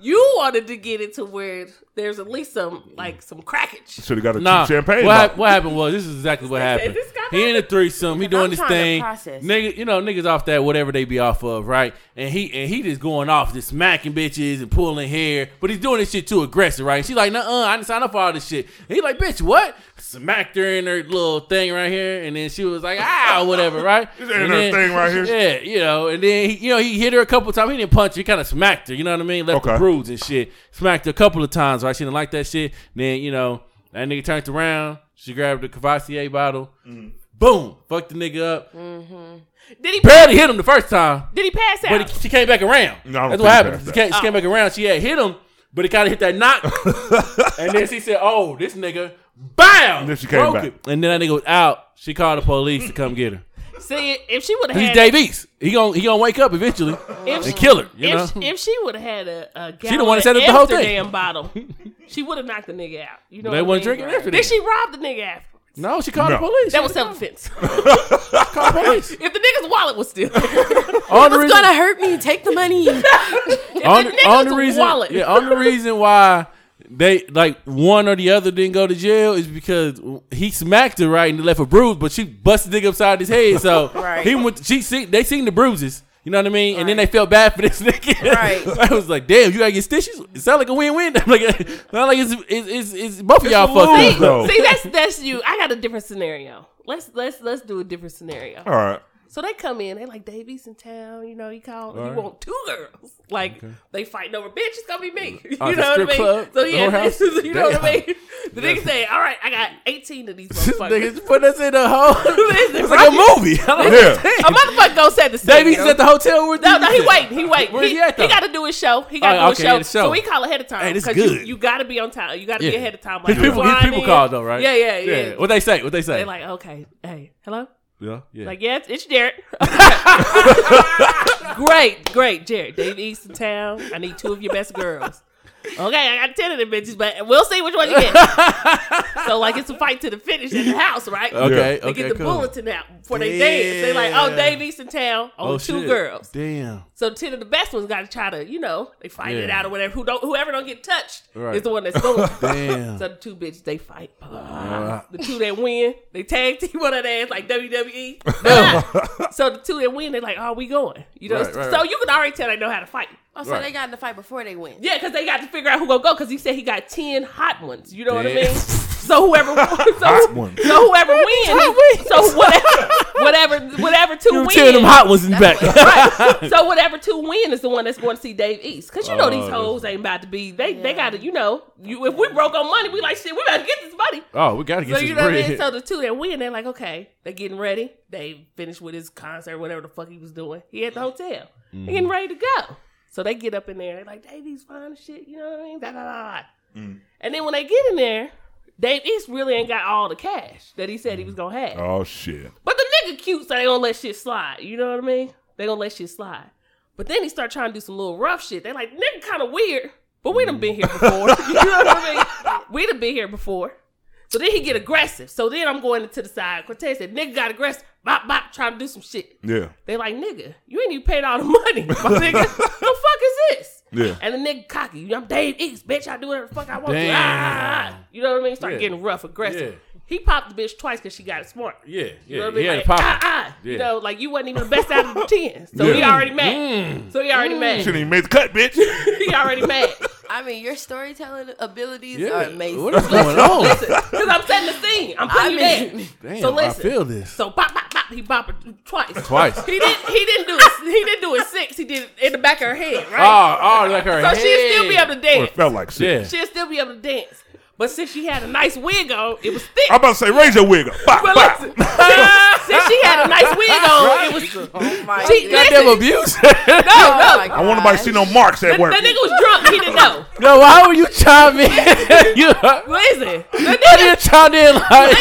You wanted to get it to where there's at least some, like, some crackage. should have got a Nah, cheap champagne. what, hap- bottle. what happened was this is exactly what Is happened. this guy- He in a threesome. He Because I'm doing this trying to thing. process. Nigga, you know niggas off that whatever they be off of, right? And he and he just going off, just smacking bitches and pulling hair. But he's doing this shit too aggressive, right? And she's like, "Nah, I didn't sign up for all this shit." And he like, "Bitch, what?" Smacked her in her little thing right here, and then she was like, "Ah, whatever," right? This ain't And her then- thing right here. Yeah, you know. And then he, you know he hit her a couple times. He didn't punch. her. He kind of smacked her. You know what I mean? Left Okay. the bruise dudes and shit. Smacked her a couple of times, right? She didn't like that shit. Then, you know, that nigga turned around. She grabbed the Cavassier bottle. Mm-hmm. Boom. Fucked the nigga up. Did he, Barely hit him the first time. did he pass out? But he, she came back around. No, I don't That's think what happened. that's She that. came, she came back around. She had hit him, but it kind of hit that knock. and then she said, oh, this nigga, bam! Then she came broke back. it. And then that nigga was out. She called the police to come get her. See, if she would have He's had. Dave East. He gonna he gonna wake up eventually If- and kill her. You if, know, if she would have had a, a gallon the one that of set up the whole thing. Amsterdam bottle, she would have knocked the nigga out. You know They what I wasn't mean? drinking Amsterdam. Then she robbed the nigga after. no, she called No. the police. That was self defense. called the police. if the nigga's wallet was still, if All the It's reason- gonna hurt me. Take the money. on, the nigga's on the reason, wallet, yeah, on the reason why they like one or the other didn't go to jail is because he smacked her right and left a bruise, but she busted the nigga upside his head. So Right. he went. She seen they seen the bruises. You know what I mean? And then they felt bad for this nigga. Right. I was like, damn, you gotta get stitches. It sound like a win-win. I'm like, sound like it's it's it's, it's both of y'all a lose. fucked up. No. see, see, that's that's you. I got a different scenario. Let's let's let's do a different scenario. All right, So they come in, they like Davies in town. You know, you call, you Alright. want two girls. Like they fighting over, bitch. It's gonna be me. You Oh, the know what I strip mean? club? so The yeah, whorehouse? you know what I Damn. mean. The nigga say, "All right, I got eighteen of these This motherfuckers." nigga's putting us in a hole. Listen, It's like a movie. I don't Yeah. understand. A motherfucker goes set the stage. Davies is at the hotel. Where No, no, he waiting. He waiting. Where's he, he at, though? got to do his show. He got to Oh, do okay, his show. his show. So we call ahead of time. Hey, this 'cause good. You, you got to be on time. You got to be Yeah. ahead of time. His Like, people, his line people in. called though, right? Yeah, yeah, yeah. What they say? What they say? They're like, okay, hey, hello. yeah, yeah. Like, yes, it's Jared. great, great, Jared. Dave East in town. I need two of your best girls. Okay, I got ten of them bitches, but we'll see which one you get. so like, it's a fight to the finish in the house, right? okay, Yeah. They okay, get the cool. bulletin out before they dance. They like, oh, Yeah. Dave East in town. Only Oh, two shit. girls. Damn. So ten of the best ones got to try to, you know, they fight it Yeah. out or whatever. Who don't, whoever don't get touched Right. is the one that's going. Damn. So the two bitches they fight. The two that win, they tag team one of their ass like WWE. so the two that win, they like, oh, we going. You know, Right, right, so right. you can already tell they know how to fight. Oh, so Right. they got in the fight before they went. Yeah, because they got to figure out who gonna go. Because he said he got ten hot ones. You know what I Damn. mean? So whoever, so, Hot ones. so whoever wins, so whatever, whatever, whatever two You win, tearing them hot ones in the back. right. So whatever two win is the one that's going to see Dave East. Cause you know Oh, these that's- hoes ain't about to be they Yeah. they gotta, you know, you if we broke on money, we like shit, we about to get this money. oh, we gotta get So this you know what I bread. mean? So the two that win, they're like, okay, they're getting ready. They finished with his concert, whatever the fuck he was doing. He at the hotel. They're getting ready to go. So they get up in there, they're like, Dave East fine as shit, you know what I mean? Da, da, da, da. And then when they get in there, Dave East really ain't got all the cash that he said he was gonna have. oh shit, But the nigga cute, so they gonna let shit slide. You know what I mean? They gonna let shit slide. But then he start trying to do some little rough shit. They like nigga kind of weird, but we done been here before. you know what I mean? We done been here before. So then he get aggressive. So then I'm going to the side. Cortez said nigga got aggressive. Bop bop, trying to do some shit. yeah, They like nigga, you ain't even paid all the money, my nigga. the fuck is this? Yeah. And the nigga cocky. I'm Dave East, bitch. I do whatever the fuck I want. to. Damn. Ah, ah, ah. you know what I mean? Start Yeah. getting rough, aggressive. He popped the bitch twice because she got it smart. yeah, yeah. You know what I he mean? had Like, a ah, pop. ah. You Yeah. know, like you wasn't even the best out of the ten. So he Yeah. already mad. Mm. So he already shouldn't mad. even made the cut, bitch. he already mad. I mean, your storytelling abilities Yeah. are amazing. What is going on? Because I'm setting the scene. I'm I putting you mean- there. Damn, so listen. I feel this. So pop, pop, pop. bop. He bopped her twice. Twice. He didn't. He didn't do it. He didn't do it six. He did it in the back of her head, right? Oh, oh, like her so head. she'd still be able Well, to it dance. felt like shit. Yeah. She'd still be able to dance. But since she had a nice wig on, it was thick. I'm about to say, raise your wig up. Bop, But bop. listen, since she had a nice wig on, it was Oh my She- God. that- Goddamn abuse. no, Oh no. my I want nobody to see no marks at work. That nigga was drunk. He didn't know. no, why were you chiming in? you, why Listen, that did you nigga. chime in like?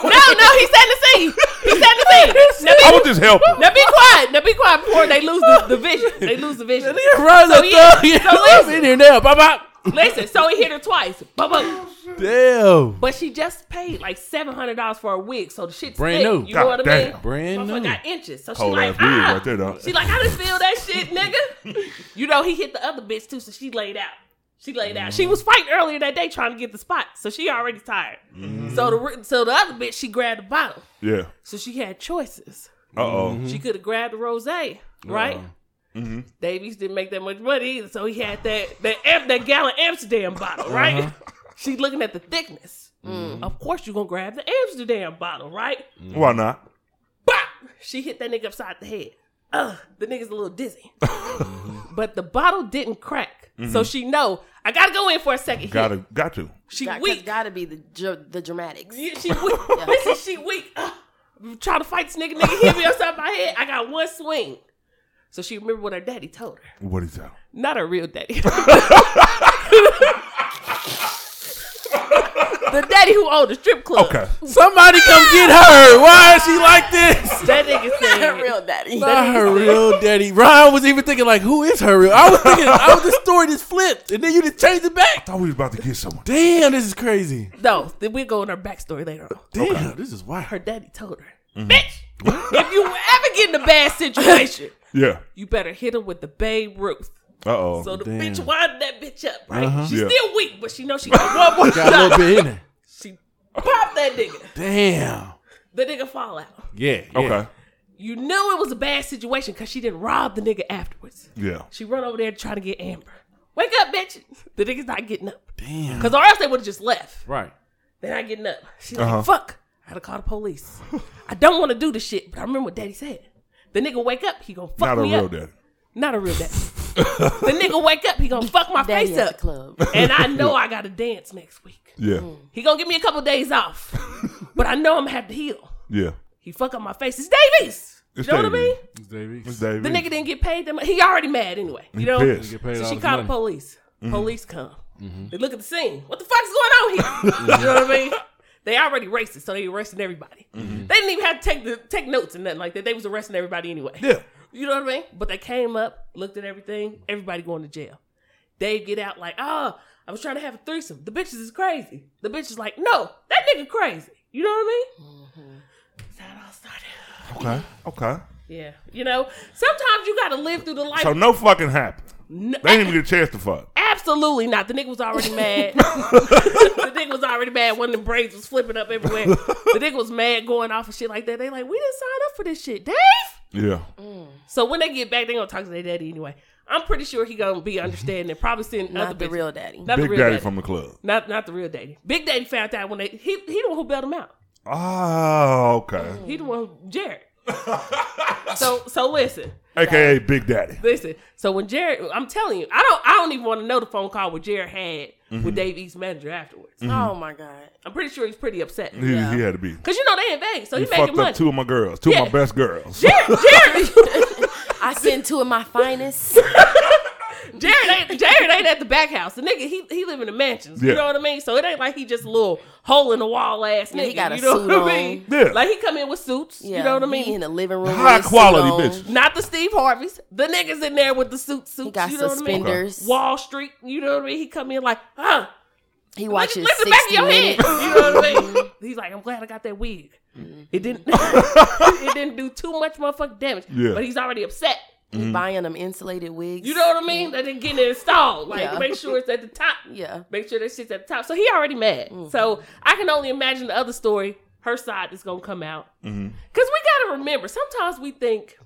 No, no, he's setting the scene. He's setting the scene. Now I be, was just helping. now be quiet. Now be quiet before they lose the, the vision. They lose the vision. Run So the yeah, thug. so I'm listen. in here now. Bop, bop. Listen, so he hit her twice. Boom, boom. Damn. But she just paid like seven hundred dollars for a wig, so the shit's Brand thick, new. You know what I mean? Goddamn. Brand Motherfucker new. got inches. So she Cold like, ass wig ah. right there, though. She like, I just feel that shit, nigga. you know, he hit the other bitch too, so she laid out. She laid out. She was fighting earlier that day trying to get the spot, so she already tired. Mm. So the re- so the other bitch, she grabbed the bottle. Yeah. So she had choices. Uh oh. Mm-hmm. She could have grabbed the rose, right? Davies didn't make that much money either, so he had that that Am- that gallon Amsterdam bottle, right? She's looking at the thickness. Mm, Of course, you're gonna grab the Amsterdam bottle, right? Why not? Bop! She hit that nigga upside the head. Ugh, the nigga's a little dizzy. but the bottle didn't crack. So she know, I gotta go in for a second hit. Gotta, got to. She Got, weak. gotta be the dr- the dramatics. Yeah, she weak. Listen, she weak. Ugh. I'm trying to fight this nigga. Nigga hit me upside my head. I got one swing. So she remembered what her daddy told her. What is that? Not her real daddy. the daddy who owned the strip club. Okay. Somebody come get her. Why is she like this? That nigga said, Her real daddy. Not her real daddy. Ryan was even thinking like, who is her real? I was thinking, I was the story just flipped, and then you just changed it back. Thought we was about to get someone. Damn, this is crazy. no, then we'll go in her backstory later on. Damn, this is wild. her daddy told her, Mm-hmm. bitch, if you ever get in a bad situation, Yeah. you better hit him with the Babe Ruth. Uh oh. So the damn. Uh-huh. bitch wind that bitch up, right? She's Yeah. still weak, but she knows she got one more Got a little shot. bit in there. She popped that nigga. Damn. The nigga fall out. Yeah. yeah. okay. You knew it was a bad situation because she didn't rob the nigga afterwards. Yeah. She run over there to try to get Amber. Wake up, bitch. The nigga's not getting up. Damn. Because or else they would have just left. Right. They're not getting up. She's Uh-huh. like, fuck. I had to call the police. I don't want to do this shit, but I remember what daddy said. The nigga wake up, he gonna fuck Not a me real up. daddy. Not a real daddy. the nigga wake up, he gonna fuck my daddy face at the up. club. And I know I gotta dance next week. Yeah. He gonna give me a couple days off. but I know I'm gonna have to heal. Yeah. He fuck up my face. It's Davies. It's you know what I Davies. mean? It's David. The nigga didn't get paid that much. He already mad anyway. You know? pissed. Mm-hmm. So she called the police. Police come. They look at the scene. What the fuck's going on here? you know what I mean? They already racist, so they arresting everybody. Mm-hmm. They didn't even have to take the take notes and nothing like that. They was arresting everybody anyway. Yeah. You know what I mean? But they came up, looked at everything. Everybody going to jail. They get out like, oh, I was trying to have a threesome. The bitches is crazy. The bitch is like, no, that nigga crazy. You know what I mean? That's how it all started. Okay. Okay. Yeah, you know, sometimes you got to live through the life. So no fucking happened. No- They didn't even get a chance to fuck. Absolutely not. The nigga was already mad. the nigga was already mad. One of them braids was flipping up everywhere. The nigga was mad going off and shit like that. They like, we didn't sign up for this shit, Dave. Yeah. Mm. So when they get back, they gonna talk to their daddy anyway. I'm pretty sure he gonna be understanding. Probably seeing Not other the bitches. real daddy. not the Big real daddy, daddy. from the club. not not the real daddy. Big daddy found out when they he he the one who bailed him out. Oh, okay. He the one who, Jared. so so listen. AKA Big Daddy. Listen, so when Jared, I'm telling you, I don't, I don't even want to know the phone call what Jared had Mm-hmm. with Dave East manager afterwards. Oh my god. I'm pretty sure he's pretty upset He, he had to be. because you know they in Vegas, so He he's fucked making money. up two of my girls, two Yeah. of my best girls. Jared, Jared, I send two of my finest. Jared, ain't, Jared ain't at the back house. The nigga, he he live in the mansions. Yeah. You know what I mean? So it ain't like he just a little hole in the wall ass Yeah, nigga. he got a you know suit what on. I mean? Yeah. Like he come in with suits. Yeah, you know what I he mean? in the living room. with High his suit quality on. bitches. Not the Steve Harveys. The niggas in there with the suit suits. He got you know suspenders. What I mean? Wall Street. You know what I mean? He come in like, huh? He watches Look at the back of 60 your head. minutes. Mm-hmm. You know what I mean? He's like, I'm glad I got that wig. It didn't. it didn't do too much motherfucking damage. Yeah. But he's already upset. Mm. He buying them insulated wigs. You know what I mean? That didn't get it installed. Like, Yeah. make sure it's at the top. Yeah. Make sure that shit's at the top. So he already mad. Mm-hmm. So I can only imagine the other story. Her side is gonna come out. Mhm. Cause we gotta remember. Sometimes we think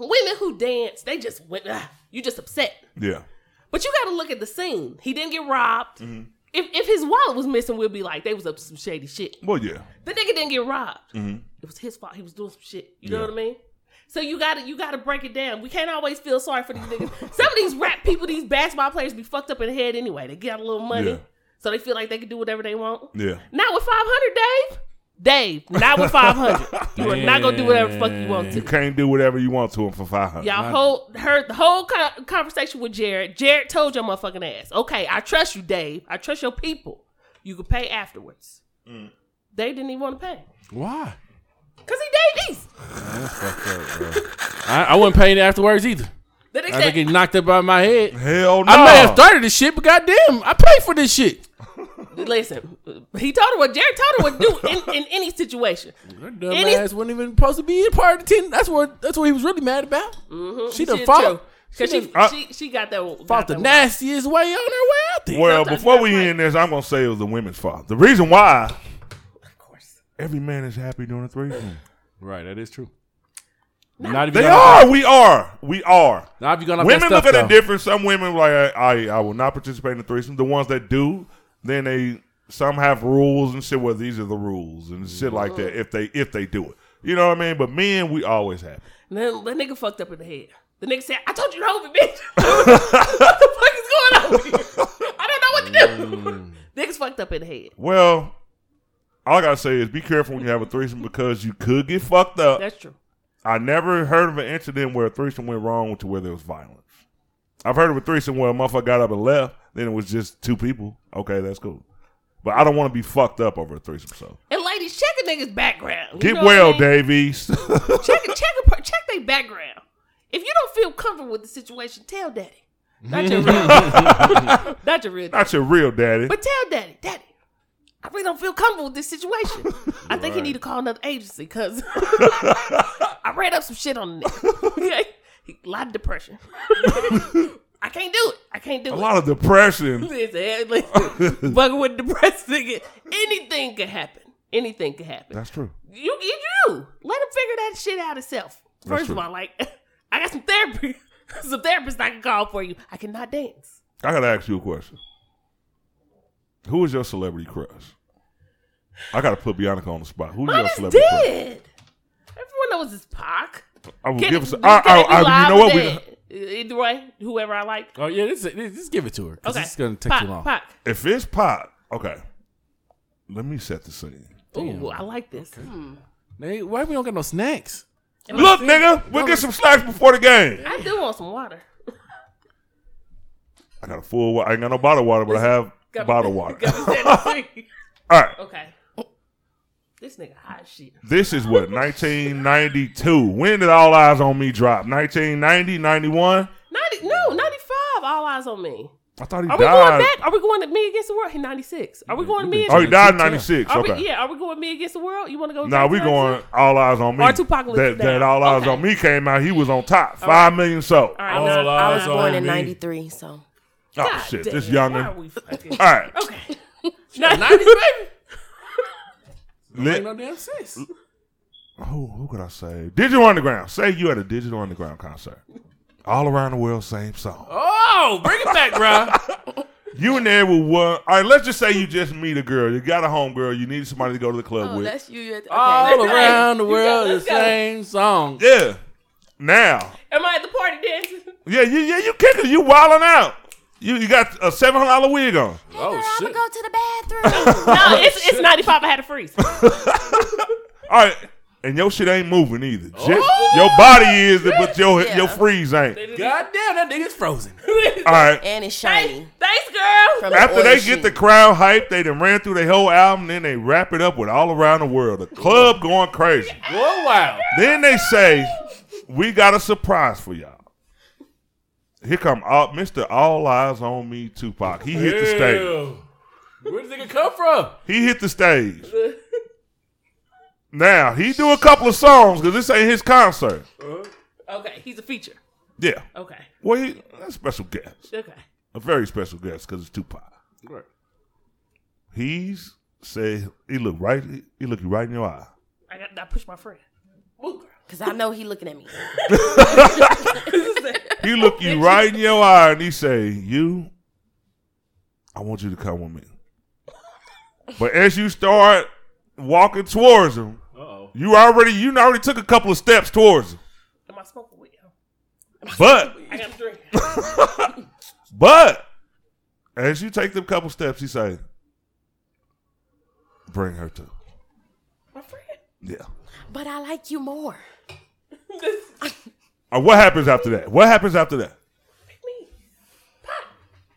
women who dance, they just went. ah, you just upset. Yeah. But you got to look at the scene. He didn't get robbed. Mm-hmm. If, if his wallet was missing, we'd be like, they was up to some shady shit. Well, yeah. The nigga didn't get robbed. it was his fault. He was doing some shit. You Mm-hmm. Yeah. know what I mean? So you gotta you gotta break it down. We can't always feel sorry for these niggas. Some of these rap people, these basketball players, be fucked up in the head anyway. They get a little money, Yeah. so they feel like they can do whatever they want. Yeah. Not with five hundred, Dave. Dave, not with five hundred. You are not gonna do whatever the fuck you want You to. can't do whatever you want to him for five hundred. Y'all whole, heard the whole co- conversation with Jared. Jared told your motherfucking ass, okay, I trust you, Dave. I trust your people. You can pay afterwards. Mm. They didn't even want to pay. Why? Because he Davies. I, I wasn't paying afterwards either. Then they I said, get knocked up by my head. Hell no. I may have started this shit, but goddamn, I paid for this shit. listen, he told her what Jared told her would do in, in any situation. That dumb And it's- ass wasn't even supposed to be in part of the team. That's what that's what he was really mad about. She done Shit, Mm-hmm. too. fought, she, Cause she, done I- she, she got that. uh, fought got the that- nastiest way on her way out there. Well, Sometimes before that's we right. end this, I'm gonna say it was the women's fault. The reason why Of course. every man is happy doing a threesome. Right, that is true. Not if you They got all are. that- We are. We are. Not if you gone off Women that stuff, look at it though. different. Some women like I, I, I will not participate in a threesome. The ones that do, then they some have rules and shit. Well, these are the rules and shit like that. If they if they do it, you know what I mean. But men, we always happy. And then the nigga fucked up in the head. The nigga said, I told you to hold me, bitch. what the fuck is going on here? I don't know what to Mm. do. Niggas fucked up in the head. Well, all I gotta say is be careful when you have a threesome because you could get fucked up. That's true. I never heard of an incident where a threesome went wrong to where there was violence. I've heard of a threesome where a motherfucker got up and left, then it was just two people. Okay, that's cool. But I don't want to be fucked up over a threesome. So And ladies, check a nigga's background. You get know what well, I mean? Davies. Check, check, a, per- check their background. If you don't feel comfortable with the situation, tell daddy. Not your real Not your real daddy. Not your real daddy. But tell daddy, daddy, I really don't feel comfortable with this situation. I think you need to call another agency because I read up some shit on the nigga. Okay? He- A lot of depression. I can't do it. I can't do a it. lot of depression. Listen, listen, fucking with depressed nigga. Anything could happen. Anything could happen. That's true. You you do. Let him figure that shit out himself. First of true. all, like I got some therapy, some therapists I can call for you. I cannot dance. I gotta ask you a question. Who is your celebrity crush? I gotta put Bianca on the spot. Who's Mine your is celebrity crush? dead. Everyone knows it's Pac. I will Can, give us. can I, I, it be I, uh, you live know what? or We, dead? Either way, whoever Uh, I like. Oh yeah, this, this, just give it to her. Cause Okay. it's gonna take Pac, too long. Pac. if it's pop, okay. Let me set the scene. Ooh, I like this. Hmm. Hey, why we don't got no snacks? Am I Look, serious? nigga, we'll get some snacks before the game. I do want some water. I got a full. wa- I ain't got no bottled water, but I have Got me- bottled water. got me standing free. All right, okay. This nigga hot as shit. this is what 1992. When did All Eyes on Me drop? 1990, 91. 90, no, 95, all eyes on me. I thought he Are we going died. back? Are we going to me against the world? He 96. Are we going to me Oh, he against died in 96. are okay. we, Yeah, are we going me against the world? You want to go? Now back we to going 96? All Eyes on Me. Or Tupac was that, that down. All Eyes Okay. on Me came out. He was on top. Five million sold. All right, All I'm not- eyes I I was was on born in me. '93, so Oh God shit, damn, this Why are youngin. Oh, we fucking? All right, okay. Not, Let- No damn sense. who, Oh, who could I say? Digital Underground. Say you at a Digital Underground concert. All around the world, same song. Oh, bring it back, bro. You in there with one? All right, let's just say you just meet a girl. You got a homegirl. You need somebody to go to the club oh, with. that's you. Okay, All around the You go, world, the let's go. same song. Yeah. Now, Am I at the party dancing? yeah, you, yeah, you kicking, you wilding out. You you got a seven hundred dollar wig on. Oh I'm gonna shit. go to the bathroom. No, it's, it's 95. I had to freeze. All right, and your shit ain't moving either. Just- your body is, but Oh! your Yeah. your freeze ain't. God damn, that nigga's frozen. All right. and it's Thanks, shiny. thanks, girl. From the After oil they sheet. get the crowd hyped, they done ran through their whole album, then they wrap it up with all around the world. The club going crazy. Whoa, wow. Then they say, "We got a surprise for y'all." Here come all, Mr. All Eyes on Me, Tupac. He hit the stage. Where did this nigga come from? He hit the stage. Now he do a couple of songs because this ain't his concert. Okay, he's a feature. Yeah, Okay, well, he, that's a special guest, okay. a very special guest because it's Tupac. He's said he look right, he look you right in your eye. I got. I pushed my friend. Move, girl. Cause I know he looking at me. He look you right in your eye and he say, "You, I want you to come with me." But as you start walking towards him, Uh oh. You already you already took a couple of steps towards it. Am I smoking weed? But I got a drink. but as you take them couple steps, he say, "Bring her to." My friend. Yeah. But I like you more. Uh, what happens after that? What happens after that? Pick me. Pop.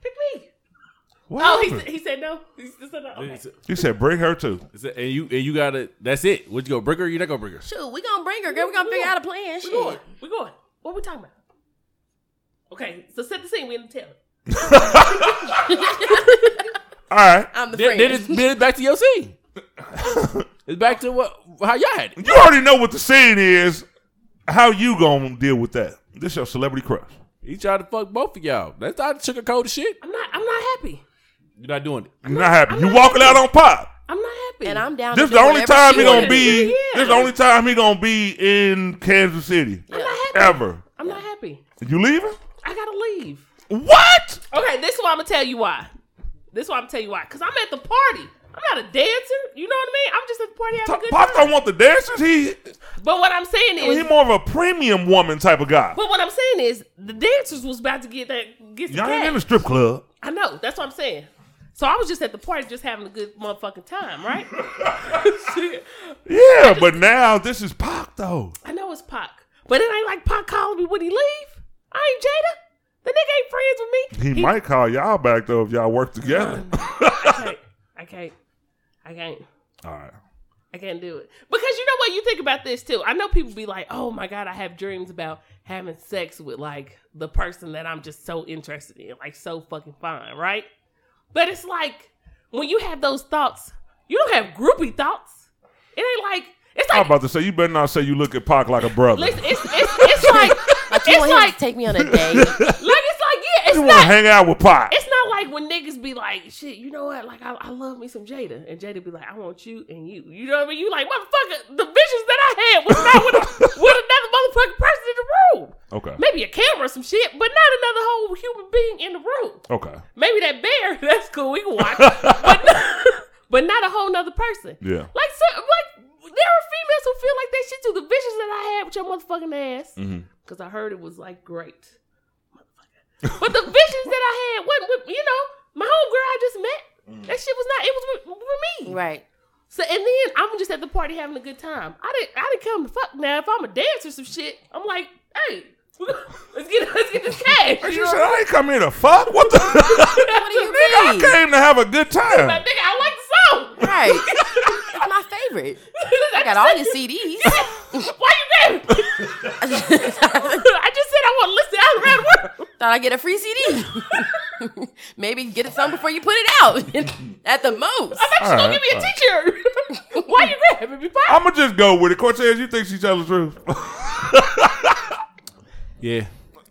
Pick me. What Oh, he, happened? said- he said no. Oh, He just said no. Okay. It's- he said, "Bring her to." it's- and you and you gotta. That's it. Would you go brick her? or You not go brick her? Shoot, we gonna bring her, girl. We gonna figure out a plan. We going. Shit. We going. What we talking about? Okay, so set the scene. We in the tail. All right. I'm the Then, friend. then it's, then it's back to your scene. it's back to what how y'all had it. You already know what the scene is. How you gonna deal with that? This your celebrity crush. He tried to fuck both of y'all. That's not sugarcoat the shit. I'm not. I'm not happy. You're not doing it. You're not happy. You walking out on pop. I'm not happy. and I'm down. This to the do only whatever time she he gonna wanna do. be. Yeah. This the only time he gonna be in Kansas City I'm not happy. ever. I'm not happy. You leaving? I gotta leave. What? Okay, this is why I'm gonna tell you why. This is why I'm gonna tell you why. Cause I'm at the party. I'm not a dancer. You know what I mean? I'm just at the party having a good Pop time. don't want the dancers. He But what I'm saying he is, more of a premium woman type of guy. but what I'm saying is, the dancers was about to get that get some Y'all ain't in cash. the strip club. I know. That's what I'm saying. So I was just at the party, just having a good motherfucking time, right? Shit. Yeah, but now this is Pop though. I know it's Pac, but it ain't like Pac calling me when he leave. I ain't Jada. The nigga ain't friends with me. He, might call y'all back though if y'all work together. I can't. I can't. I can't. All right. I can't do it because you know what? You think about this too. I know people be like, "Oh my god, I have dreams about having sex with like the person that I'm just so interested in, like so fucking fine, right?" But it's like when you have those thoughts, you don't have groupie thoughts. It ain't like it's I'm like about to say you better not say you look at Pac like a brother. listen, it's it's it's like Like, you it's want him to like take me on a date. like it's like yeah, it's you want to not hang out with Pac? it's not like when niggas be like, shit, you know what? Like, I, I love me some Jada. And Jada be like, I want you and you. You know what I mean? You like, motherfucker, the visions that I had was not with, a, with another motherfucking person in the room. Okay. Maybe a camera or some shit, but not another whole human being in the room. Okay. Maybe that bear, that's cool, we can watch. but, but not a whole nother person. Yeah. Like, so, like, there are females who feel like that shit too. The visions that I had with your motherfucking ass Mhm. because I heard it was like great. Motherfucker. but the visions that I had wasn't with, you know, my homegirl I just met. That shit was not, it was with, with me. right. So, and then I'm just at the party having a good time. I didn't, I didn't come to fuck now. If I'm a dancer or some shit, I'm like, hey, let's get, let's get this cash. She You know? said, I ain't come here to fuck. What the? What do you I mean? came to have a good Like, time. nigga, I like the song. Right. It's my favorite. I got all your CDs. Why you gave me? I just said I want to listen out around the world. Thought I'd get a free CD. Maybe get it some before you put it out. At the most. I thought you was All gonna right, give me a all t-shirt. Why you grabbing me? Why? I'ma just go with it. Cortez, you think she telling the truth? Yeah.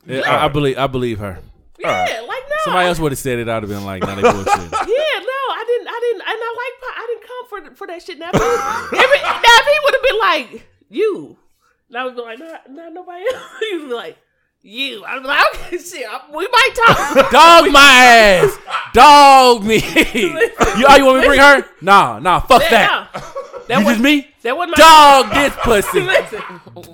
yeah I, I believe I believe her. Yeah, like no. Somebody else would have said it, I'd have been like, nah, they bullshit. Yeah, no, I didn't. I didn't, and I like. Pac. I didn't come for for that shit. Now, if he- every, now if he would have been like you, and I would be like, not not nobody else. He would be like you. I'd be like, okay, shit, I- we might talk. Dog my ass. Dog me. you, oh, you want me to bring her? Nah, nah, fuck that. no, You was- just me? that wasn't my Dog this pussy. listen.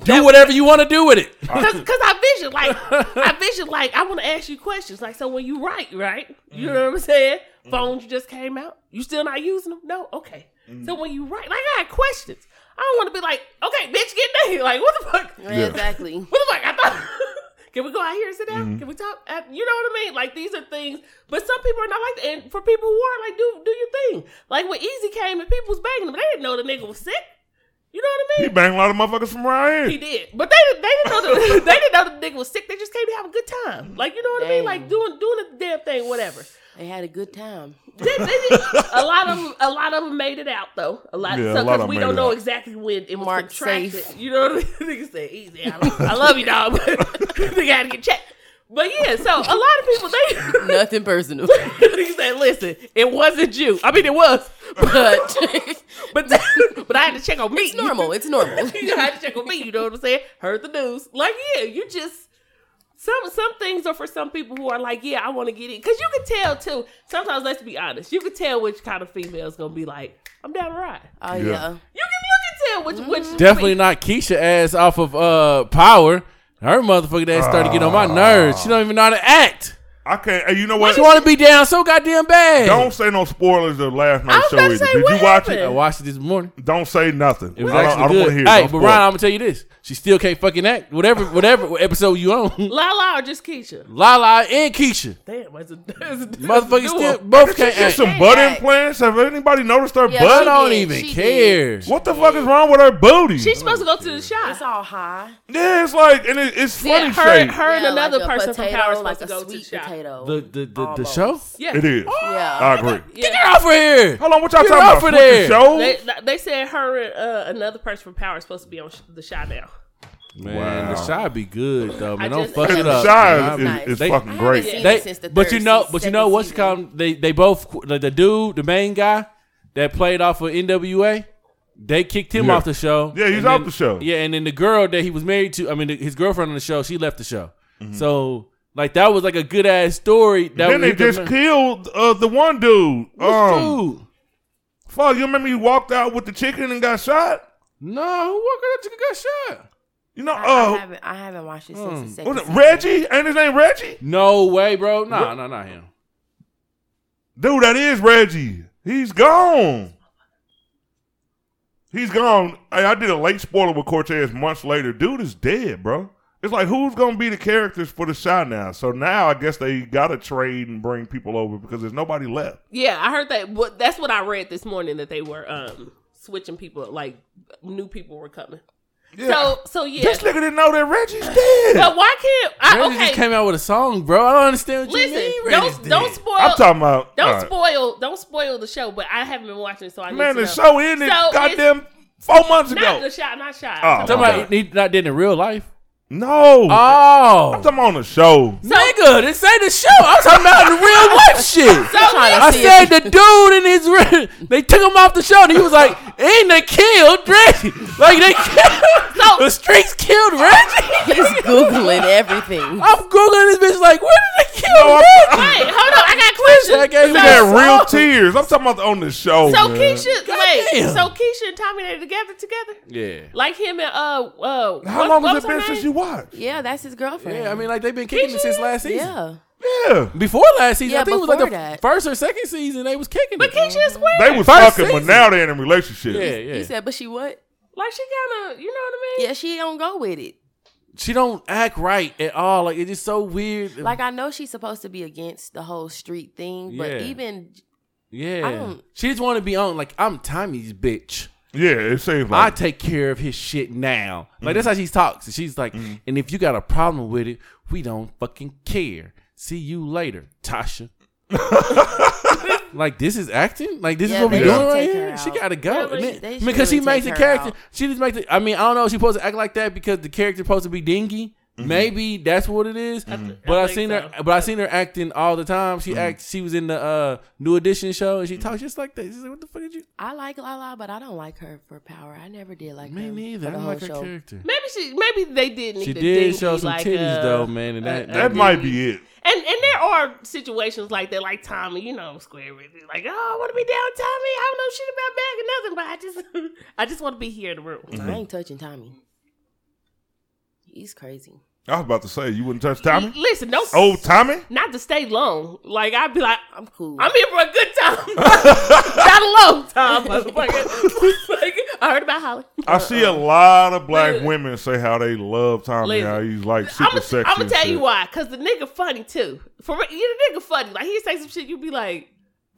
Do whatever you want to do with it. Cause, cause I vision like I vision like I want to ask you questions like so when you write right you know what I'm saying Mm-hmm. phones just came out you still not using them no okay Mm-hmm. so when you write like I had questions I don't want to be like okay bitch get naked like what the fuck what Yeah, Exactly. the fuck I thought can we go out here and sit down Mm-hmm. can we talk Uh, you know what I mean like these are things but some people are not like that and for people who are like do do your thing like when Easy came and people was banging him they didn't know the nigga was sick you know what I mean he banged a lot of motherfuckers from around he here. did, but they they didn't know the, they didn't know the nigga was sick. They just came to have a good time, like you know what I mean, Dang. like doing doing a damn thing, whatever. They had a good time. They- they did- a lot of 'em- a lot of them made it out though. A lot, Yeah, a lot so, of because 'em we made don't it know out. exactly when it was Mark contracted. safe. You know what I mean? Nigga said easy. I, love- I love you, dog, but nigga had to get checked. But yeah, so a lot of people they. Nothing personal. Nigga said, "Listen, it wasn't you. I mean, it was, But but but I had to check on me. it's normal. It's normal. you know, I had to check on me. You know what I'm saying? Heard the news. Like, yeah, you just some some things are for some people who are like, yeah, I want to get it because you can tell too. Sometimes, let's be honest, you can tell which kind of female's gonna be like, I'm down to ride. Oh Yeah. yeah. You can saying. Which, Mm-hmm. which Definitely not Keisha ass off of uh power. Her motherfucking ass started getting on my Ah. nerves. She don't even know how to act. I can't. Hey, you know what? She want to be down so goddamn bad. Don't say no spoilers of last I night's was show. either. about to say, Did what you watch I happened? it? watched it this morning. Don't say nothing. It was I don't, I actually don't good. want to hear. it. hey, Don't but spoil Ryan, it. I'm gonna tell you this: she still can't fucking act. Whatever, whatever episode you on, Lala or just Keisha? Lala and Keisha, Damn, it's a, it's a motherfucking it's a still duo. both She can't get act. some butt implants. Have anybody noticed her Yeah, I she butt? don't did. even She care. did. What the fuck is wrong with her booty? She's supposed to go to the It's shop. all high. yeah, it's like and it, it's funny Yeah, her, shape. her and Yeah, another like a person potato, from Power is like supposed a to go to the sweet shop. potato. The the the, the Almost. show. Yeah. It is. Yeah. I agree. Get Yeah. her off of here. Hold on, what y'all Get talking off about? Switching of there. shows? They, they said her and uh, another person from Power is supposed to be on sh- the shop now. Man, Wow. the shy be good though. Man, I don't just- fuck Because it Shut the up. Shy man. is, Nice. is They- fucking I haven't great. seen They- it since the but third you know, season, but you know second what's season. come? They they both like the dude, the main guy that played off of NWA. They kicked him Yeah. off the show. Yeah, he's And off then- the show. Yeah, and then the girl that he was married to, I mean, his girlfriend on the show, she left the show. So like that was like a good ass story. That Mm-hmm. Then was they just killed uh, the one dude. Um, dude. fuck, you remember he walked out with the chicken and got shot? No, who walked out chicken got shot? You know, I, I uh, haven't. I haven't watched it since the second. Mm. was it season. Reggie? Ain't his name Reggie? No way, bro. No, no, not him. Dude, that is Reggie. He's gone. He's gone. Hey, I did a late spoiler with Cortez months later. Dude is dead, bro. It's like who's gonna be the characters for the shot now? So now I guess they gotta trade and bring people over because there's nobody left. Yeah, I heard that. What that's what I read this morning that they were um switching people, like new people were coming. So so yeah. This nigga didn't know that Reggie's dead. but why can't Uh, I? Reggie okay, just came out with a song, bro. I don't understand what you listen. mean. Reggie's Don't don't dead. spoil. I'm talking about don't all right. spoil. Don't spoil the show. But I haven't been watching, so I Man, need the to know. show ended So it's- goddamn four months Not ago. the shot. Not shot. Oh. So- Somebody he not did in real life. no. Oh, I'm talking on the show. nigga, this ain't the show. I'm talking about the real life shit. so trying I See said the dude in his re- they took him off the show and he was like, "Ain't they killed Reggie? Like they killed So- the streets killed Reggie." He's googling everything. I'm googling this bitch like, "Where did they kill Reggie?" wait, hold on. I got Listen, I questions. gave you He that had real song. tears. I'm talking about on the show. So man. Keisha, wait. Goddamn. So Keisha and Tommy they together together, Yeah, like him and uh uh. How what- long what has it was her been since name? you watched? Yeah, that's his girlfriend. yeah. I mean, like they've been kicking it since last season. yeah. Yeah. Before last season, Yeah, I think it was like the before that. first or second season they was kicking But it. Keisha is weird. They was First fucking, but season. now they're in a relationship. yeah, yeah. He said, but she what? Like she kind of, you know what I mean? Yeah, she don't go with it. she don't act right at all. Like it's just so weird. Like I know she's supposed to be against the whole street thing, but Yeah. even yeah, I don't- she just want to be on. Like I'm Tommy's bitch. Yeah, it seems I like. take care of his shit now. Like that's how she talks. And she's like, and if you got a problem with it, we don't fucking care. See you later, Tasha. like this is acting. Like this Yeah, is what they we're should doing right take her here. She out. gotta go. Yeah, And they then- should- they I mean, should because she really makes the take her character. out. She just makes. The, I mean, I don't know. She's supposed to act like that because the character's supposed to be dingy. Maybe that's what it is. But I I, think seen her. so. But I seen her acting all the time. She acts. She was in the uh, New Edition show and she talks just like that. She's like, what the fuck did you? I like Lala, but I don't like her for power. I never did like Me her for neither. I the don't whole like her show. character. Maybe she, maybe they did. Need She a did dingy, show some like, titties uh, though, man, and uh, that, uh, that did might we- be it. And and there are situations like that, like Tommy, you know, square with it. Like, oh, I want to be down, Tommy. I don't know shit about back and nothing, but I just, I just want to be here in the room. I ain't touching Tommy. He's crazy. I was about to say, you wouldn't touch Tommy? Listen, no, Oh, Tommy? not to stay long. Like I'd be like, I'm cool. I'm here for a good time. Not a long time, motherfucker. like, I heard about Holly. I see Uh-uh. a lot of black Listen. women say how they love Tommy, Listen. how he's like super I'm sexy. gonna and tell shit. you why, cause the nigga funny too. For real, you the nigga funny. Like he say some shit, you be like,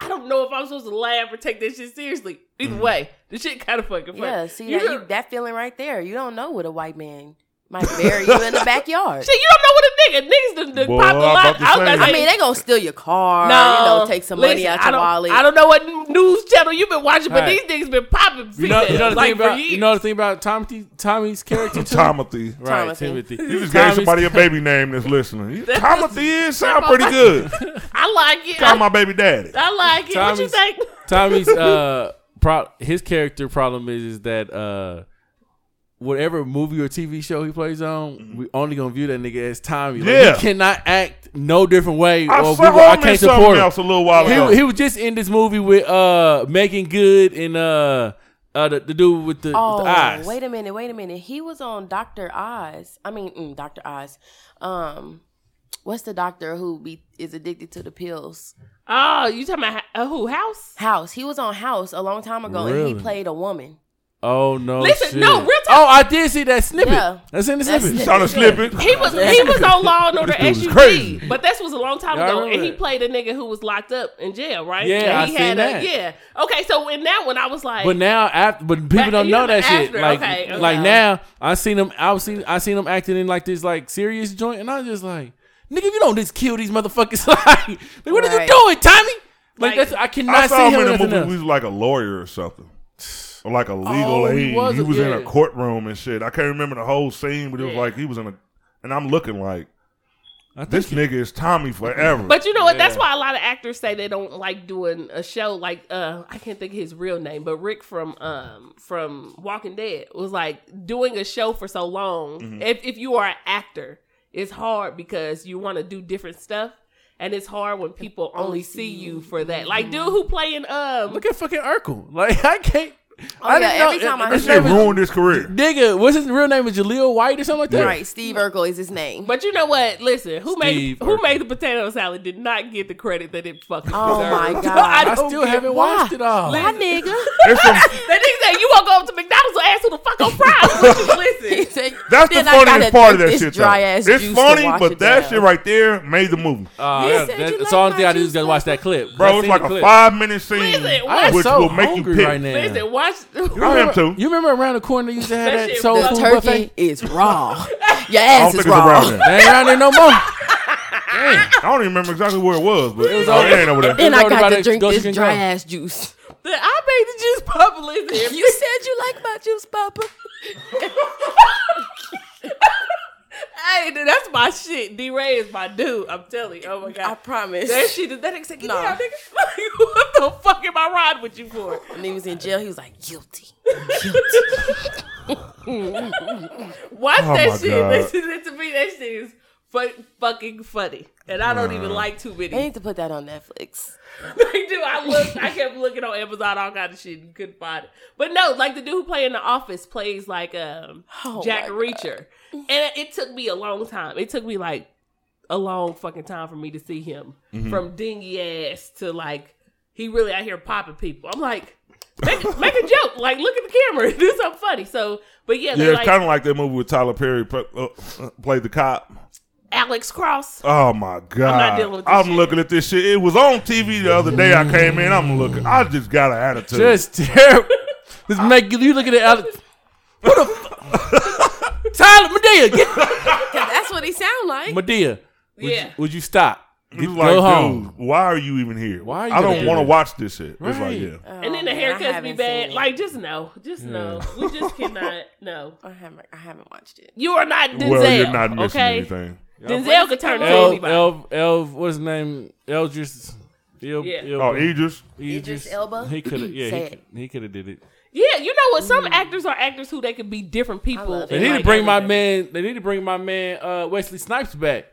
I don't know if I'm supposed to laugh or take this shit seriously. Mm. Either way, the shit kind of fucking funny. yeah, see you that, know- you, that feeling right there. You don't know what a white man might bury you in the backyard. shit. You don't know what a nigga niggas done, Boy, done popped a I'm about lot. to I was say. about I to mean, say. they gonna steal your car. No, you know, take some money Listen, out I your don't- wallet. I don't know what news channel you've been watching, but Hey. these niggas been popping. You know, you know the like, thing for about years. you know the thing about Tommy Tommy's character too. Timothy. right, Timothy. Timothy. You just gave somebody a baby name that's listening. Timothy is sound pretty good. I like it. Call I, my baby daddy. I like it. what you Tommy's- think? Tommy's uh, pro- his character problem is is that uh, whatever movie or TV show he plays on, we only gonna view that nigga as Tommy. Like, Mm-hmm. Yeah. he cannot act no different way. I or saw we, will- I him in can't something support him. else a little while He, ago. he was just in this movie with uh Megan Good and uh Uh, the, the dude with the, Oh, with the eyes. wait a minute, wait a minute. He was on Doctor Oz. I mean, mm, Doctor Oz. Um, what's the doctor who be, is addicted to the pills? Oh, you talking about uh, who house? House. He was on House a long time ago, and Really? he played a woman. Oh no! Listen, shit. no, real talk- Oh, I did see that snippet. Yeah. That's in the That's snippet. it. Trying to slip it. He was he was on Law and Order This dude was crazy. SUV, but this was a long time Yeah, I ago, remember and he that. played a nigga who was locked up in jail, right? Yeah, and he I seen had that. a yeah. Okay, so in that one, I was like, But now, after, but people Back- don't you know know, that shit. after, Like, okay, okay. like now, I seen him. I was seen. I seen him acting in like this, like serious joint, and I was just like, nigga, if you don't just kill these motherfuckers, like, like, what are you Right. doing, Tommy? Like, Like- that's I I cannot see saw him him in in a nothing movie. else. He was like a lawyer or something, or like a legal Oh, aid. he He was, was a- in a yeah. courtroom and shit. I can't remember the whole scene, but it was Yeah. like he was in a. And I'm looking like I think this he- nigga is Tommy forever. But you know what? That's Yeah. why a lot of actors say they don't like doing a show like uh I can't think of his real name, but Rick from um from Walking Dead was like doing a show for so long. Mm-hmm. If if you are an actor, it's hard because you want to do different stuff. And it's hard when people only see you for that. Like Mm-hmm. dude who playing um look at fucking Urkel. Like, I can't. I Oh, yeah, didn't every know, time I this his hear shit name is- ruined his career. Nigga, what's his real name? Is Jaleel White or something like that? Right, Steve Urkel is his name. but you know what? Listen, who Steve made who Urkel. made the potato salad did not get the credit that it fucking Oh deserved. my God. I I don't still get haven't why. watched it all. Why, nigga? There's some- That nigga said you won't go up to McDonald's and ask who the fuck on fries. with you." He Listen. said, That's the "Then I gotta funniest part drink of that this shit. Though. dry-ass It's juice to funny, wash but it that down." shit right there made the movie, Uh, You that- said that- you like that's all the thing I my do is gotta juice watch that clip. I bro. It's seen like the a clip. five minute scene, Listen, why I'm which so will make you hungry pick. right now. Listen, watch. I am too. You remember around the corner they used to have That that, shit soul was- The food turkey buffet? is raw. Your I don't ass think is it's raw. around there. They ain't around there no more. I don't even remember exactly where it was, but it, was oh, all- it ain't over there. Then I Everybody got to gotta drink go this drink dry now. ass juice. The, I made the juice pop. Listen, You said you like my juice, Papa. hey, dude, that's my shit. D Ray is my dude. I'm telling you. Oh my I god. promise. That shit. That nigga said, "Get Nah. down, nigga." Like, what the fuck am I riding with you for? When he was in jail, he was like, guilty. Watch Oh my that shit. God. Listen that to me. That shit is fu- fucking funny, and I don't even like too many. They need to put that on Netflix. They do. I looked. I kept looking on Amazon, all kind of shit, and couldn't find it. But no, like the dude who played in The Office plays like um Oh Jack my Reacher, and it, it took me a long time. It took me like a long fucking time for me to see him Mm-hmm. from dingy ass to like he really out here popping people. I'm like. Make, make a joke, like look at the camera, do something funny. So, but yeah, Yeah, they it's like kind of like that movie with Tyler Perry pl- uh, uh, played the cop. Alex Cross. Oh my god! dealing with this I'm shit. looking at this shit. It was on TV the other day. I came in. I'm looking. I just got an attitude. Just terrible. Just make you, you look at it. Alex. What the fuck? Tyler Medea, get That's what he sound like. Medea. Would, Yeah. you, would you stop? It Get, was go like, home. dude, why are you even here? Why are you I gonna don't do want to this? watch this shit. It's like Right. yeah. Oh, and then the haircuts be bad. Like, just no, just no. We just cannot, no. I haven't, I haven't watched it. You are not Denzel. Well, you're not missing okay? anything. Denzel could turn into Elv, anybody. Elv, Elv, what's his name? Eldris. El, Yeah. Oh, Idris. Idris Elba? He could have, yeah, Say he it. could, he could have did it. Yeah, you know what? Some actors are actors who they could be different people. love They it. in, need to like, bring my everything. man. They need to bring my man uh, Wesley Snipes back.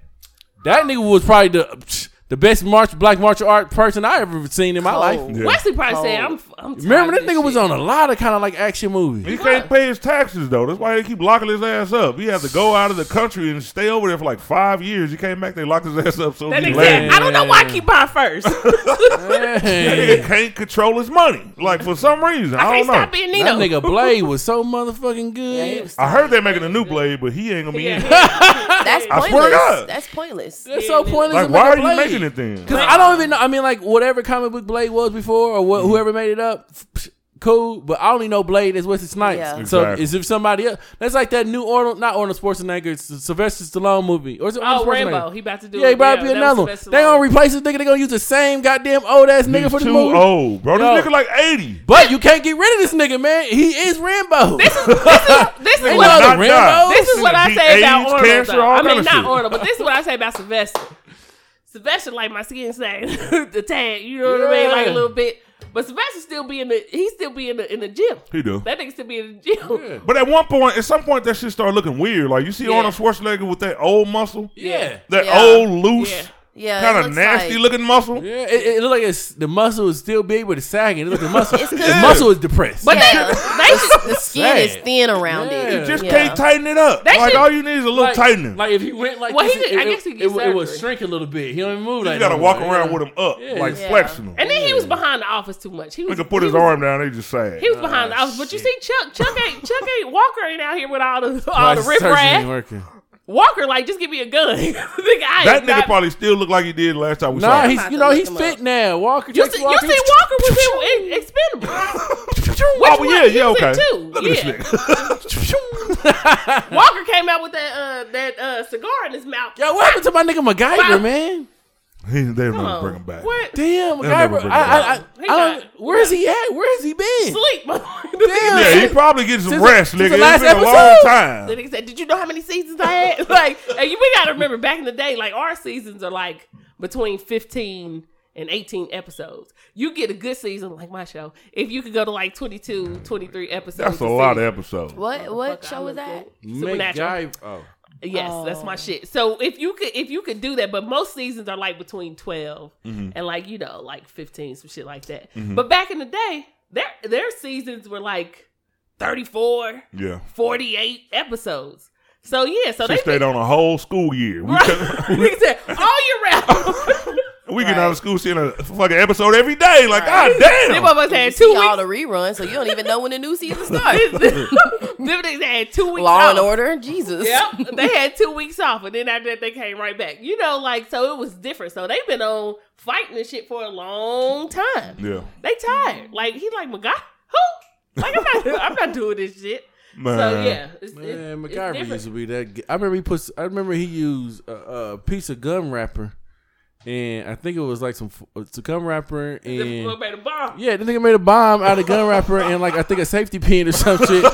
That nigga was probably the the best march black martial art person I ever seen in my life. Yeah. Wesley probably said, "I'm." I'm tired Remember that of nigga was shit." on a lot of kind of like action movies. He can't pay his taxes though. That's why they keep locking his ass up. He has to go out of the country and stay over there for like five years. He came back. They locked his ass up. So That he nigga said, left. "I don't know why I keep buying first. I That Hey, nigga can't control his money. Like for some reason, I, can't don't know. stop being Nino." that nigga Blade was so motherfucking Yeah, he good. was- I heard they're making a new blade, but he ain't gonna be in it. Yeah. That's I pointless. swear to God. That's pointless. That's so pointless. Like, to why make a are you Blade. making it then? Because I don't even know. I mean, like whatever comic book Blade was before, or Mm-hmm. what, whoever made it up, psh, cool. But I only know Blade is Wesley Snipes. Yeah. Exactly. So is if somebody else? That's like that new Arnold, not Arnold Schwarzenegger, it's the Sylvester Stallone movie, or is it Oh, Arnold Schwarzenegger? Rambo, he about to do. yeah, it. he probably that be was another one. Sylvester They Stallone. gonna replace this nigga. They gonna use the same goddamn old ass nigga He's for this too movie. old, bro. This No. nigga like eighty. But you can't get rid of this nigga, man. He is Rambo. This is Ain't no what Not Rambo? die. This is what I Beat say about AIDS, Arnold. cancer, though. all I mean, kinda not shit. Arnold, but this is what I say about Sylvester. Sylvester, like my skin stain, the tag, you know what I mean, like a Yeah. little bit. But Sylvester still be in the, he still be in the in the gym. He do. That nigga still be in the gym. But at one point, at some point, that shit started looking weird. Like you see Yeah. Arnold Schwarzenegger with that old muscle, yeah. that Yeah. old loose Yeah. Yeah, it kind of looks nasty like- looking muscle. Yeah, it, it look like it's the muscle is still big, but it's sagging. It look the muscle. It's the good. muscle is depressed. But Yeah, they, the s- the skin is Sad. thin around Yeah. You it. just Yeah. can't tighten it up. They like should- all you need is a little like, tightening. Like if he went like Well, he this, could- I it, guess he it, could would- it would surgery. shrink a little bit. He don't even move you like gotta no walk more. around Yeah. with them up, Yeah. like Yeah. flexing them. and then he was behind the office too much. He was Nigga put he his was- arm down, they just sad. He was behind the office, but you see, Chuck, Chuck ain't, Chuck ain't Walker ain't out here with all the all Oh, the Like, surgery ain't riffraff. working. Walker, like, just give me a gun. Nigga, I that ain't nigga got- probably still look like he did last time we saw Nah, him. he's about you to know look he's him fit up. now. Walker, You Tracy see, you Walker. see, Walker was in Expendables. Which Oh, yeah, one? He yeah, was in okay. two. Look at this Yeah. nigga. Walker came out with that uh, that uh, cigar in his mouth. Yo, what happened to my nigga MacGyver, Wow. man? He- they don't Come never on. bring him back. What? Damn, They'll never MacGyver. bring I, him I, I, back. He I don't, got- where's he at? Where's he been? Sleep. Damn. Yeah, he probably getting some Since- rest, since nigga. the It's last been a long episode? The time. nigga said, "Did you know how many seasons I had?" like, and you, we gotta remember back in the day, like our seasons are like between fifteen and eighteen episodes. You get a good season, like my show, if you could go to like 22, 23 episodes. That's a lot of episodes. What what show was was that? Oh. Supernatural. MacGyver. Oh. Yes, that's my shit. So if you could, if you could do that, but most seasons are like between 12 Mm-hmm. and like you know, like fifteen, some shit like that. But back in the day, their their seasons were like 34, Yeah. 48 episodes. So yeah, so She they stayed on a whole school year. We, Right. He said, all year round. we get out of school seeing a fucking episode every day. Like, Right. god damn. Them motherfuckers You had see two all weeks. the reruns, so you don't even know when the new season starts. Them niggas had two weeks Law off. and Order, Jesus. Yep. They had two weeks off, and then after that, they came right back. You know, like, so it was different. So they've been on fighting this shit for a long time. Yeah. They tired. Like, he like, my God, who? Like, I'm not, I'm not doing this shit. Man. So, yeah. It's, it's- Man, it's MacGyver different. used to be that. g- I remember he put. I remember he used a, a piece of gum wrapper, and I think it was like some f- some gum wrapper The- and. made a bomb. Yeah, the nigga made a bomb out of gun wrapper and like I think a safety pin or some shit,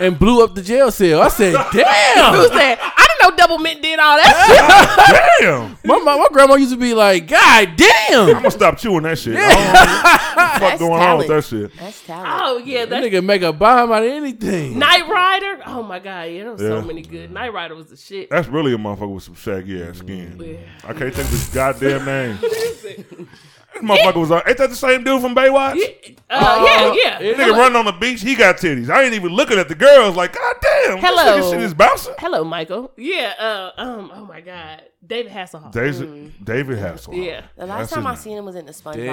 and blew up the jail cell. I said, Who "Damn!" said, I didn't know Double Mint did all that shit. Damn. I'm My, my my grandma used to be like, "God damn!" gonna stop chewing that shit. I don't know what the fuck That's going on with talent. that shit. That's talent. Oh, yeah. That That's nigga make a bomb out of anything. Night Rider. Oh my god, yeah, there was Yeah. so many good. Night Rider was the shit. That's really a motherfucker with some shaggy ass skin. Yeah. I can't think of his goddamn name. this motherfucker was on. Ain't that the same dude from Baywatch? Yeah, uh, yeah, yeah. Nigga running on the beach, he got titties. I ain't even looking at the girls. Like, goddamn, Hello. this nigga shit is bouncing. Hello, Michael. Yeah. Uh, um. Oh my god, David Hasselhoff. David, Mm. David Hasselhoff. Yeah. The last That's time his I name. seen him was in the SpongeBob movie.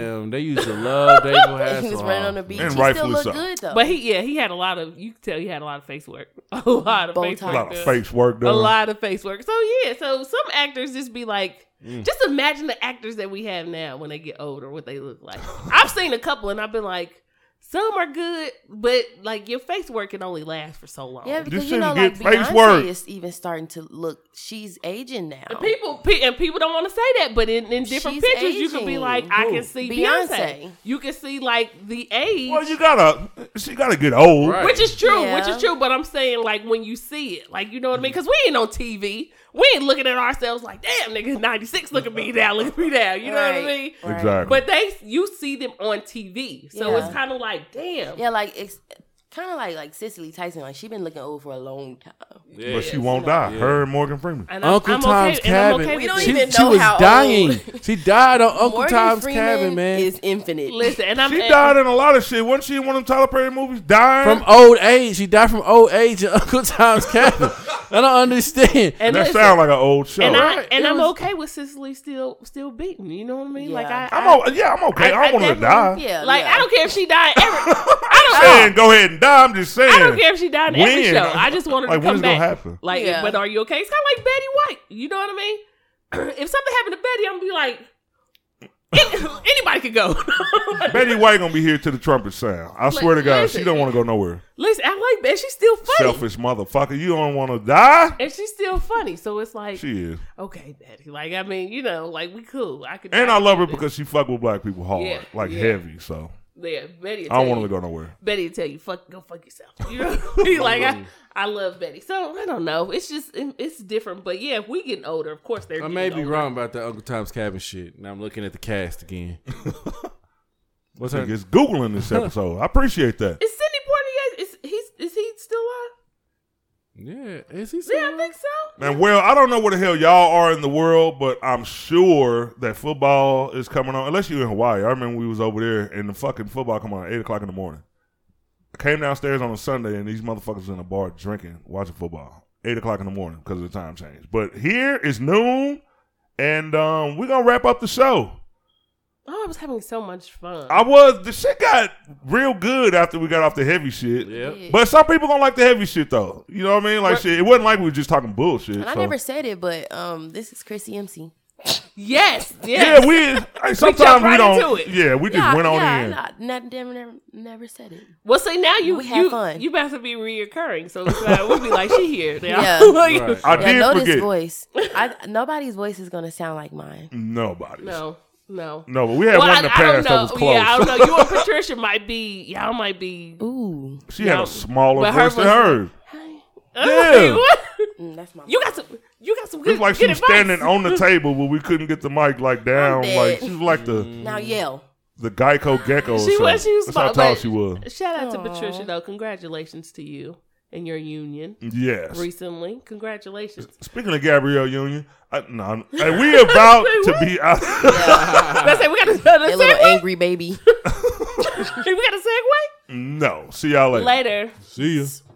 Damn, they used to love David Hasselhoff. He was running on the beach. And he still rightfully looked so. good though. But he, yeah, he had a lot of. You could tell he had a lot of face work. A lot of face Botox. A work. lot of done. face work A done. lot of face work. So yeah. So some actors just be like. Mm. Just imagine the actors that we have now when they get older, what they look like. I've seen a couple, and I've been like, some are good, but like your face work can only last for so long. yeah, because you know, shouldn't get like face Beyonce work. is even starting to look. She's aging now. And people pe- and people don't want to say that, but in, in different She's pictures, you can be aging. like, I Who? can see Beyonce. Beyonce. You can see like the age, Well, you gotta, she gotta get old. Right. which is true, which Yeah. is true. But I'm saying like when you see it, like you know what I mean, because we ain't on TV, we ain't looking at ourselves like, damn, nigga, 96, look at me now, look at me now. You know what I Right. mean? Right. Exactly. But they, you see them on TV, so Yeah. it's kind of like, damn, Yeah, like it's kind of like like Cicely Tyson. Like she been looking old for a long time. Yeah. but she won't die. Her and Morgan Freeman. And I'm- Uncle I'm Tom's okay, and I'm Cabin. okay We with don't that. she, even she know was how old. dying. She died on Uncle Morgan Tom's Freeman Cabin, man. is infinite. Listen, and I'm She and- died in a lot of shit. Wasn't she in one of them Tyler Perry movies? Dying. from uh, old age. She died from old age in Uncle Tom's Cabin. I don't understand. and that listen, sounds like an old show. and I Right. and It I'm was- okay with Cicely still still beating. You know what I mean? Yeah. Like I, am I- o- yeah, I'm okay. I, I- I don't want to die. definitely- yeah, like yeah. I don't care if she died every. I'm I don't. saying go ahead and die. I'm just saying. Oh. I don't care if she died in every When? show. I just want her Like, to when come is it gonna back. happen? Like, Yeah. but are you okay? It's kind of like Betty White. You know what I mean? if something happened to Betty, I'm gonna be like, "Any- anybody could go. Betty White gonna be here to the trumpet sound. I swear to God, she listen. don't want to go nowhere. Listen, I like Betty. She's still funny, Selfish motherfucker, you don't want to die. and she's still funny. So it's like, She is, okay, Betty. Like I mean, you know, like we cool. I could. and I love her because she fuck with black people hard, Yeah, like yeah. heavy. So yeah, Betty. I don't want her to go nowhere. Betty will tell you, fuck, go fuck yourself. You know, what I mean? like I, I love Betty. So I don't know. It's just it- it's different. But yeah, if we getting older, of course they're. I may getting be older. wrong about the Uncle Tom's Cabin shit. Now I'm looking at the cast again. What's her? It's googling this episode. I appreciate that. Is Sidney Poitier? Is he's is he still alive? Yeah, is he? Yeah, still I think so. Man, well, I don't know where the hell y'all are in the world, but I'm sure that football is coming on. Unless you're in Hawaii. I remember we was over there and the fucking football come on at eight o'clock in the morning. I came downstairs on a Sunday and these motherfuckers in a bar drinking, watching football. Eight o'clock in the morning because of the time change. But here is noon, and um, we're gonna wrap up the show. Oh, I was having so much fun. I was the shit got real good after we got off the heavy shit. Yeah. But some people don't like the heavy shit though. You know what I mean? Like shit. It wasn't like we were just talking bullshit. And I so- never said it, but um, this is Chrissy MC. yes, yes. Yeah, we hey, sometimes we, right don't. into it. Yeah, we just went on yeah, in. nah, nah, never, never, never said it. well, see now you We had you fun. you about to be reoccurring, so it's like, we'll be like she here now. Yeah. Like, Right. I Yeah, I did know this forget. voice. I, nobody's voice is gonna sound like mine. Nobody. No, no. No, but we had one in the past that was close. Yeah, I don't know. You and Patricia might be. Y'all might be. Mm. Ooh, she had No. a smaller But her voice than was- hers. Like, what? Mm, that's my. You got some. You got some It good. was like she good was advice. standing on the table, but we couldn't get the mic like down. dead. Like she was like the now yell. the Geico gecko. or She something. was. She was That's small, how tall but- she was. Shout out Aw. to Patricia though. Congratulations to you and your union Yes. recently. Congratulations. Speaking of Gabrielle Union, I, no, I'm- hey, we about to be out. Let's say we got a, a That little segue. angry baby. We got a segue no, see y'all later. later. See ya.